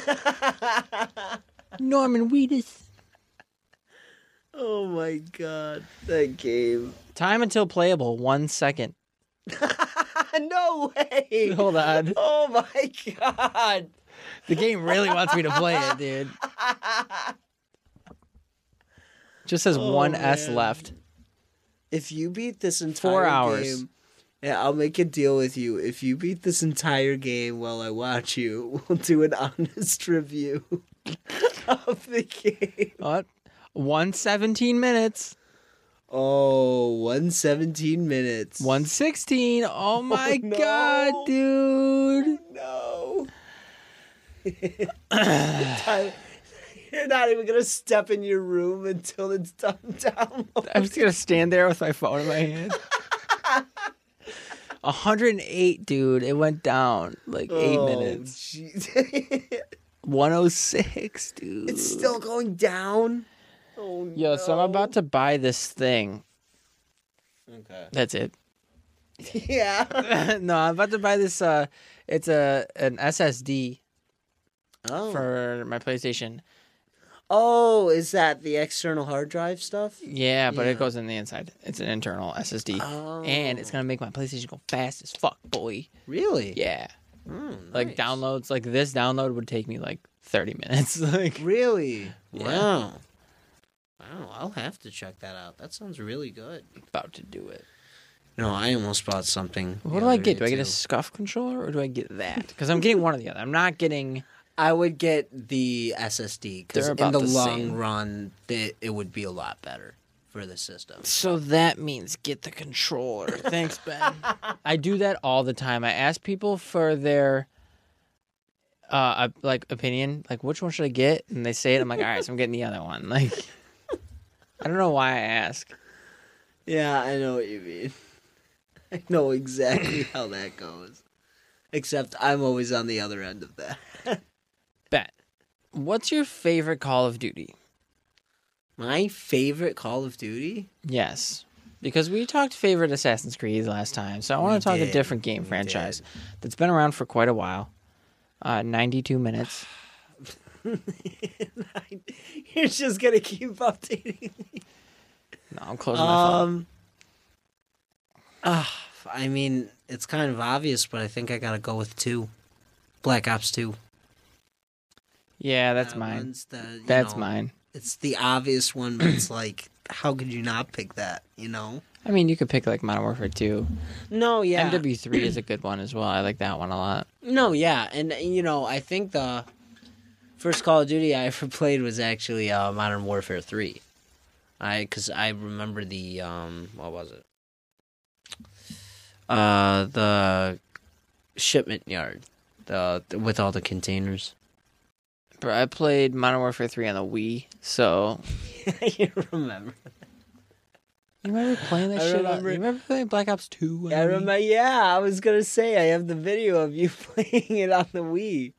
Speaker 1: Norman Weedus.
Speaker 2: (laughs) Oh my god, that game. (laughs)
Speaker 1: Time until playable. One second.
Speaker 2: no way!
Speaker 1: Hold on.
Speaker 2: Oh my god!
Speaker 1: The game really wants me to play it,
Speaker 2: (laughs)
Speaker 1: dude. Just says one S
Speaker 2: Oh, man.
Speaker 1: left.
Speaker 2: If you beat this entire
Speaker 1: Four hours.
Speaker 2: game, yeah, I'll make a deal with you. If you beat this entire game while I watch you, (laughs) we'll do an honest review (laughs) of the game.
Speaker 1: What? One seventeen minutes.
Speaker 2: Oh, 117 minutes.
Speaker 1: One sixteen.
Speaker 2: (laughs)
Speaker 1: Oh my
Speaker 2: no.
Speaker 1: god, dude.
Speaker 2: No. (laughs) Tyler, You're not even gonna step in your room until it's done download.
Speaker 1: I'm just gonna stand there with my phone in my (laughs) hand. 108, dude. It went down like eight
Speaker 2: Oh,
Speaker 1: minutes.
Speaker 2: jeez. (laughs)
Speaker 1: 106, dude.
Speaker 2: it's still going down. Oh
Speaker 1: Yo, so I'm about to buy this thing.
Speaker 2: Okay.
Speaker 1: That's it.
Speaker 2: (laughs) Yeah.
Speaker 1: (laughs) no, I'm about to buy this. Uh, it's a an SSD
Speaker 2: Oh.
Speaker 1: for my PlayStation.
Speaker 2: oh, is that the external hard drive stuff?
Speaker 1: Yeah, but
Speaker 2: Yeah.
Speaker 1: it goes in the inside. It's an internal SSD,
Speaker 2: Oh.
Speaker 1: and it's gonna make my PlayStation go fast as fuck, boy.
Speaker 2: Really?
Speaker 1: Yeah,
Speaker 2: Mm,
Speaker 1: like
Speaker 2: nice.
Speaker 1: downloads. Like this download would take me like 30 minutes. (laughs) like
Speaker 2: Really?
Speaker 1: Yeah.
Speaker 2: Wow. Wow, I'll have to check that out. That sounds really good.
Speaker 1: about to do it.
Speaker 2: No, I almost bought something.
Speaker 1: What do I get? Do I get a scuff controller or do I get that? Because I'm getting one or the other. I'm not getting.
Speaker 2: I would get the SSD because
Speaker 1: They're
Speaker 2: in the,
Speaker 1: about the
Speaker 2: long
Speaker 1: same.
Speaker 2: run, it, it would be a lot better for the system.
Speaker 1: So that means get the controller. Thanks, Ben. I do that all the time. I ask people for their uh uh, like opinion, like which one should I get? And they say it. I'm like, all right, so I'm getting the other one. (laughs) Like, I don't know why I ask.
Speaker 2: Yeah, I know what you mean. (laughs) I know exactly how that goes. Except I'm always on the other end of that.
Speaker 1: Ben, what's your favorite Call of Duty?
Speaker 2: My favorite Call of Duty?
Speaker 1: Yes. Because we talked favorite Assassin's Creed last time, so I want
Speaker 2: We
Speaker 1: to talk
Speaker 2: did.
Speaker 1: a different game
Speaker 2: We
Speaker 1: franchise that's been around for quite a while. Uh, 92 minutes.
Speaker 2: (laughs) You're just gonna keep (laughs) updating.
Speaker 1: No, I'm closing my phone.
Speaker 2: Um. Ah, I mean, it's kind of obvious, but I think I gotta go with two, Black Ops Two.
Speaker 1: Yeah, that's
Speaker 2: That
Speaker 1: mine.
Speaker 2: one's the- you
Speaker 1: That's
Speaker 2: know,
Speaker 1: mine.
Speaker 2: It's the obvious one, but it's like, how could you not pick that? You know?
Speaker 1: I mean, you could pick like Modern Warfare 2.
Speaker 2: No, yeah.
Speaker 1: MW3 is a good one as well. I like that one a lot.
Speaker 2: No, yeah, and you know, I think the first Call of Duty I (laughs) ever played was actually uh, Modern Warfare Three. I because I remember the um, what was it? Uh, the shipment yard, the with all the containers. (laughs)
Speaker 1: But I played Modern Warfare 3 on the Wii, so
Speaker 2: you remember?
Speaker 1: you remember playing that
Speaker 2: I
Speaker 1: shit? on-
Speaker 2: remember-
Speaker 1: you remember playing Black Ops 2? on the
Speaker 2: I
Speaker 1: Wii?
Speaker 2: remember. Yeah, I was gonna say I have the video of you (laughs) playing it on the Wii,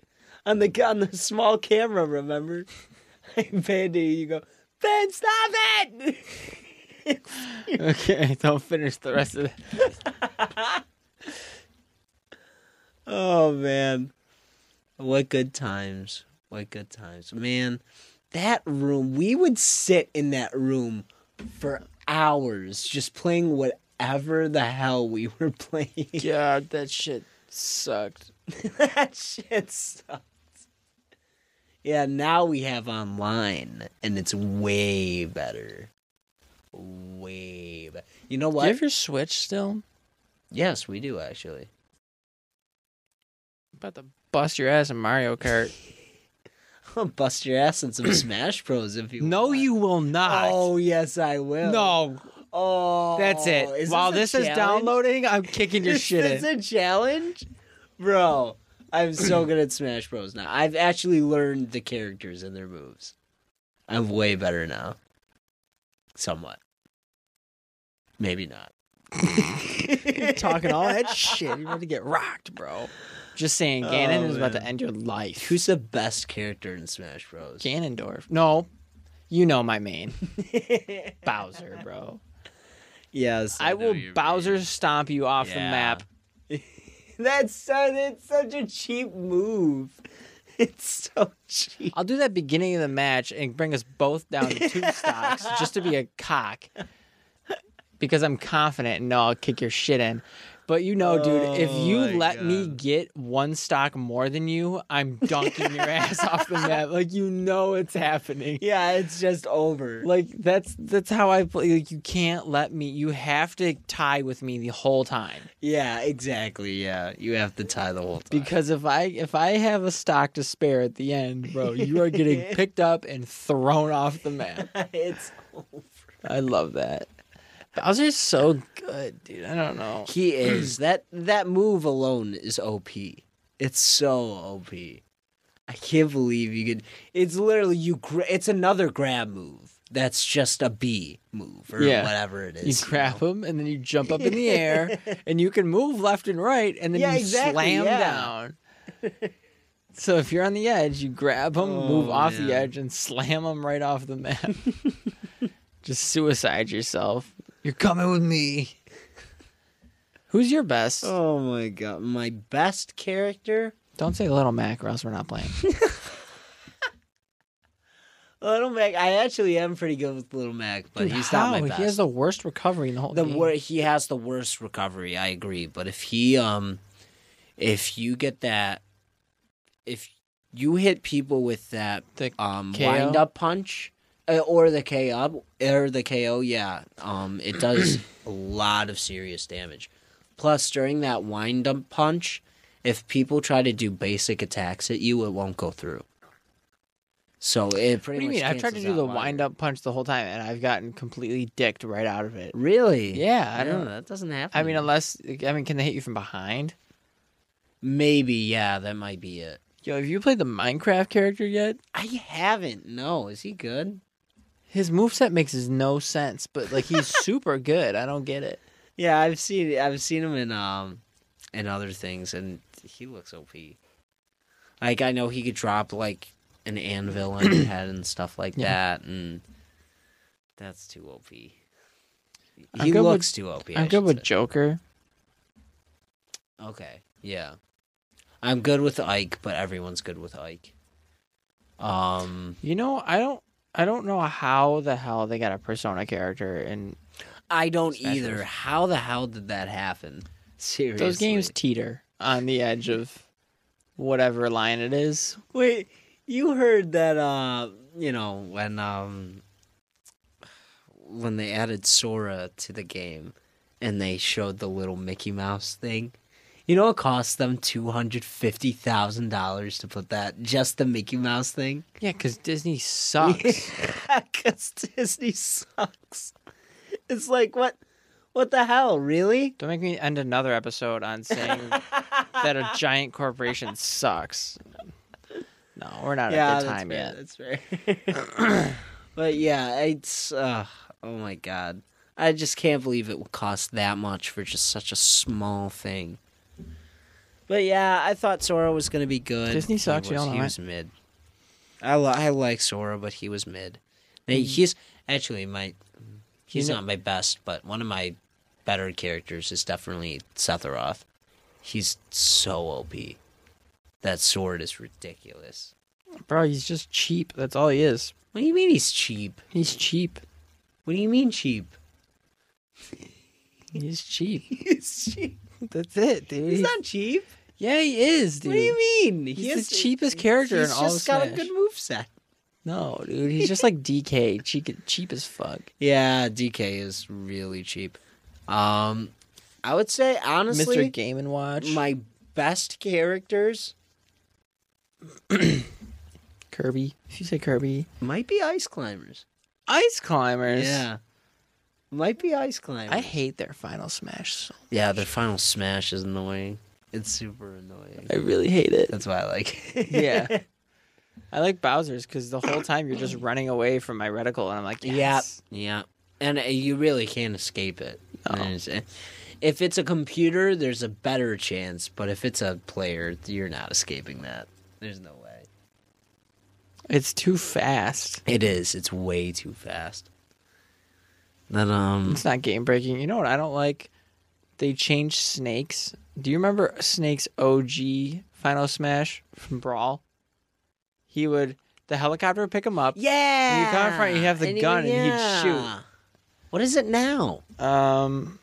Speaker 2: on the on the small camera. Remember? (laughs) I panned to you. You go, Ben, stop it!
Speaker 1: (laughs)
Speaker 2: (laughs)
Speaker 1: Okay, don't finish the rest of it.
Speaker 2: (laughs) Oh man. What good times. What good times. Man, that room, we would sit in that room for hours just playing whatever the hell we (laughs) were playing.
Speaker 1: God, that shit sucked.
Speaker 2: (laughs) that shit sucked. Yeah, now we have online and it's way better. Way better. You know
Speaker 1: Do you
Speaker 2: what?
Speaker 1: have your Switch still?
Speaker 2: yes, we do actually. (laughs)
Speaker 1: About to bust your ass in Mario Kart.
Speaker 2: I'll bust your ass
Speaker 1: (clears throat)
Speaker 2: in some Smash Bros if you
Speaker 1: no,
Speaker 2: want.
Speaker 1: you will not.
Speaker 2: Oh yes, I will.
Speaker 1: no,
Speaker 2: Oh,
Speaker 1: that's it.
Speaker 2: is
Speaker 1: While
Speaker 2: this,
Speaker 1: this,
Speaker 2: a
Speaker 1: is
Speaker 2: challenge?
Speaker 1: downloading, I'm kicking your
Speaker 2: is
Speaker 1: shit
Speaker 2: this
Speaker 1: in.
Speaker 2: a challenge, bro? I'm so
Speaker 1: (clears throat)
Speaker 2: good at Smash Bros. Now I've actually learned the characters and their moves. I'm way better now. Somewhat. Maybe not.
Speaker 1: Talking all that shit. You're about to get rocked, bro. Just saying, Ganon
Speaker 2: Oh,
Speaker 1: is about to
Speaker 2: man.
Speaker 1: end your life.
Speaker 2: Who's the best character in Smash Bros?
Speaker 1: Ganondorf? No, you know my
Speaker 2: (laughs)
Speaker 1: main. Bowser, bro.
Speaker 2: yes,
Speaker 1: I, will Bowser stomp you off the
Speaker 2: Yeah.
Speaker 1: map.
Speaker 2: That's so. It's such a cheap move. (laughs) It's so cheap.
Speaker 1: I'll do that beginning of the match and bring us both down to
Speaker 2: (laughs)
Speaker 1: two stocks just to be a cock. Because I'm confident and know I'll kick your shit in. But you know, dude, if
Speaker 2: Oh
Speaker 1: you
Speaker 2: my
Speaker 1: let me
Speaker 2: God.
Speaker 1: get one stock more than you, I'm dunking
Speaker 2: (laughs)
Speaker 1: your ass off the map. Like you know it's happening.
Speaker 2: Yeah, it's just over.
Speaker 1: Like that's that's how I play. Like you can't let me. You have to tie with me the whole time.
Speaker 2: Yeah, exactly. Yeah, you have to tie the whole time.
Speaker 1: Because if I if I have a stock to spare at the end, bro, you are
Speaker 2: (laughs)
Speaker 1: getting picked up and thrown off the map.
Speaker 2: it's over.
Speaker 1: I love that. Bowser's so good, dude. I don't know.
Speaker 2: He
Speaker 1: (clears throat)
Speaker 2: is that that move alone is OP. It's so OP. I can't believe you could. It's literally you. Gra- it's another grab move. That's just a B move or
Speaker 1: Yeah.
Speaker 2: whatever it
Speaker 1: You
Speaker 2: is.
Speaker 1: grab him and then you jump up in (laughs) the air and you can move left and right and then
Speaker 2: Yeah,
Speaker 1: you
Speaker 2: exactly,
Speaker 1: slam
Speaker 2: yeah.
Speaker 1: down. So if you're on the edge, you grab him, move
Speaker 2: Oh,
Speaker 1: off
Speaker 2: man.
Speaker 1: the edge, and slam him right off the map. (laughs) Just suicide yourself. You're coming with me. Who's your best?
Speaker 2: Oh my god! My best character.
Speaker 1: Don't say Little Mac, or else we're not playing.
Speaker 2: Little Mac. I actually am pretty good with Little Mac, but
Speaker 1: Dude,
Speaker 2: he's
Speaker 1: how?
Speaker 2: not my best.
Speaker 1: He has the worst recovery in the whole
Speaker 2: the
Speaker 1: game.
Speaker 2: wor- he has the worst recovery. I agree, but if he um, if you get that, if you hit people with that
Speaker 1: The
Speaker 2: um
Speaker 1: KO?
Speaker 2: wind up punch, Uh, or the KO, or the KO. Yeah, um, it
Speaker 1: (clears throat)
Speaker 2: does a lot of serious damage. Plus, during that wind up punch, if people try to do basic attacks at you, it won't go through. So it
Speaker 1: What
Speaker 2: pretty
Speaker 1: do you
Speaker 2: much
Speaker 1: mean? I've tried to
Speaker 2: cancels
Speaker 1: do the
Speaker 2: out wider.
Speaker 1: wind up punch the whole time, and I've gotten completely dicked right out of it.
Speaker 2: Really?
Speaker 1: Yeah, I don't.
Speaker 2: That doesn't happen.
Speaker 1: I mean, unless I mean, can they hit you from behind?
Speaker 2: maybe. Yeah, that might be it.
Speaker 1: Yo, have you played the Minecraft character yet?
Speaker 2: I haven't. No, is he good?
Speaker 1: His moveset makes no sense, but like
Speaker 2: (laughs)
Speaker 1: he's super good. I don't get it.
Speaker 2: Yeah, I've seen I've seen him in um in other things, and he looks OP. Like I know he could drop like an anvil on your head and stuff like that, and that's too OP.
Speaker 1: I'm
Speaker 2: He
Speaker 1: good with-
Speaker 2: looks too OP. I
Speaker 1: I'm good
Speaker 2: should
Speaker 1: with
Speaker 2: say.
Speaker 1: Joker.
Speaker 2: Okay, yeah, I'm good with Ike, but everyone's good with Ike. Um,
Speaker 1: You know, I don't. I don't know how the hell they got a persona character, and
Speaker 2: I don't
Speaker 1: Smash
Speaker 2: either.
Speaker 1: Bros.
Speaker 2: How the hell did that happen? Seriously,
Speaker 1: those games teeter on the edge of whatever line it is.
Speaker 2: Wait, you heard that uh you know, when um when they added Sora to the game and they showed the little Mickey Mouse thing. You know it cost them two hundred fifty thousand dollars to put that just the Mickey Mouse thing?
Speaker 1: Yeah, because Disney
Speaker 2: (laughs)
Speaker 1: sucks.
Speaker 2: Cause Disney sucks. It's like what what the hell, really?
Speaker 1: Don't make me end another episode on
Speaker 2: (laughs)
Speaker 1: saying that a giant corporation sucks. No, we're not at the time yet.
Speaker 2: that's fair, That's fair. (laughs) but yeah, it's uh, oh my god, I just can't believe it would cost that much for just such a small thing. But yeah, I thought Sora was gonna be good.
Speaker 1: Disney
Speaker 2: He
Speaker 1: sucks,
Speaker 2: was-
Speaker 1: y'all know
Speaker 2: He
Speaker 1: it.
Speaker 2: was mid. I li- I like Sora, but he was mid. They-
Speaker 1: Mm.
Speaker 2: He's actually my he's
Speaker 1: know-
Speaker 2: not my best, but one of my better characters is definitely Sephiroth. He's so OP. That sword is ridiculous.
Speaker 1: Bro, he's just cheap. That's all he is.
Speaker 2: What do you mean he's cheap?
Speaker 1: He's cheap.
Speaker 2: What do you mean cheap?
Speaker 1: He's
Speaker 2: (laughs)
Speaker 1: cheap.
Speaker 2: He's cheap.
Speaker 1: That's it, dude.
Speaker 2: He's not cheap.
Speaker 1: Yeah, he is, dude.
Speaker 2: What do you mean?
Speaker 1: He's the cheapest character
Speaker 2: He's
Speaker 1: in
Speaker 2: just
Speaker 1: all of
Speaker 2: got a
Speaker 1: Smash.
Speaker 2: good moveset.
Speaker 1: No, dude. He's
Speaker 2: (laughs)
Speaker 1: just like DK. Cheap, cheap as fuck.
Speaker 2: Yeah, DK is really cheap. Um, I would say honestly,
Speaker 1: Mr. Game and Watch.
Speaker 2: my best characters
Speaker 1: Kirby. If you say Kirby.
Speaker 2: might be ice climbers.
Speaker 1: Ice Climbers.
Speaker 2: Yeah, might be ice climbers.
Speaker 1: I hate their final smash. So
Speaker 2: yeah, their final smash is annoying. It's super annoying.
Speaker 1: I really hate it.
Speaker 2: That's why I like. it. (laughs)
Speaker 1: Yeah. I like Bowser's because the whole time you're just running away from my reticle, and I'm like, yes.
Speaker 2: Yeah. And uh, you really can't escape it.
Speaker 1: No.
Speaker 2: There's- uh, If it's a computer, there's a better chance, but if it's a player, you're not escaping that. There's no way.
Speaker 1: It's too fast.
Speaker 2: It is. It's way too fast. Then
Speaker 1: (laughs)
Speaker 2: um
Speaker 1: It's not game breaking. You know what I don't like? They changed snakes. Do you remember Snake's OG Final Smash from Brawl? He would the helicopter would pick him up.
Speaker 2: Yeah.
Speaker 1: You come in front, you have the
Speaker 2: he
Speaker 1: gun,
Speaker 2: would-
Speaker 1: and he'd shoot.
Speaker 2: What is it now?
Speaker 1: Um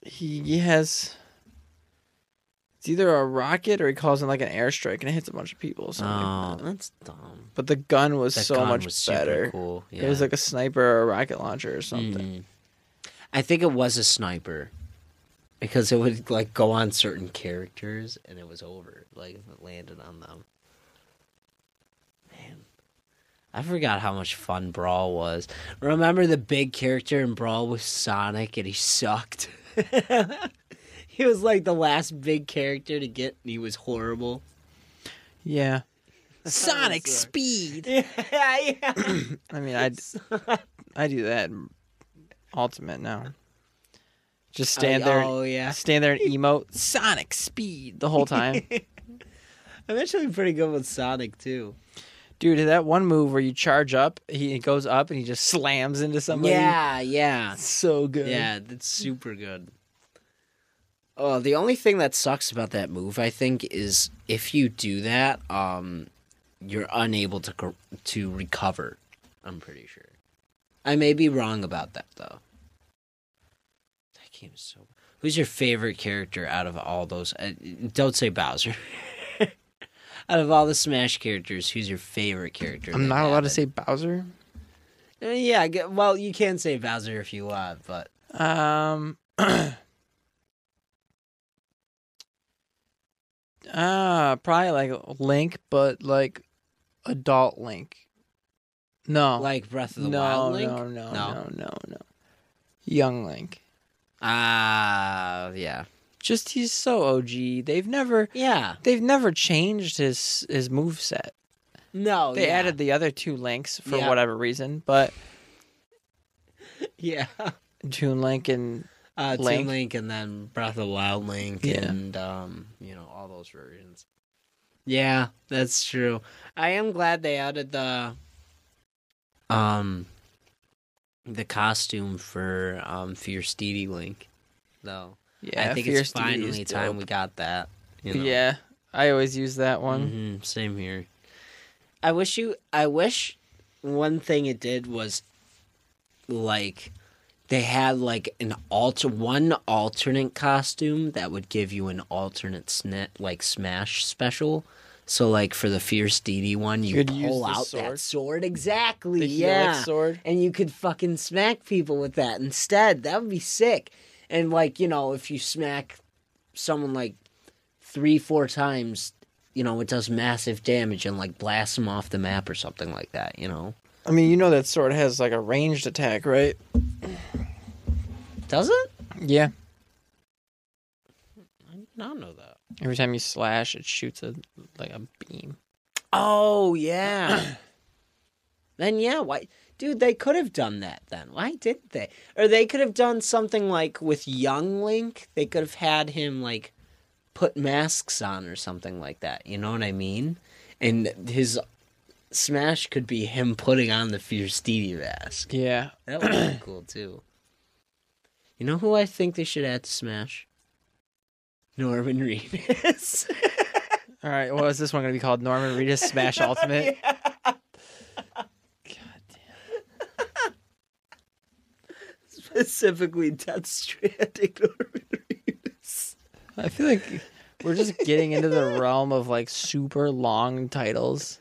Speaker 1: he, he has it's either a rocket or he calls in like an airstrike and it hits a bunch of people. or something.
Speaker 2: Oh, that's dumb.
Speaker 1: But the gun was
Speaker 2: That
Speaker 1: Um, so
Speaker 2: gun
Speaker 1: much
Speaker 2: was super
Speaker 1: better.
Speaker 2: cool. Yeah.
Speaker 1: It was like a sniper or a rocket launcher or something.
Speaker 2: Mhm. I think it was a sniper because it would like go on certain characters and it was over. Like if it landed on them. Man, I forgot how much fun Brawl was. Remember the big character in Brawl was Sonic and he sucked. (laughs) he was like the last big character to get and he was (laughs) horrible.
Speaker 1: Yeah.
Speaker 2: Sonic speed. (laughs) Yeah, (clears throat) yeah.
Speaker 1: I mean, I
Speaker 2: (laughs)
Speaker 1: I do that in ultimate now. Just stand there,
Speaker 2: Oh yeah.
Speaker 1: stand
Speaker 2: (laughs)
Speaker 1: there and emote Sonic speed the whole time,
Speaker 2: I'm actually pretty good with Sonic too.
Speaker 1: dude. That one move where you charge up, he he goes up and he just slams into somebody.
Speaker 2: Yeah, yeah.
Speaker 1: so good.
Speaker 2: Yeah, that's super good. Oh, the only thing that sucks about that move, I think, is if you do that, um, you're unable to co- to recover. I'm pretty sure. I may be wrong about that though. That game is so. Who's your favorite character out of all those? Uh, don't say Bowser. (laughs) Out of all the Smash characters, who's your favorite character?
Speaker 1: I'm
Speaker 2: that
Speaker 1: not allowed to
Speaker 2: happened?
Speaker 1: say Bowser.
Speaker 2: Uh, Yeah, I gue- well, you can say Bowser if you want, but
Speaker 1: Um. (clears throat) Ah, probably like Link, but like adult Link. No,
Speaker 2: like Breath of the
Speaker 1: no,
Speaker 2: Wild Link.
Speaker 1: no, no, no,
Speaker 2: No.
Speaker 1: no, no, Young Link.
Speaker 2: Ah, yeah,
Speaker 1: Just he's so OG. They've never,
Speaker 2: yeah.
Speaker 1: they've never changed his his move set.
Speaker 2: No,
Speaker 1: they
Speaker 2: Oh, yeah.
Speaker 1: added the other two Links for
Speaker 2: Yeah.
Speaker 1: whatever reason, but
Speaker 2: (laughs) yeah,
Speaker 1: Toon Link and
Speaker 2: uh, Toon
Speaker 1: Link.
Speaker 2: Link and then Breath of the Wild Link
Speaker 1: Yeah.
Speaker 2: and um, you know, all those versions. Yeah, that's true. I am glad they added the um the costume for um Fierce Deity Link. Though
Speaker 1: yeah,
Speaker 2: I think
Speaker 1: Fierce
Speaker 2: it's finally time we got that. You know?
Speaker 1: Yeah, I always use that one.
Speaker 2: Mhm, same here. I wish you. I wish one thing it did was like they had like an alter one alternate costume that would give you an alternate snit like smash special. So like for the fierce DD one, you
Speaker 1: Could use
Speaker 2: pull
Speaker 1: the
Speaker 2: out
Speaker 1: sword.
Speaker 2: that sword exactly.
Speaker 1: The
Speaker 2: yeah,
Speaker 1: Helix sword.
Speaker 2: and you could fucking smack people with that instead. That would be sick. And like you know, if you smack someone like three, four times, you know, it does massive damage and like blasts them off the map or something like that. You know,
Speaker 1: I mean, you know that sword has like a ranged attack, right?
Speaker 2: does it?
Speaker 1: Yeah.
Speaker 2: I did not know that.
Speaker 1: Every time you slash, it shoots a like a beam.
Speaker 2: Oh yeah. then yeah, why, dude? They could have done that then. Why didn't they? Or they could have done something like with Young Link. They could have had him like put masks on or something like that. You know what I mean? And his smash could be him putting on the Fierce Deity mask.
Speaker 1: Yeah.
Speaker 2: That would be cool too. You know who I think they should add to Smash? Norman Reedus. (laughs)
Speaker 1: All right. Well, is this one going to be called Norman Reedus (laughs) Smash Ultimate?
Speaker 2: Specifically, Death Stranding Norman Reedus.
Speaker 1: I feel like we're just getting into the realm of like super long titles.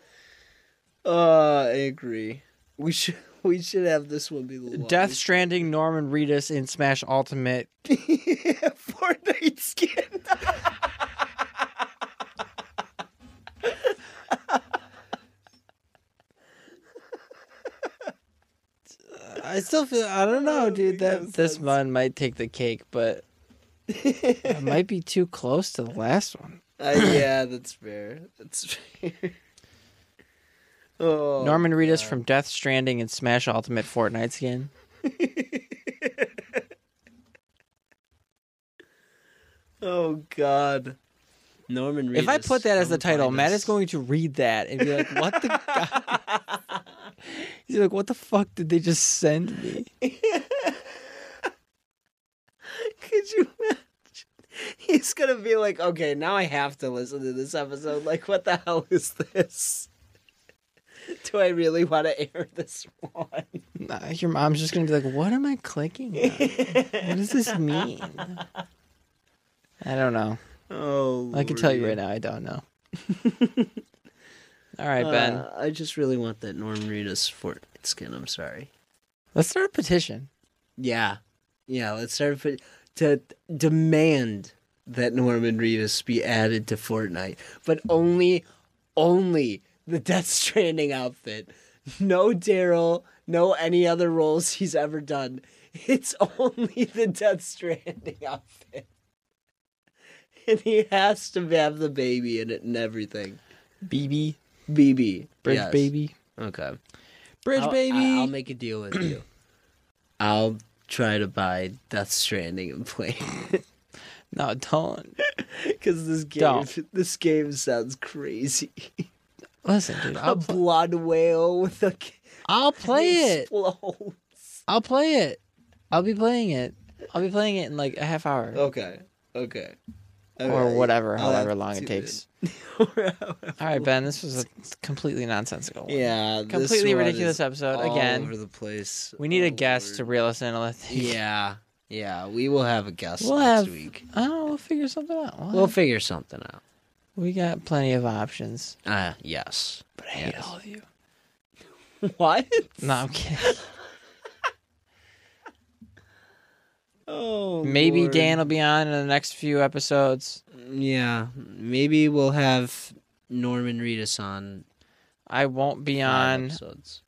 Speaker 2: Uh, I agree. We should (laughs) we should have this one be the longest.
Speaker 1: Death
Speaker 2: (laughs)
Speaker 1: Stranding, (laughs) Norman Reedus in Smash Ultimate.
Speaker 2: Fortnite skin.
Speaker 1: I still feel I don't know, dude. That this one might take the cake, but (laughs) it might be too close to the last one.
Speaker 2: (laughs) Uh, yeah, that's fair. That's fair. (laughs) Oh,
Speaker 1: Norman Reedus from Death Stranding and Smash Ultimate Fortnite skin.
Speaker 2: oh God. Norman Reedus.
Speaker 1: If I put that as the
Speaker 2: come
Speaker 1: title,
Speaker 2: find
Speaker 1: Matt
Speaker 2: us.
Speaker 1: is going to read that and be like, "What
Speaker 2: (laughs)
Speaker 1: the?" God? (laughs) He's like, "What the fuck did they just send me?"
Speaker 2: Could you imagine? He's gonna be like, okay, now I have to listen to this episode. Like, what the hell is this? Do I really want to air this one?
Speaker 1: (laughs) Nah, your mom's just gonna be like, "What am I clicking? on? What does
Speaker 2: (laughs)
Speaker 1: this mean?" I don't know.
Speaker 2: Oh,
Speaker 1: I can tell you right now, I don't (laughs) know. All right, Ben,
Speaker 2: Uh, I just really want that Norm Reedus Fortnite skin. I'm sorry.
Speaker 1: let's start a petition.
Speaker 2: Yeah, yeah. Let's start for, to demand that Norman Reedus be added to Fortnite, but only, only the Death Stranding outfit. No Daryl. No any other roles he's ever done. It's only the Death Stranding outfit. And he has to have the baby in it and everything.
Speaker 1: BB,
Speaker 2: BB.
Speaker 1: Bridge
Speaker 2: yes.
Speaker 1: Baby,
Speaker 2: Okay.
Speaker 1: Bridge
Speaker 2: I'll- I-
Speaker 1: Baby.
Speaker 2: I'll make a deal with you. (clears throat) I'll try to buy Death Stranding and play
Speaker 1: no, don't
Speaker 2: because this game
Speaker 1: Don't.
Speaker 2: this game sounds crazy. (laughs)
Speaker 1: listen, (laughs) dude.
Speaker 2: A
Speaker 1: I'll, pl-
Speaker 2: blood whale with a c-
Speaker 1: I'll play it.
Speaker 2: explodes.
Speaker 1: I'll play it. I'll be playing it. I'll be playing it in like a half hour.
Speaker 2: Okay, okay,
Speaker 1: or
Speaker 2: Oh, Okay, Oh,
Speaker 1: whatever,
Speaker 2: I'll
Speaker 1: however
Speaker 2: have
Speaker 1: long
Speaker 2: to
Speaker 1: it
Speaker 2: tune
Speaker 1: takes.
Speaker 2: in.
Speaker 1: All right, Ben, this was a completely nonsensical. one.
Speaker 2: (laughs) yeah, this
Speaker 1: completely
Speaker 2: one
Speaker 1: ridiculous
Speaker 2: is
Speaker 1: episode
Speaker 2: all
Speaker 1: again.
Speaker 2: over the place.
Speaker 1: We need a
Speaker 2: Oh,
Speaker 1: guest to
Speaker 2: Lord.
Speaker 1: reel us in. I think. (laughs)
Speaker 2: Yeah, yeah, we will have a guest
Speaker 1: We'll
Speaker 2: next
Speaker 1: have-
Speaker 2: week.
Speaker 1: Oh, we'll figure something out. We'll
Speaker 2: We'll
Speaker 1: have-
Speaker 2: figure something out. Uh,
Speaker 1: We got plenty of options.
Speaker 4: Ah, yes.
Speaker 1: But I hate all of you.
Speaker 2: (laughs) What?
Speaker 1: No, I'm kidding.
Speaker 2: (laughs) Oh,
Speaker 1: Maybe
Speaker 2: Lord.
Speaker 1: Dan will be on in the next few episodes.
Speaker 4: Yeah, maybe we'll have Norman Reedus on
Speaker 1: I won't be
Speaker 4: five
Speaker 1: on.
Speaker 4: episodes.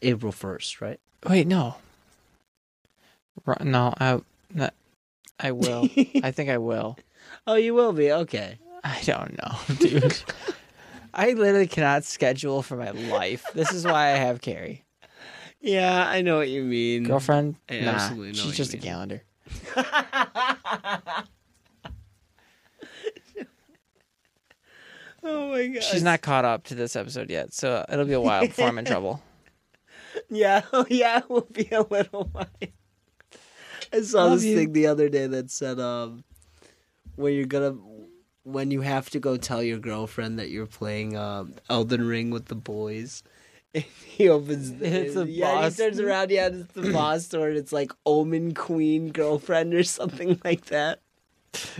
Speaker 4: April first, (laughs) right?
Speaker 1: Wait, no. Ru- No, I, no, I
Speaker 2: (laughs)
Speaker 1: will. I think I will.
Speaker 4: Oh, you will be okay.
Speaker 1: I don't know, (laughs) dude. I literally cannot schedule for my life. This is why I have Carrie.
Speaker 4: Yeah, I know what you mean.
Speaker 1: Girlfriend?
Speaker 4: I
Speaker 1: nah,
Speaker 4: absolutely know what
Speaker 1: she's
Speaker 4: you
Speaker 1: just a
Speaker 4: mean.
Speaker 1: calendar.
Speaker 2: Oh my god.
Speaker 1: She's not caught up to this episode yet, so it'll be a while before
Speaker 2: (laughs)
Speaker 1: I'm in trouble.
Speaker 2: Yeah, (laughs) oh, yeah, it will be a little (laughs) while. I saw
Speaker 1: Love
Speaker 2: this
Speaker 1: you.
Speaker 2: thing the other day that said, um, when you're gonna, when you have to go tell your girlfriend that you're playing um, Elden Ring with the boys. (laughs) And he (laughs) opens. The,
Speaker 1: It's a
Speaker 2: yeah, and
Speaker 1: boss.
Speaker 2: he turns around. Yeah, and it's the (clears throat) boss door, and it's like Omen Queen girlfriend or (laughs) something like that. (laughs)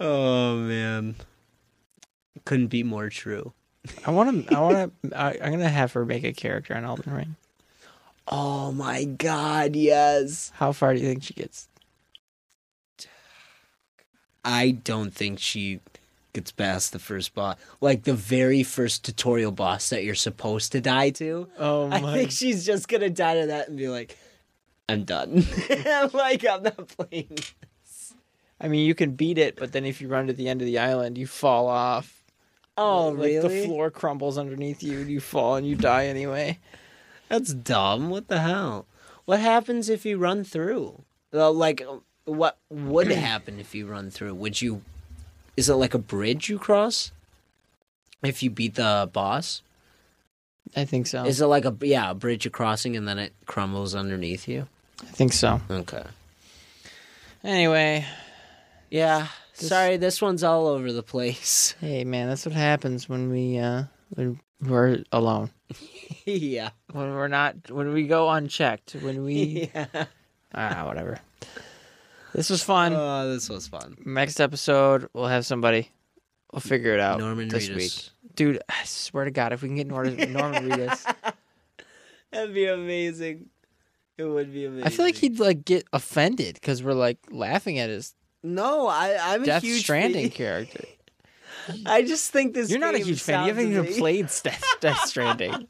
Speaker 2: oh man, couldn't be more true.
Speaker 1: I want to. I want to. I'm gonna have her make a character on Elden Ring.
Speaker 2: Oh my god, yes.
Speaker 1: How far do you think she gets?
Speaker 4: I don't think she gets past the first boss, like the very first tutorial boss that you're supposed to die to.
Speaker 1: Oh
Speaker 2: I think she's just gonna die to that and be like, "I'm done."
Speaker 4: (laughs)
Speaker 2: like I'm not playing.
Speaker 1: I mean, you can beat it, but then if you run to the end of the island, you fall off.
Speaker 2: Oh,
Speaker 1: like
Speaker 2: really?
Speaker 1: the floor crumbles underneath you, and you fall and you die anyway.
Speaker 4: That's dumb. What the hell?
Speaker 2: What happens if you run through? Uh, like, what?
Speaker 1: (clears throat)
Speaker 4: What would happen if you run through? Would you? Is it like a bridge you cross? If you beat the boss,
Speaker 1: I think so.
Speaker 4: is it like a yeah a bridge you're crossing and then it crumbles underneath you?
Speaker 1: I think so.
Speaker 4: Okay.
Speaker 1: Anyway,
Speaker 4: Yeah.
Speaker 1: This-
Speaker 4: Sorry, this one's all over the place. (laughs)
Speaker 1: hey man, that's what happens when we uh when we're alone,
Speaker 2: yeah.
Speaker 1: when we're not, when we go unchecked, when we (laughs) ah whatever. This was
Speaker 4: (laughs)
Speaker 1: fun.
Speaker 4: Oh, this was fun.
Speaker 1: Next episode, we'll have somebody. We'll figure it out
Speaker 4: Norman
Speaker 1: Oh, this
Speaker 4: Reedus.
Speaker 1: week. Dude, I swear to God, if we can (laughs) get Norman, Norman Reedus,
Speaker 2: That'd be amazing. It would be amazing.
Speaker 1: I feel
Speaker 4: (laughs)
Speaker 1: like he'd like get offended because we're like laughing at his
Speaker 2: No, I. I'm
Speaker 1: Death
Speaker 2: a huge
Speaker 1: Stranding
Speaker 2: Fan.
Speaker 1: character.
Speaker 2: I just think this.
Speaker 1: You're not a
Speaker 2: game
Speaker 1: huge fan. You
Speaker 2: sounds
Speaker 1: haven't even
Speaker 2: amazing.
Speaker 1: played Death, (laughs) Death Stranding.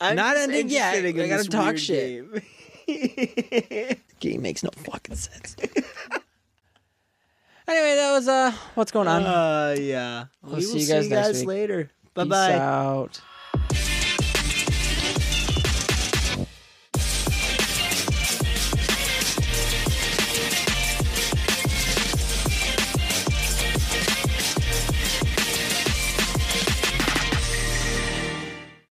Speaker 2: I'm
Speaker 1: Not
Speaker 2: just
Speaker 1: ending yet.
Speaker 2: interested
Speaker 1: I
Speaker 2: in
Speaker 1: gotta
Speaker 2: this
Speaker 1: talk
Speaker 2: weird game.
Speaker 1: Game makes no fucking sense. (laughs) anyway, that was uh, what's going on?
Speaker 2: (laughs) uh, yeah.
Speaker 1: We'll
Speaker 2: we will
Speaker 1: see you guys next week.
Speaker 2: later. Bye
Speaker 1: Peace
Speaker 2: bye.
Speaker 1: out.